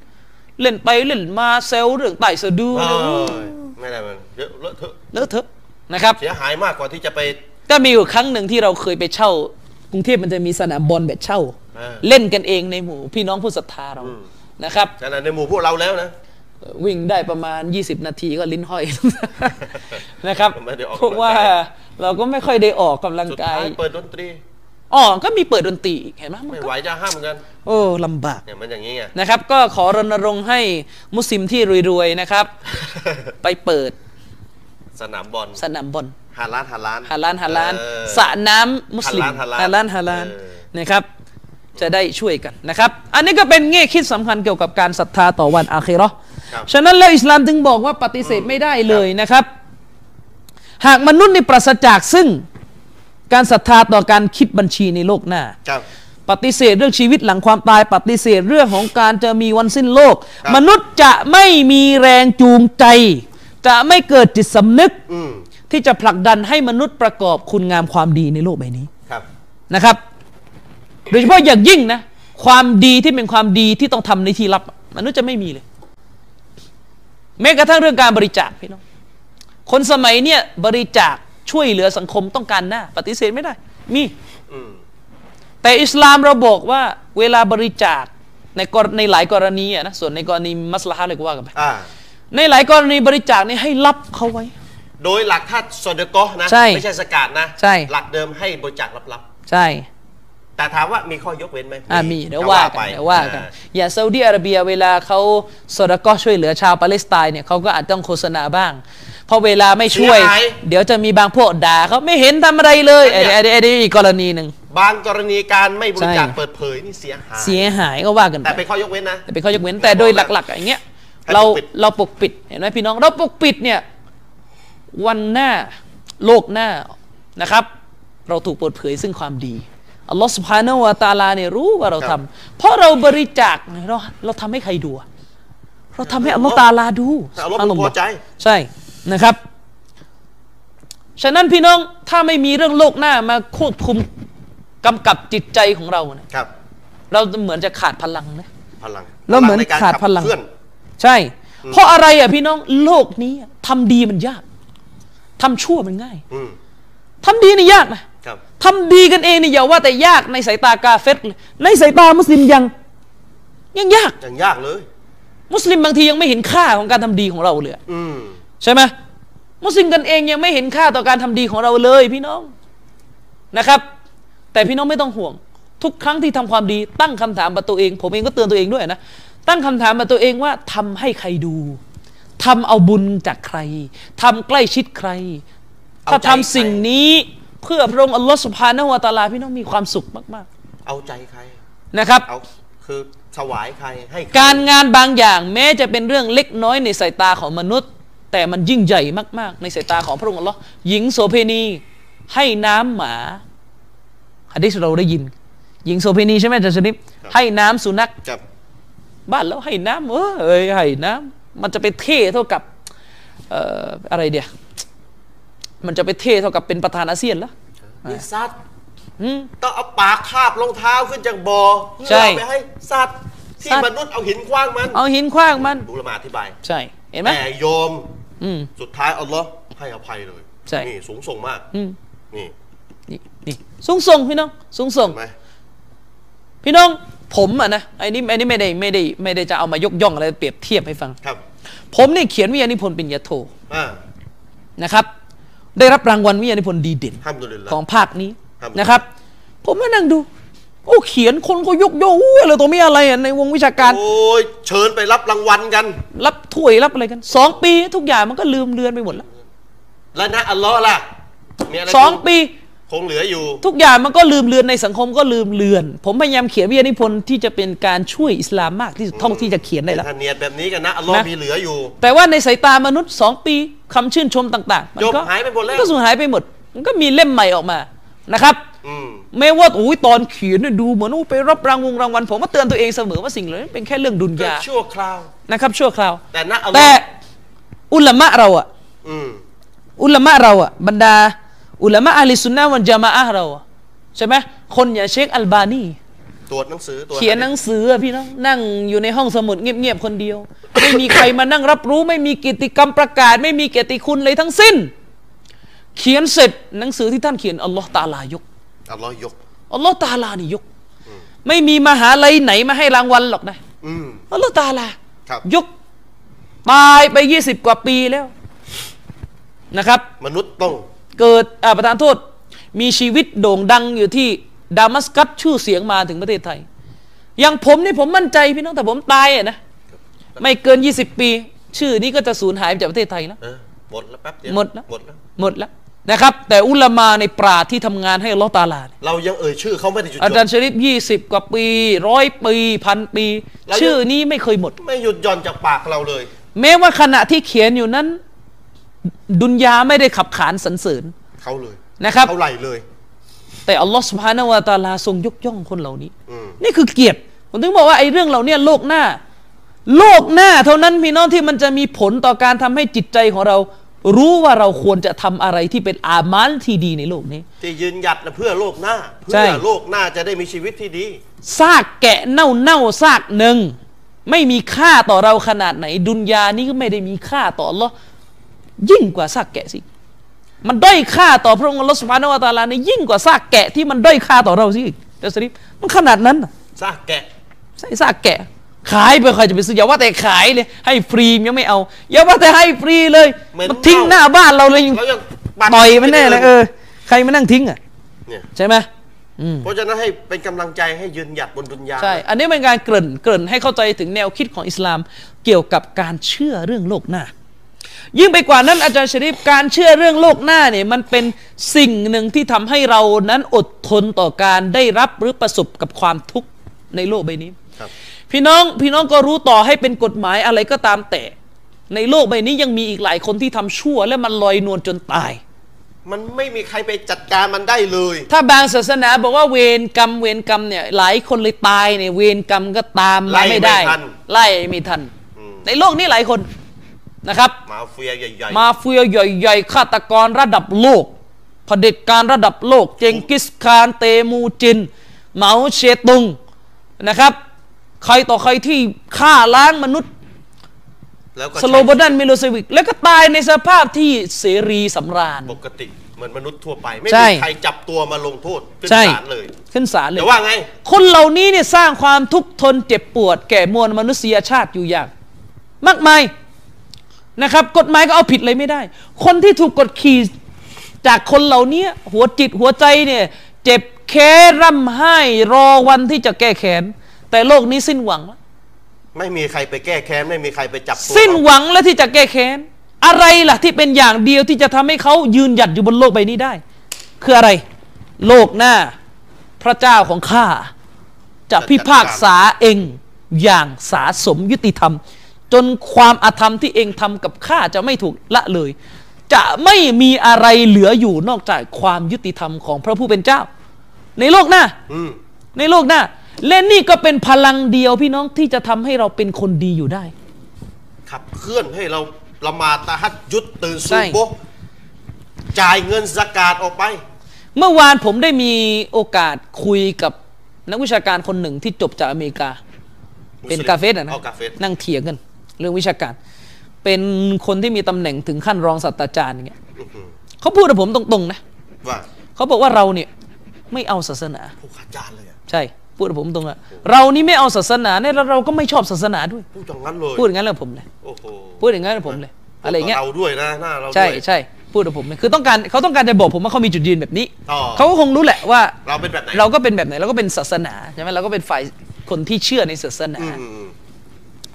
เล่นไปเล่นมาเซลเรื่องไต่สะดือ
เอ
เรื่อง
อไม่ได้มันเยอะเลอะเทอะ
เลอะเทอะนะครับ
เสียหายมากกว่าที่จะไป
ก็มีอยู่ครั้งหนึ่งที่เราเคยไปเช่า กรุงเทพมันจะมีสนามบอลแบบเช่า
เออ
เล่นกันเองในหมู่พี่น้องผู้ศรัทธาเรานะครับ
ขนาดในหมู่พวกเราแล้วนะ
วิ่งได้ประมาณ 20 นาทีก็ลิ้นห้อย [LAUGHS] นะครับ
ไม่ได้ออกกำลังกาย
เพราะว่าเราก็ไม่ค่อยได้ออกกำลัง
สุด
กา
ท้าย ยเปิดดนตรี
อ๋อก็มีเปิดดนตรีอีกเห็นไหมมัน
ไม่
ก็
ไหวจะห้ามกัน
โอ้ลำบาก
เนี่ยมันอย่างนี้ไง
นะครับ ก็ขอรณรงค์ให้มุสลิมที่รวยๆนะครับ [LAUGHS] ไปเปิด
สนามบอล
สนามบอล
ฮาลานฮาลาน
ฮาลานฮาลาน
เออ
สระน้ำมุสลิม
ฮาลาลฮาลาล
ลานฮาลาล
เออ
นะครับ จะได้ช่วยกันนะครับ อันนี้ก็เป็นแง่คิดสำคัญเกี่ยวกับการศรัทธาต่อวันอาคีเราะห์
ครับ
ฉะนั้นแล้วอิสลามถึงบอกว่าปฏิเสธไม่ได้เลยนะครับ หากมนุษย์ในปราศจากซึ่งการศรัทธาต่อการคิดบัญชีในโลกหน้า
ครับ
ปฏิเสธเรื่องชีวิตหลังความตาย ปฏิเสธเรื่องของการจะมีวันสิ้นโลก
ครับ
มนุษย์จะไม่มีแรงจูงใจ จะไม่เกิดจิตสำนึก
อืม
ที่จะผลักดันให้มนุษย์ประกอบคุณงามความดีในโลกใบนี้
ครับ
นะครับโดยเฉพาะอย่างยิ่งนะ ความดีที่เป็นความดีที่ต้องทำในที่ลับอะมนุษย์จะไม่มีเลย แม้กระทั่งเรื่องการบริจาคพี่น้องคนสมัยเนี่ยบริจาคช่วยเหลือสังคมต้องการหน้า ปฏิเสธไม่ได้ มี
อืม
แต่อิสลามเราบอกว่าเวลาบริจาคในกรในหลายกรณีอะนะส่วนในกรณีมัสลาฮะเลยก็ว่ากันไป
อ่า
ในหลายกรณีบริจาคนี่ให้ลับเขาไว้
โดยหลักถ้าโซเดกอนะ
ใช่
ไม่ใช่สกาดนะ
ใช่
หลักเดิมให้บริจาคลับ
ใช่
ๆ แต่ถามว่ามีข้อยกเว้นไหม
อ่ามีเดี๋ยวว่ากันเดี๋ยวว่ากัน อย่างซาอุดีอาระเบียเวลาเขาสดก็ช่วยเหลือชาวปาเลสไตน์เนี่ยเขาก็อาจต้องโฆษณาบ้าง เพราะเวลาไม่ช่วย เดี๋ยวจะมีบางพวกด่าเขาไม่เห็นทำอะไรเลยไอ้ไอ้ไอ้ไอ้อีกกรณีหนึ่ง
บางกรณีการไม่บริจาค
ใช่
เปิดเผยนี่เสียหาย
เสียหายก็ว่ากันไป
แต่เป็นข้อยกเว้นนะ
แต่เป็นข้อยกเว้นแต่โดยหลักๆอย่างเงี้ย
ให้
เรา
ปกปิด
เราปกปิดเห็นไหมพี่น้องเราปกปิดเนี่ยวันหน้าโลกหน้านะครับ เราถูกเปิดเผยซึ่งความดีอัลลอฮฺสุบฮานาวะตะอาลาเนี่ยรู้ว่าเราทำเพราะเราบริจาคเนี่ยเราเราทำให้ใครดูอะเราทำให้อัลลอฮฺตะอาลาดู
แต่อัลลอฮ์ไม่พอใจ
ใช่นะครับ ฉะนั้นพี่น้องถ้าไม่มีเรื่องโลกหน้ามาควบคุมกำกับจิตใจของเราเนี่ย
ครับ
เราเหมือนจะขาดพลังนะ
พลัง
แล้วเหมือน
พใกร
ขาดพลัง
ขับเคลื่อน
ใช่ เพราะอะไรอ่ะพี่น้องโลกนี้อะทำดีมันยากทำชั่วมันง่าย
อืม
ทำดีนี่ยากนะครับ ทำดีกันเองนี่อย่าว่าแต่ยากในสายตากาเฟตเลยในสายตามุสลิมยัง ยังยาก
อย่างยากเลย
มุสลิมบางทียังไม่เห็นค่าของการทำดีของเราเลยอะ
อืม
ใช่ไหมมุสลิมกันเองยังไม่เห็นค่าต่อการทำดีของเราเลย พี่น้องนะครับ แต่พี่น้องไม่ต้องห่วง ทุกครั้งที่ทำความดีตั้งคำถามกับตัวเอง ผมเองก็เตือนตัวเองด้วยนะตั้งคำถามกับตัวเองว่าทำให้ใครดูทำเอาบุญจากใครทำใกล้ชิดใคร ถ้าทำสิ่งนี้เพื่อพระองค์อัลลอฮฺสุบฮานะฮูวะตะอาลาพี่น้องมีความสุขมาก
เอาใจใคร
ๆนะครับ
เอาคือถวายใครให้ใค
การงานบางอย่างแม้จะเป็นเรื่องเล็กน้อยในสายตาของมนุษย์ แต่มันยิ่งใหญ่มาก ๆ ในสายตาของพระองค์อัลลอฮ์หญิงโสเภณีให้น้ำหมาฮะดิษเราได้ยิน หญิงโสเภณีใช่ไหมอาจารย์ชนิปให้น้ำสุนัข
กับ
บ้านแล้วให้น้ำเออเอ้ยให้น้ำมันจะไปเท่เท่ากับเอ่ออะไรเดียวมันจะไปเท่เท่ากับเป็นประธานอาเซียนแล้ว
นี่สัตว์
อืม
ต้องเอาปากคาบรองเท้าขึ้นจากบ่อเพื่อ
ใช่
เอาไปให้สัตว์ที่
สัตว์
มนุษย์เอาหินคว้างมัน
เอาหินขว้างมัน
ดูละมาอธิบาย
ใช่ เห็นไหม
แต่โยม
อืม
สุดท้ายอัลลอฮ์ให้อภัยเลย
ใช่
นี่สูงส่งมาก
อืม
นี่
นี่นี่สูงส่งพี่น้องสูงส่ง
เห็นไหม
พี่น้องผมอะนะไอ้นี่ไอ้นี่ไม่ได้ไม่ได้ไม่ได้จะเอามายกย่องอะไรเปรียบเทียบให้ฟัง
ครับ
ผมเนี่ยเขียนวิทยานิพนธ์ปริญญาโท
อ่า
นะครับ ได้รับรางวัลวิทยานิพนธ์ดีเด่น
ห้ามดุลิลละ
ของภาคนี้
ครับ
นะครับ ผมมานั่งดู โอ้เขียนคนก็ยกย่องอู้อะไรตัวมีอะไรอะในวงวิชาการ
โอ้ยเชิญไปรับรางวัลกัน
รับถ้วยรับอะไรกันสองปีทุกอย่างมันก็ลืมเลือนไปหมดแล้ว
แล้วนะอัลลอฮ์ล่ะมีอะไร
สองปี
คงเหลืออยู่
ทุกอย่างมันก็ลืมเลือนในสังคมก็ลืมเลือน ผมพยายามเขียนวิทยานิพนธ์ที่จะเป็นการช่วยอิสลามมากที่สุดเท่าที่จะเขียนได้แล้ว
ถ้าเนียดแบบนี้กันนะอัลลอฮ์
นะ
มีเหลืออยู่
แต่ว่าในสายตามนุษย์ 2 ปีคำชื่นชมต่างๆ มันก็
จบหายไปหมดแล้ว
นก็สูญหายไปหมด มันก็มีเล่มใหม่ออกมานะครับ
อืม
ไม่ว่าโอ้ยตอนเขียนเนี่ยดูเหมือนโอ้ไปรับรางวงรางวัลผมก็เตือนตัวเองเสมอว่าสิ่งเหล่านี้เป็นแค่เรื่องดุนยา
ชั่วคราว
นะครับ ชั่วคราว
แต่นะอัลลอ
แต่
ฮ์
อุลามะเราอะ
อืม
อุลามะเราอะบรรดา อุลามะอาลีซุนนะฮ์วันจามะอะฮ์เราอะใช่ไหมคนอย่างเชคอัลบานี
ตรวจหนังสือตรวจ
เขียนหนังสืออะพี่น้องนั่งอยู่ในห้องสมุดเงียบๆคนเดียว ไม่มีใครมานั่งรับรู้ ไม่มีกิจกรรมประกาศ ไม่มีเกียรติคุณเลยทั้งสิ้น เขียนเสร็จหนังสือที่ท่านเขียนอัลลอฮ์ตะอาลายก
อัลลอฮ์ยก
อัลลอฮ์ตะอาลานี่ยก ไม่มีมหาลัยไหนมาให้รางวัลหรอกนะ
อืม
อัลลอฮ์ตะอาลา
ครับ
ยกตายไปยี่สิบกว่าปีแล้วนะครับ
มนุษย์ต้อง
เกิดอ่าประธานโทษ มีชีวิตโด่งดังอยู่ที่ดามัสกัสชื่อเสียงมาถึงประเทศไทย อย่างผมนี่ผมมั่นใจพี่น้องแต่ผมตายอะนะ ไม่เกิน 20 ปี ชื่อนี้ก็จะสูญหายไปจากประเทศไทยแล้ว
เออหมดแล้วแป๊บเดียว
หมดแล้ว
หมดแล้ว
หมดแล้วนะครับ แต่อุลามาในปราชญ์ที่ทำงานให้อัลลอฮ์ตะอาลาเนี่ย
เรายังเอ่ยชื่อเขาไม่ได้จุด
อา
จ
จาร
บ
ย์ชริฟยี่สิบกว่าปีร้อยปีพันปี
แล้ว
ชื่อนี้ไม่เคยหมด
ไม่หยุดหย่อนจากปากเราเลย
แม้ว่าขณะที่เขียนอยู่นั้น ดุนยาไม่ได้ขับขานสรรเสริญ
เขาเลย
นะครับ
เท่าไหร่เลย
แต่อัลลอฮ์สุบฮานาวะตะอาลาทรงยกย่องคนเหล่านี้
อืม
นี่คือเกียรติผมถึงบอกว่าไอ้เรื่องเหล่าเนี้ยโลกหน้า โลกหน้าเท่านั้นพี่น้องที่มันจะมีผลต่อการทำให้จิตใจของเรา รู้ว่าเราควรจะทำอะไรที่เป็นอามัลที่ดีในโลกนี้
ที่ยืนหยัดนะเพื่อโลกหน้า
ใช่
เพื่อโลกหน้าจะได้มีชีวิตที่ดี
ซากแกะเน่าเน่าๆซากหนึ่ง ไม่มีค่าต่อเราขนาดไหน ดุนยานี้ก็ไม่ได้มีค่าต่ออัลลอฮ์ยิ่งกว่าซากแกะสิ มันด้อยค่าต่อพระองค์อัลลอฮ์สุบฮานาวะตะอาลาเนี่ยยิ่งกว่าซากแกะที่มันด้อยค่าต่อเราสิเจ้าสริปมันขนาดนั้นน่ะ
ซากแกะ
ใส่ซากแกะ ขายไปใครจะไปซื้ออย่าว่าแต่ขายเลย ให้ฟรียังไม่เอาอย่าว่าแต่ให้ฟรีเลย
เหม็น
มันทิ้งห
เน่า
น้าบ้านเราเลยยัง
เรายังปัด
ต่อยมันแน่เลยเออใครมานั่งทิ้งอ่ะ
เนี่ย
ใช่ไหมอืม
เพราะฉะนั้นให้เป็นกำลังใจให้ยืนหยัดบนดุนยา
ใช่อันนี้เป็นการเกริ่นเกริ่นให้เข้าใจถึงแนวคิดของอิสลาม เกี่ยวกับการเชื่อเรื่องโลกหน้า ยิ่งไปกว่านั้นอาจารย์ชริฟการเชื่อเรื่องโลกหน้าเนี่ยมันเป็นสิ่งหนึ่งที่ทำให้เรานั้นอดทนต่อการได้รับหรือประสบกับความทุกข์ในโลกใบนี้
ครับ
พี่น้องพี่น้องก็รู้ต่อให้เป็นกฎหมายอะไรก็ตามแต่ ในโลกใบนี้ยังมีอีกหลายคนที่ทำชั่ว และมันลอยนวลจนตาย
มันไม่มีใครไปจัดการมันได้เลย
ถ้าบางศาสนาบอกว่าเวรกรรมเวรกรรมเนี่ยหลายคนเลยตายเนี่ยเวรกรรมก็ตามมาไม่ได้
ไล่ไม่ทัน
ไล่ไม่ทัน ในโลกนี้หลายคนนะครับ
มาเฟียใหญ่ๆ
มาเฟียใหญ่ๆฆาตกรระดับโลกเผด็จการระดับโลก เจงกิสคานเตมูจิน เหมาเชตุงนะครับ ใครต่อใครที่ฆ่าล้างมนุษย์
แล้วก็
สโลโบดันมิโลเซวิก แล้วก็ตายในสภาพที่เสรีสำราญ
ปกติ เหมือนมนุษย์ทั่วไปไม่
ใช่
มีใครจับตัวมาลงโทษขึ้น
ใช่
ศาลเลย
ขึ้นศาลเลย
แต่ว่าไง
คนเหล่านี้เนี่ยสร้างความทุกข์ทนเจ็บปวด แก่มวลมนุษยชาติอยู่อย่าง มากมายนะครับ กฎหมายก็เอาผิดเลยไม่ได้ คนที่ถูกกดขี่จากคนเหล่านี้หัวจิตหัวใจเนี่ย เจ็บแค้นร่ำไห้รอวันที่จะแก้แค้นแต่โลกนี้สิ้นหวังแล้ว
ไม่มีใครไปแก้แค้นไม่มีใครไปจับตัว
สิ้น
เขา
หวังแล้วที่จะแก้แค้น อะไรล่ะที่เป็นอย่างเดียวที่จะทำให้เขายืนหยัดอยู่บนโลกใบนี้ได้ คืออะไร โลกหน้า พระเจ้าของข้า จะพิพากษาเองอย่างสาสมยุติธรรม จนความอาธรรมที่เองทำกับข้าจะไม่ถูกละเลย จะไม่มีอะไรเหลืออยู่นอกจากความยุติธรรมของพระผู้เป็นเจ้า ในโลกหน้า
อืม
ในโลกหน้าและนี่ก็เป็นพลังเดียวพี่น้องที่จะทำให้เราเป็นคนดีอยู่ได้
ขับเคลื่อนให้เราละหมาดตะฮัดยุดตื่น
ใช่
สู่โบะจ่ายเงินสกาดออกไป
เมื่อวานผมได้มีโอกาสคุยกับนักวิชาการคนหนึ่งที่จบจากอเมริกา เป็นกาเฟสอะนะ
เอากาเฟส
นั่งเถียงกัน เรื่องวิชาการ เป็นคนที่มีตำแหน่งถึงขั้นรองศาสตราจารย์อย่างเงี้ย
อื้อหือ
เขาพูดกับผมตรงๆนะ
ว่า
เขาบอกว่าเราเนี่ยไม่เอาศาสนา
ผู้ขาจารย์เลยอะ
ใช่พูดกับผมตรงอะเรานี่ไม่เอาศาสนาเนี่ยแล้วเราก็ไม่ชอบศาสนาด้วย
พูดอย่างนั้นเลย
พูดอย่างนั้นเลยผมเลย
โอ้โห
พูดอย่างนั้นเลยผมเลยอะไรอย่างเงี้ย
เราด้วยนะหน้าเราด้วย
ใช่ใช่พูดกับผมเลยคือต้องการเขาต้องการจะบอกผมว่าเขามีจุดยืนแบบนี้
อ๋อ
เขาก็คงรู้แหละว่า
เราเป็นแบบไหน
เราก็เป็นแบบไหนเราก็เป็นศาสนาใช่ไหมเราก็เป็นฝ่ายคนที่เชื่อในศาสนา
อืม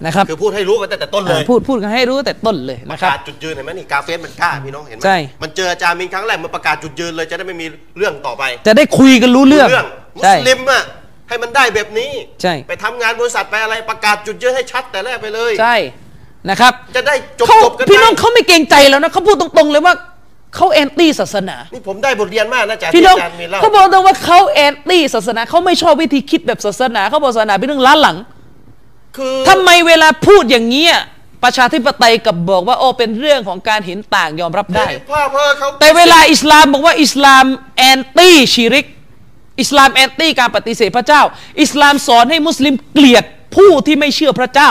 นะครับ
คือพูดให้รู้กันตั้งแต่ต้นเล
เอย อพูดพูดกันให้รู้ตั้งแต่ต้นเลย
ป
นะ
ระ
ครับ
กาศจุดยืนเห็นไหมนี่กาเฟสมันกล้าพี่น้องเห็นไหม
ใช่
มันเจออาจารย์มินครั้งแรกมันประกาศจุดยืนเลยจะได้ไม่มีเรื่องต่อไป
จะได้คุยกันรู้เรื่อง
เรื่องมุ
ใช่
สลิมอ่ะให้มันได้แบบนี้
ใช่
ไปทำงานบริษัทไปอะไรประกาศจุดยืนให้ชัดแต่แรกไปเลย
ใช่นะครับ
จะได้จบ
เขา
จบกันไป
พี่น้องเขาไม่เกรงใจแล้วนะเขาพูดตรงๆเลยว่าเขาแอนตี้ศาสนา
นี่ผมได้บทเรียนมากนะอาจ๊ะ
พี่
ที่
น้อง
อาจารย์มีเล่า
เขาบอกตรงว่าเขาแอนตี้ศาสนาเขาไม่ชอบวิธีคิดแบบศาสนาเขาบอกศาสนาเป็นเรื่องล้าหลัง
คือ
ทำไมเวลาพูดอย่างนี้ยประชาธิปไตยกับบอกว่าโอ้เป็นเรื่องของการเห็นต่างยอมรับได้
พ่อพ่อเขา
แต่เวลาอิสลามบอกว่าอิสลามแอนตี้ชิริก อิสลามแอนตี้การปฏิเสธพระเจ้า อิสลามสอนให้มุสลิมเกลียดผู้ที่ไม่เชื่อพระเจ้า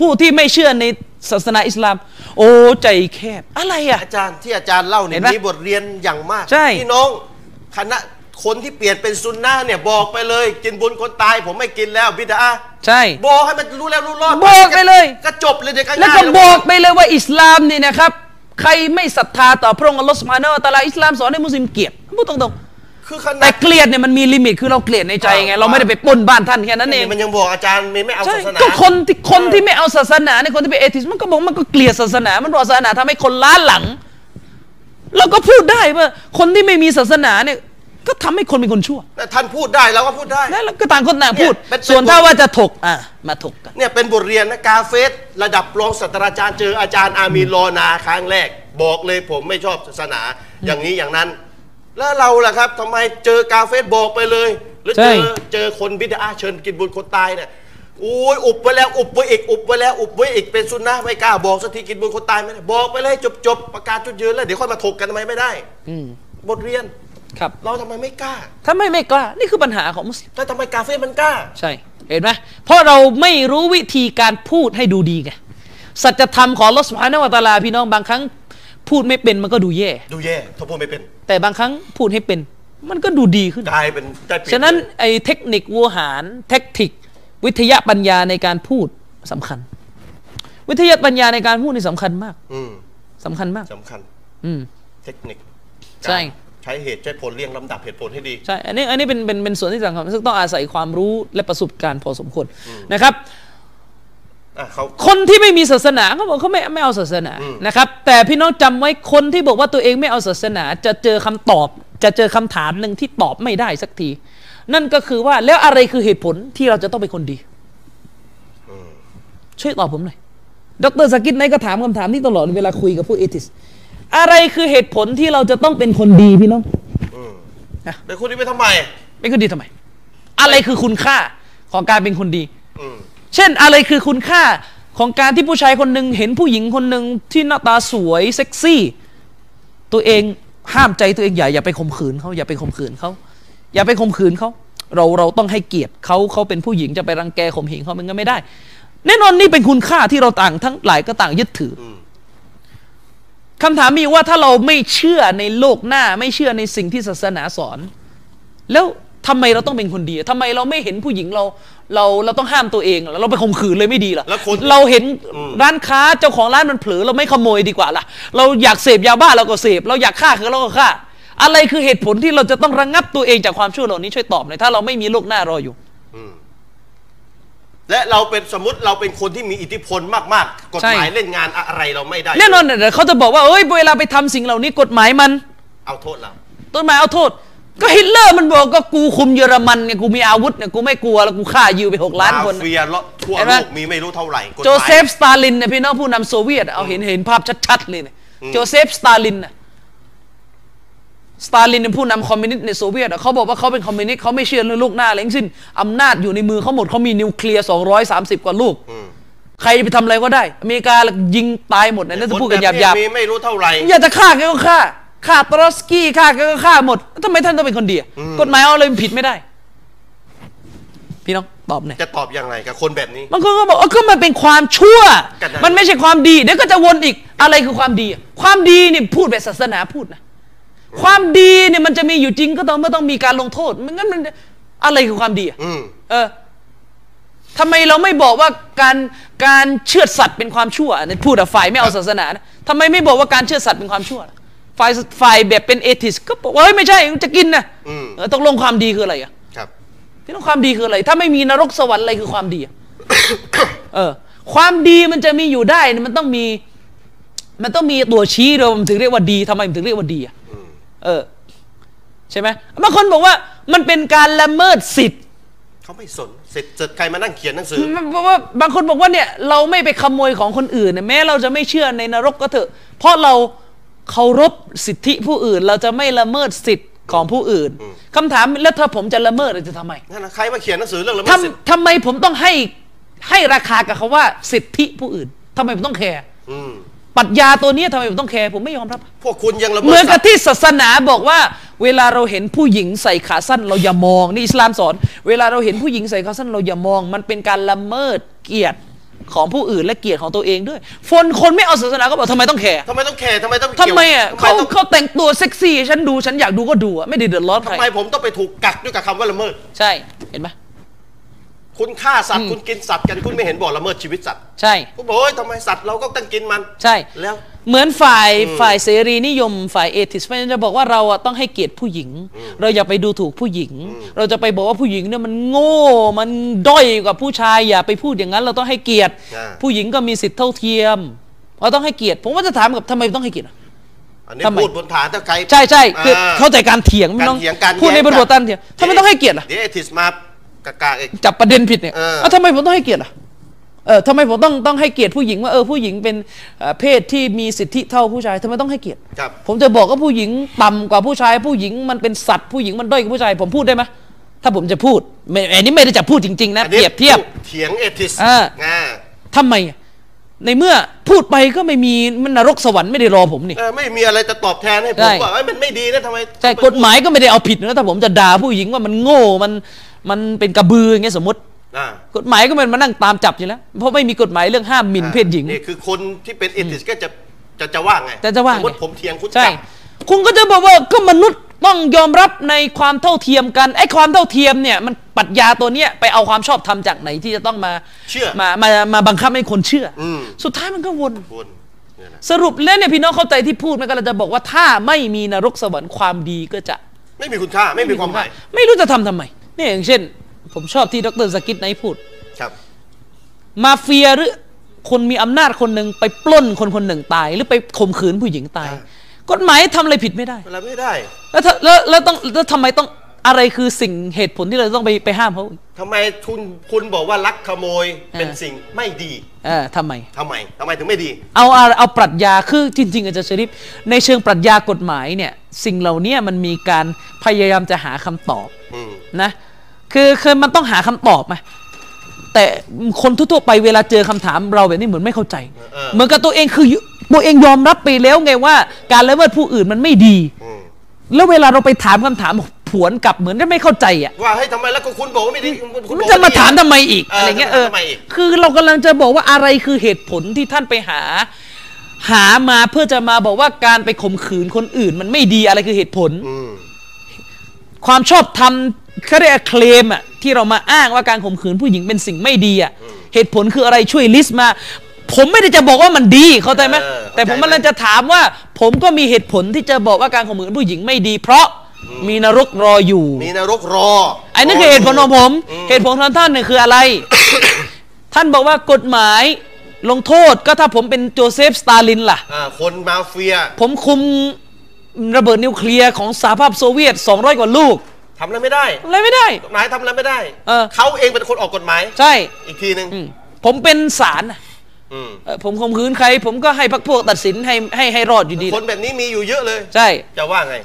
ผู้ที่ไม่เชื่อในศาสนาอิสลาม โอ้ใจแคบอะไรอ่ะ
อาจารย์ที่อาจารย์เล่าเนี่ย
เห็นไหม
มีบทเรียนอย่างมาก
ใช่
พี่น้องคณะคนที่เปลี่ยนเป็นซุนนะห์เนี่ยบอกไปเลย กินบุญคนตายผมไม่กินแล้วบิดา
ใช่
บอกให้มันรู้แล้วรู้รอด
บอกไปเลย
ก็จบเลยเด็ก
แล้วก็บอกไปเลยว่าอิสลามนี่นะครับ ใครไม่ศรัทธาต่อพระองค์อัลลอฮฺสุบฮานะฮูวะตะอาลาอิสลามสอนให้มุสลิมเกลียดพูดตรง
คือข
ๆ
นา
แต่
ด
เกลียดเนี่ยมันมีลิมิตคือเราเกลียดในใจไง
อ่า
เราไม่ได้ไปปล้นบ้านท่านแค่นั้นเอง
มันยังบอกอาจารย์มีไม่เอา
ใช่
ศาสนา
ก็คนที่คนที่ไม่เอาศาสนาในยคนที่เป็นเอทิสมันก็บอกมันก็เกลียดศาสนา มันบอกศาสนาทำให้คนล้าหลัง แล้วก็พูดได้ว่าคนที่ไม่มีศาสนาเนี่ยก็ทำให้คนเป็นคนชั่ว
แต่ท่านพูดได้เราก็พูดได้
แล้วก็ต่างคนต่างพูด
เนี่ยเป็นเป็น
ส่วนถ้าว่าจะถกอ่ะมาถกกัน
เนี่ยเป็นบทเรียนนะกาเฟสระดับรองศาสตราจารย์เจออาจารย์อามีนรอนาครั้งแรก บอกเลยผมไม่ชอบศาสนาอย่างนี้อย่างนั้น แล้วเราล่ะครับทำไมเจอกาเฟสบอกไปเลย หรือ
ใช่
เจอเจอคนบิดาเชิญกินบุญคนตายเนี่ยโอ้ยอุบไว้แล้วอุบไว้อีกอุบไว้แล้วอุบไว้อีกเป็นสุนนะไม่กล้าบอกสักทีกินบุญคนตายไม่ได้บอกไปเลยจบจบๆประกาศจุดยืนแล้วเดี๋ยวค่อยมาถกกันทำไมไม่ได้
อืม
บทเรียน
ครับ
เราทำไมไม่กล้า
ถ้าไม่ไม่กล้านี่คือปัญหาของมุสลิม
แล้วทำไมกาเฟสมันกล้า
ใช่เห็นไหมเพราะเราไม่รู้วิธีการพูดให้ดูดีไงสัจธรรมของลอสพานวตาลาพี่น้องบางครั้ง พูดไม่เป็นมันก็ดูแย่
ดูแย่ถ้าพูดไม่เป็น
แต่บางครั้งพูดให้เป็น มันก็ดูดีขึ้น
กลายเป็นได้เปรียบ
ฉะนั้นไอ้เทคนิควัวหารเทคนิควิทยาปัญญาในการพูดสำคัญ วิทยาปัญญาในการพูดนี่สำคัญมาก
อืม
สำคัญมาก
สำคัญ
อืม
เทคนิค
ใช่
การใช้เหตุใช้ผลเรียงลำดับเหตุผลให้ดี
ใช่ อันนี้อันนี้เป็นเป็นเป็นส่วนที่สำคัญซึ่งต้องอาศัยความรู้และประสบการณ์พอสมควรนะครับ
อ่ะเขา
คนที่ไม่มีศาสนาเขาบอกเขาไม่ไม่เอาศาสนานะครับ แต่พี่น้องจำไว้คนที่บอกว่าตัวเองไม่เอาศาสนา จะเจอคำตอบ จะเจอคำถามหนึ่งที่ตอบไม่ได้สักที นั่นก็คือว่าแล้วอะไรคือเหตุผลที่เราจะต้องเป็นคนดีช่วยตอบผมหน่อยดรสกิตไนท์ก็ถามคำถามนี้ตลอดเวลาคุยกับผู้เอทิสอะไรคือเหตุผลที่เราจะต้องเป็นคนดีพี่น้อง
เดี๋ยวคุณนี่ไปทำไม
เป็นคนดีทำไม อะไรคือคุณค่าของการเป็นคนดี
อืม
เช่นอะไรคือคุณค่าของการที่ผู้ชายคนหนึ่งเห็นผู้หญิงคนหนึ่งที่หน้าตาสวยเซ็กซี่ ตัวเองห้ามใจตัวเองอย่าอย่าไปข่มขืนเขาอย่าไปข่มขืนเขาอย่าไปข่มขืนเขาเราเราต้องให้เกียรติเขาเขาเป็นผู้หญิงจะไปรังแกข่มเหงเขามันก็ไม่ได้ แน่นอนนี่เป็นคุณค่าที่เราต่างทั้งหลายก็ต่างยึดถืออ คำถามมีอยู่ว่าถ้าเราไม่เชื่อในโลกหน้า ไม่เชื่อในสิ่งที่ศาสนาสอน แล้วทำไมเราต้องเป็นคนดีทำไมเราไม่เห็นผู้หญิงเรา เราเราต้องห้ามตัวเองเหรอเราไปข่มขืนเลยไม่ดีเหรอ
แล้วคน
เราเห็นร้านค้าเจ้าของร้านมันเผลอเราไม่ขโมยดีกว่าล่ะ เราอยากเสพยาบ้าเราก็เสพ เราอยากฆ่าคือเราก็ฆ่า อะไรคือเหตุผลที่เราจะต้องระงงับตัวเองจากความชั่วเหล่านี้ช่วยตอบหน่อยถ้าเราไม่มีโลกหน้ารออยู่
และเราเป็นสมมติเราเป็นคนที่มีอิทธิพลมากๆ กฎหมาย
ใช่
เล่นงานอะไรเราไม่ได้
แน่นอนเดี๋ยวเขาจะบอกว่าเอ้ยเวลาไปทำสิ่งเหล่านี้กฎหมายมัน
เอาโทษเรา
ต้นไม้เอาโทษ ก็ฮิตเลอร์มันบอกก็กูคุมเยอรมันไงกูมีอาวุธเนี่ยกูไม่กลัวแล้วกูฆ่ายิวไปหกล้านคน
มาเฟียเลาะทั่ว
เห็น
โล
ไหม
กมีไม่รู้เท่าไหร่กฎหมาย
โจเซฟสตาลินเนี่ยพี่น้องผู้นำโซเวียตเอาเห็นเห็นภาพชัดๆเลยเนี่ยโจเซฟสตาลินน่ะสตาลินเป็นผู้นำคอมมิวนิสต์ในโซเวียตอะเขาบอกว่าเขาเป็นคอมมิวนิสต์เขาไม่เชื่อเรื่องลูกหน้าอะไรทั้งสิ้นอำนาจอยู่ในมือเขาหมดเขามีนิวเคลียร์230 กว่าลูก ใครไปทำอะไรก็ได้ อเมริกายิงตายหมดนะนั่นจะพูดกันหยาบ
มีไม่รู้เท่าไหร่
ๆอยากจะฆ่าแกก็ฆ่าฆ่าตรอสกี้ฆ่าแกก็ฆ่าหมดแล้วทำไมท่านต้องเป็นคนดีอะกฎหมายเอาอะไรมันผิดไม่ได้ พี่น้องตอบหน่อย
จะตอบอย่างไรกับคนแบบนี้
บางคนก็บอกเออก็มันเป็นความชั่ว
ก็นั่น
มันไม่ใช่ความดี เดี๋ยวก็จะวนอีก อะไรคือความดีอะความดีเนี่ยพูดแบบศาสนาพูดนะ ความดีเนี่ยมันจะมีอยู่จริงก็ต้องเมื่อต้องมีการลงโทษไม่งั้นมันอะไรคือความดีอะ
อืม
เออทำไมเราไม่บอกว่าการการเชื่อดสัตว์เป็นความชั่วอันนี้พูดแต่ฝ่ายไม่เอาศาสนานะทำไมไม่บอกว่าการเชื่อดสัตว์เป็นความชั่วล่ะฝ่ายฝ่ายแบบเป็นเอทิสก็บอกว่าเฮ้ยไม่ใช่มันจะกินนะเออตกลงความดีคืออะไรอะ
ครับ
พี่น้องความดีคืออะไร ถ้าไม่มีนรกสวรรค์อะไรคือความ [COUGHS] ดีอะ เออ ความดีมันจะมีอยู่ได้เนี่ยมันต้องมี มันต้องมีตัวชี้เรามันถึงเรียกว่าดีทำไมมันถึงเรียกว่าดีอะเออ ใช่ไหมบางคนบอกว่ามันเป็นการละเมิดสิทธิ์
เขาไม่สนเสร็จเสร็จใครมานั่งเขียนหนังสือ
เพราะว่าบางคนบอกว่าเนี่ยเราไม่ไปขโมยของคนอื่นนะแม้เราจะไม่เชื่อในนรกก็เถอะ เพราะเราเคารพสิทธิผู้อื่น เราจะไม่ละเมิดสิทธิ์ของผู้อื่นคำถามแล้วถ้าผมจะละเมิดเราจะทำไม
นั่นนะใครมาเขียนหนังสือเรื่องละเมิดสิทธิ์
ทำทำไมผมต้องให้ให้ราคากับเขาว่าสิทธิผู้อื่นทำไมผมต้องแคร์
อืม
ปรัชญาตัวเนี้ยทำไมผมต้องแคร์ผมไม่ยอมรับ
พวกคุณยังละเมิ
เหมื
ด
อนกับที่ศาสนาบอกว่า เวลาเราเห็นผู้หญิงใส่ขาสั้น เราอย่ามองนี่อิสลามสอน เวลาเราเห็นผู้หญิงใส่ขาสั้น เราอย่ามอง มันเป็นการละเมิดเกียรติของผู้อื่นและเกียรติของตัวเองด้วยคนคนไม่เอาศาสนาก็บอกทำไมต้องแคร์
ทำไมต้องแคร์ทำไมต้อง
ทำไมอ่ะ
เขา
เขาเขาแต่งตัวเซ็กซี่ฉันดูฉันอยากดูก็ดูอะไม่ได้เดือดร้อนใคร
ทำไมผมต้องไปถูกกักด้วยกับคำว่าละเมิด
ใช่เห็นไหม
คุณฆ่าสัตว์คุณกินสัตว์กันคุณไม่เห็นบอกละเมิดชีวิตสัตว์
ใช่
คุณบอกโอ้ยทำไมสัตว์เราก็ต้องกินมัน
ใช่
แล้ว
เหมือนฝ่ายฝ่ายเสรีนิยมฝ่ายเอทิสเพราะฉะนั้นจะบอกว่าเราอะต้องให้เกียรติผู้หญิง เราอย่าไปดูถูกผู้หญิง เราจะไปบอกว่าผู้หญิงเนี่ยมันโง่ มันด้อยกว่าผู้ชายอย่าไปพูดอย่างนั้น เราต้องให้เกียรติ
อ่า
ผู้หญิงก็มีสิทธิ์เท่าเทียมเราต้องให้เกียรติผมว่าจะถามกับทำไมต้องให้เกียรติอะ
อันนี้
ทำไม
พูดบนฐานถ้าใคร
ใช่ใช่คืออา เข้าใจการเถียงไม่
การ
ต้อง
เถียงการ
พูดในบ
แย้
ท
ง
บาทตันเถียงทำไมต้องให้เกียรติล่ะ
เดี๋ยวเอทิสมากากาอีก
จับประเด็นผิดเนี่ย
เออ
เอ้าทำไมผมต้องให้เกียรติล่ะเออทำไมผมต้องต้องให้เกียรติผู้หญิงว่าเออผู้หญิงเป็นเอ่อเพศที่มีสิทธิเท่าผู้ชายทำไมต้องให้เกียรติ
ครับ
ผมจะบอกว่าผู้หญิงต่ำกว่าผู้ชาย ผู้หญิงมันเป็นสัตว์ผู้หญิงมันด้อยกว่าผู้ชาย ผมพูดได้ไหมถ้าผมจะพูดไม่อันนี้ไม่ได้จะพูดจริง ๆ นะ
อัน
เป
นี้
รียบเทียบ
เถียงเอทิส
อ่า
อ่า
ทำไมอะในเมื่อพูดไปก็ไม่มีมันนรกสวรรค์ไม่ได้รอผมนี่
เออไม่มีอะไรจะตอบแทนให้ผ
ใช่
มว่าเอ้ยมันไม่ดีนะทำไม
ใช่กฎหมายก็ไม่ได้เอาผิดนะถ้าผมจะด่าผู้หญิงว่ามันโง่มันมันเป็นกระบืออย่างเงี้ยสมมติ
อ่าก
ฎหมายก็ไมันมานั่งตามจับอยู่แล้วเพราะไม่มีกฎหมายเรื่องห้ามหมิ่นเพศหญิง
นี่คือคนที่เป็นเอทิสก็จะจะจะว่าไง
จะจะว่า
สมมติ
ไง
ผมเถียงคุณ
ใช่
กลับ
คุณก็จะบอกว่าก็มนุษย์ต้องยอมรับในความเท่าเทียมกันไอ้ความเท่าเทียมเนี่ยมันปรัชญาตัวเนี้ยไปเอาความชอบธรรมจากไหนที่จะต้องมา
เชื่อ
มามามาบังคับให้คนเชื่ออ
ม
สุดท้ายมันก็วน
คนเนี่ยนะ
สรุปแล้วเนี่ยพี่น้องเข้าใจที่พูดไหมันก็จะบอกว่าถ้าไม่มีนรกสวรรค์ความดีก็จะ
ไม่มีคุณค่าไม่มีความหมาย
ไม่รู้จะทำทำไมเนี่ยอย่างเช่น ผมชอบที่ดรสกิตไนท์พูด
ครับ
มาเฟียหรือคนมีอำนาจคนหนึ่งไปปล้นคนคนหนึ่งตาย หรือไปข่มขืนผู้หญิงตาย กฎหมายทำอะไรผิดไม่ได้
อะไรไม่ได้
แล้วถ้าแล้วแล้วต้องแล้วทำไมต้องอะไรคือสิ่งเหตุผลที่เราต้องไปไปห้ามเขาอีก
ทำไมคุณคุณบอกว่าลักขโมยเป็นสิ่งไม่ดี
เออทำไม
ทำไมทำไมถึงไม่ดี
เอาเอาเอาปรัชญาคือจริง ๆอาจารย์ชริปในเชิงปรัชญากฎหมายเนี่ยสิ่งเหล่าเนี้ยมันมีการพยายามจะหาคำตอบ
อืม
นะคือคือมันต้องหาคำตอบมาแต่คนทั่วๆไปเวลาเจอคำถามเราแบบนี้เหมือนไม่เข้าใจ
เออ
เหมือนกับตัวเองคือตัวเองยอมรับไปแล้วไงว่า การละเมิดผู้อื่นมันไม่ดี
อืม
แล้วเวลาเราไปถามคำถามผวนกลับเหมือนจะไม่เข้าใจอ่ะ
ว่าให้ยทำไมแล้วก็คุณบอกว่าไม่ดีคุ
คุณ ณ
บอก
จะ
ว่
มา
ดี
ถามทำไมอีก
เออ
อะไรเงี้ย
จะ
เอ
มา
อ
ทำไมอีก
คือเรากำลังจะบอกว่าอะไรคือเหตุผลที่ท่านไปหา หามาเพื่อจะมาบอกว่าการไปข่มขืนคนอื่น มันไม่ดีอะไรคือเหตุผล
อืม
ความชอบธรรมเขาเรียกเคลมอะที่เรามาอ้างว่าการข่มขืนผู้หญิงเป็นสิ่งไม่ดีอะเหตุผลคืออะไรช่วยลิสต์มา ผมไม่ได้จะบอกว่ามันดีเข้าใจไหม
เออเข้าใจ
แต่ผมกำลังจะถามว่า ผมก็มีเหตุผลที่จะบอกว่าการข่มขืนผู้หญิงไม่ดี เพราะมีนรกรออยู่
มีนรกรอ
อันนี้คือเหตุผลของผม เหตุผลของท่านเนี่ยคืออะไร [COUGHS] ท่านบอกว่ากฎหมายลงโทษก็ถ้าผมเป็นโจเซฟสตาลินล่ะ
อ่าคนมาเฟีย
ผมคุมระเบิดนิวเคลียร์ของสหภาพโซเวียต 200 กว่าลูก
ทำอะไรไม่ได้
อะไรไม่ได้
กฎหมายทำอะไรไม่ได้
เออ
เขาเองเป็นคนออกกฎหมาย
ใช่
อีกทีหนึ่ง
อืมผมเป็นศาลน่ะ
อืม
เอ่อผมข่มขืนใคร ผมก็ให้พักพวกตัดสินให้ให้ให้รอดอยู่ดี
คนแบบนี้มีอยู่เยอะเลย
ใช่
จะว่าไง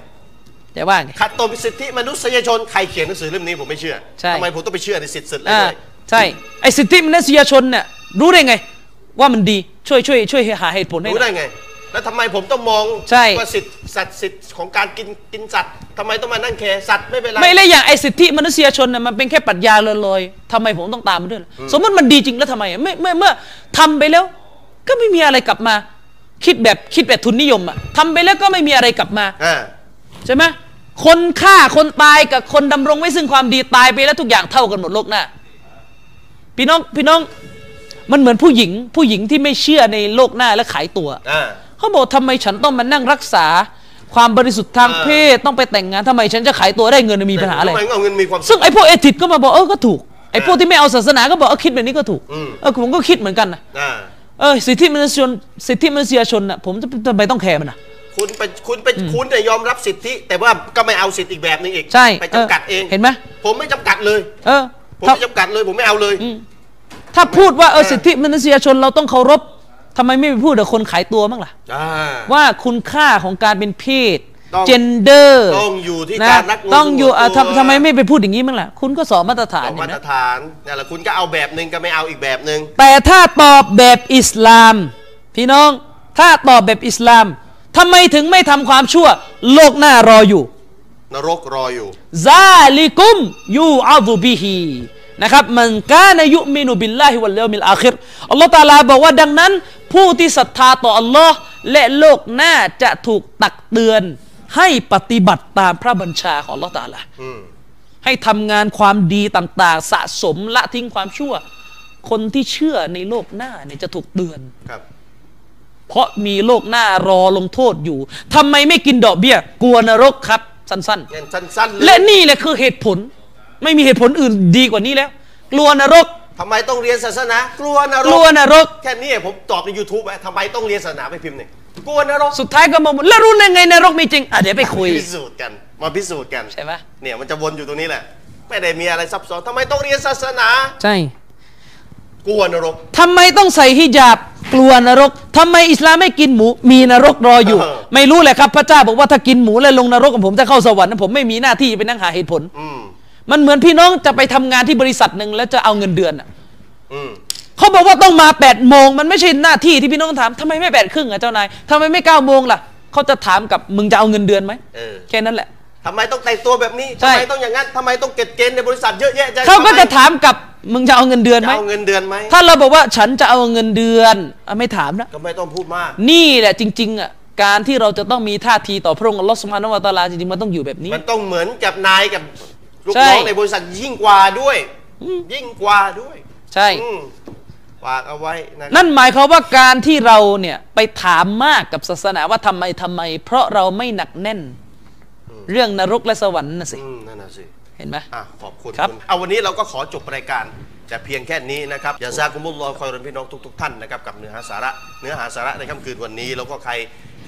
แต่ว่าไง
ขัดต่อสิทธิมนุษยชนใครเขียนหนังสือเล่มนี้ผมไม่เชื่อ
ใช่
ทำไมผมต้องไปเชื่อในสิทธิ์สุดเลย
อ่า
ด้วย
ใช่ไอสิทธิมนุษยชนเนี่ยรู้ได้ไง ว่ามันดีช่วยช่วยช่วยหาเหตุผลให้หน่อย
รู้ได้ไง แล้วทำไมผมต้องมอง
ใช่
ว่าสิทธิ์สัตว์สิทธิ์ของการกินกินสัตว์ทำไมต้องมานั่งแคร์สัตว์ไม่เป็นไร
ไม่เลยอย่างไอสิทธิมนุษยชนน่ะมันเป็นแค่ปรัชญาลอยๆทำไมผมต้องตามมันด้วยล่ะสมมติมันดีจริงแล้วทำไมอ่ะเมื่อเมื่อเมื่อทำไปแล้ว ก็ไม่มีอะไรกลับมา คิดแบบคิดแบบทุนนิยมอ่ะทำไปแล้วก็ไม่มีอะไรกลับมา
อ่า
ใช่ไหมคนฆ่าคนตายกับคนดำรงไว้ซึ่งความดีตายไปแล้วทุกอย่างเท่ากันหมดโลกหน้าพี่น้องพี่น้องมันเหมือนผู้หญิง ผู้หญิงที่ไม่เชื่อในโลกหน้าและขายตัว
อ่า
เขาบอกทำไมฉันต้องมานั่งรักษา ความบริสุทธิ์ทาง
เออ
เพศต้องไปแต่งงานทำไมฉันจะขายตัวได้เงินมีปัญหาอะไร
ทำไมเอาเงินมีความสุข
ซึ่งไอ้พวกเอทิสก็มาบอกเออก็ถูกไอ้พวกที่ไม่เอาศาสนาก็บอกเออคิดแบบนี้ก็ถูก
อืม
เออผมก็คิดเหมือนกันนะ
อ่า
เออสิทธิมนุษยชนสิทธิมนุษยชนน่ะผมจะทำไมต้องแคร์มันน่ะ
คุณเป็นคุณเป็นคุณเนี่ยยอมรับสิทธิ แต่ว่าก็ไม่เอาสิทธิอีกแบบนึงอีก
ใช่
ไปจำกัดเอง
เออเห็นไหม
ผมไม่จำกัดเลย
เออ
ผม
ถ้า
ไม่จำกัดเลยผมไม่เอาเลย
ถ้าพูดว่าเออสิทธิมนุษยชนเราต้องเคารพทำไมไม่ไปพูดกับคนขายตัวบ้างล่ะ
อ่า
ว่าคุณค่าของการเป็นเพศ
ต้อง
เจนเดอร์
ต้องอยู่ที่
นะ
การรักโลก
ต้องอยู่อ่ะ
ส่วนตัว
ทำทำไมไม่ไปพูดอย่างนี้บ้างล่ะ คุณก็สอบมาตรฐาน
สอง
เห็
มาน ต
ไห
ร
ม
ฐานนี่นแหละคุณก็เอาแบบหนึ่งก็ไม่เอาอีกแบบหนึ่ง
แต่ถ้าตอบแบบอิสลาม พี่น้องถ้าตอบแบบอิสลามทำไมถึงไม่ทำความชั่ว โลกหน้ารออยู่
นรกรออยู่
ซาลิกุมยูอาซุบิฮีนะครับมันกานายุมินุบิลลาฮิวัลเลวมิลอาคิรอัลลอฮ์ตะอาลาบอกว่าดังนั้น ผู้ที่ศรัทธาต่ออัลลอฮ์และโลกหน้าจะถูกตักเตือน ให้ปฏิบัติตามพระบัญชาของอัลลอฮ์ตะอาลา
อืม
ให้ทำงานความดีต่างๆ สะสมละทิ้งความชั่ว คนที่เชื่อในโลกหน้าเนี่ยจะถูกเตือน
ครับ
เพราะมีโลกหน้ารอลงโทษอยู่ทำไมไม่กินดอกเบี้ย กลัวนรกครับ สั้น
เงั้นสั้นๆ
ๆ
เล
และ
ย
นี่แหละคือเหตุผล ไม่มีเหตุผลอื่นดีกว่านี้แล้ว กลัวนรก
ทำไมต้องเรียนศาสนากลัวนร
กลัว
ก
นรก
แค่นี้ผมตอบใน YouTube อะทำไมต้องเรียนศาสนาไปพิมพ์เนี่ยกลัวนรก
สุดท้ายก็มาบอกแล้วรู้ได้ไงนรกมีจริงอ่ะเดี๋ยวไปคุย
พิสูจน์กันมาพิสูจน์กัน
ใช่ไหม
เนี่ยมันจะวนอยู่ตรงนี้แหละ ไม่ได้มีอะไรซับซ้อนทำไมต้องเรียนศาสนา
ใช่
กลัวนรก
ทำไมต้องใส่ฮิญาบกลัวนรก ทำไมอิสลามไม่กินหมู มีนรกรออยู่
เออ
ไม่รู้แหละครับพระเจ้าบอกว่าถ้ากินหมูแล้วลงนรกกับผมจะเข้าสวรรค์นะผมไม่มีหน้าที่ไปนั่งหาเหตุผล
อืม
มันเหมือนพี่น้องจะไปทำงานที่บริษัทหนึ่งแล้วจะเอาเงินเดือนน่ะ
อืม
เขาบอกว่าต้องมา8ปดโมงมันไม่ใช่หน้าที่ที่พี่น้องถามทำไมไม่แปดครึ่งอ่ะเจ้านายทำไมไม่9ก้าโมงล่ะเขาจะถามกับมึงจะเอาเงินเดือนไหม
เออ
แค่นั้นแหละ
ทำไมต้องแต่งตัวแบบนี้
ใช่
ทำไมต้องอย่างนั้นทำไมต้องเก็บเกณฑ์ในบริษัทเยอะแยะ
เขาก็จะ
ทำไม
ถามกับมึงจะเอาเงินเดือน
จะ
ไหม
เอาเงินเดือนไหม
ถ้าเราบอกว่าฉันจะเอาเงินเดือนอ่ะไม่ถามนะ
ก็ไม่ต้องพูดมาก
นี่แหละจริงๆอ่ะการที่เราจะต้องมีท่าทีต่อพระองค์อัลลอฮ์สุบฮานะฮูวะตะอาลาจริงๆมันต้องอยู่แบบนี้
มันต้องเหมือนกับนายกับลูก
ใช่
น้องในบริษัทยิ่งกว่าด้วย ยิ่งกว่าด้วย
ใช่
อืมฝากเอาไว้นะครับ
นั่นหมายความว่าการที่เราเนี่ยไปถามมากกับศาสนาว่าทำไมทำไม เพราะเราไม่หนักแน่น เรื่องนรกและสวรรค์น่ะสิ
อืมนั่นน่ะสิ
เห็นไหม
อ่ะขอบคุณ
ครับ
ณเอาวันนี้เราก็ขอจบรายการแต่เพียงแค่นี้นะครับอย่าซากุมุลลอฮ์คอยรอนพี่น้องทุก ๆ ท่านนะครับกับเนื้อหาสาระเนื้อหาสาระในค่ำคืนวันนี้ แล้วก็ใคร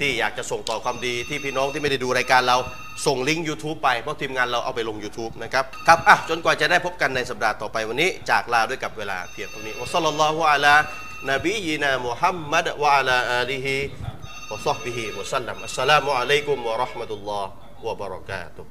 ที่อยากจะส่งต่อความดีที่พี่น้องที่ไม่ได้ดูรายการเราส่งลิงก์ YouTube ไปเพราะทีมงานเราเอาไปลง YouTube นะครับครับอ่ะจนกว่าจะได้พบกันในสัปดาห์ต่อไปวันนี้ จากลาด้วยกับเวลาเพียงเท่านี้วัสสลลัลลอฮุอะลานบียีนามุฮัมมัดวะอะลาอาลีฮิ وصحبه وسلم السلام عليكم ورحمة الله وبركاته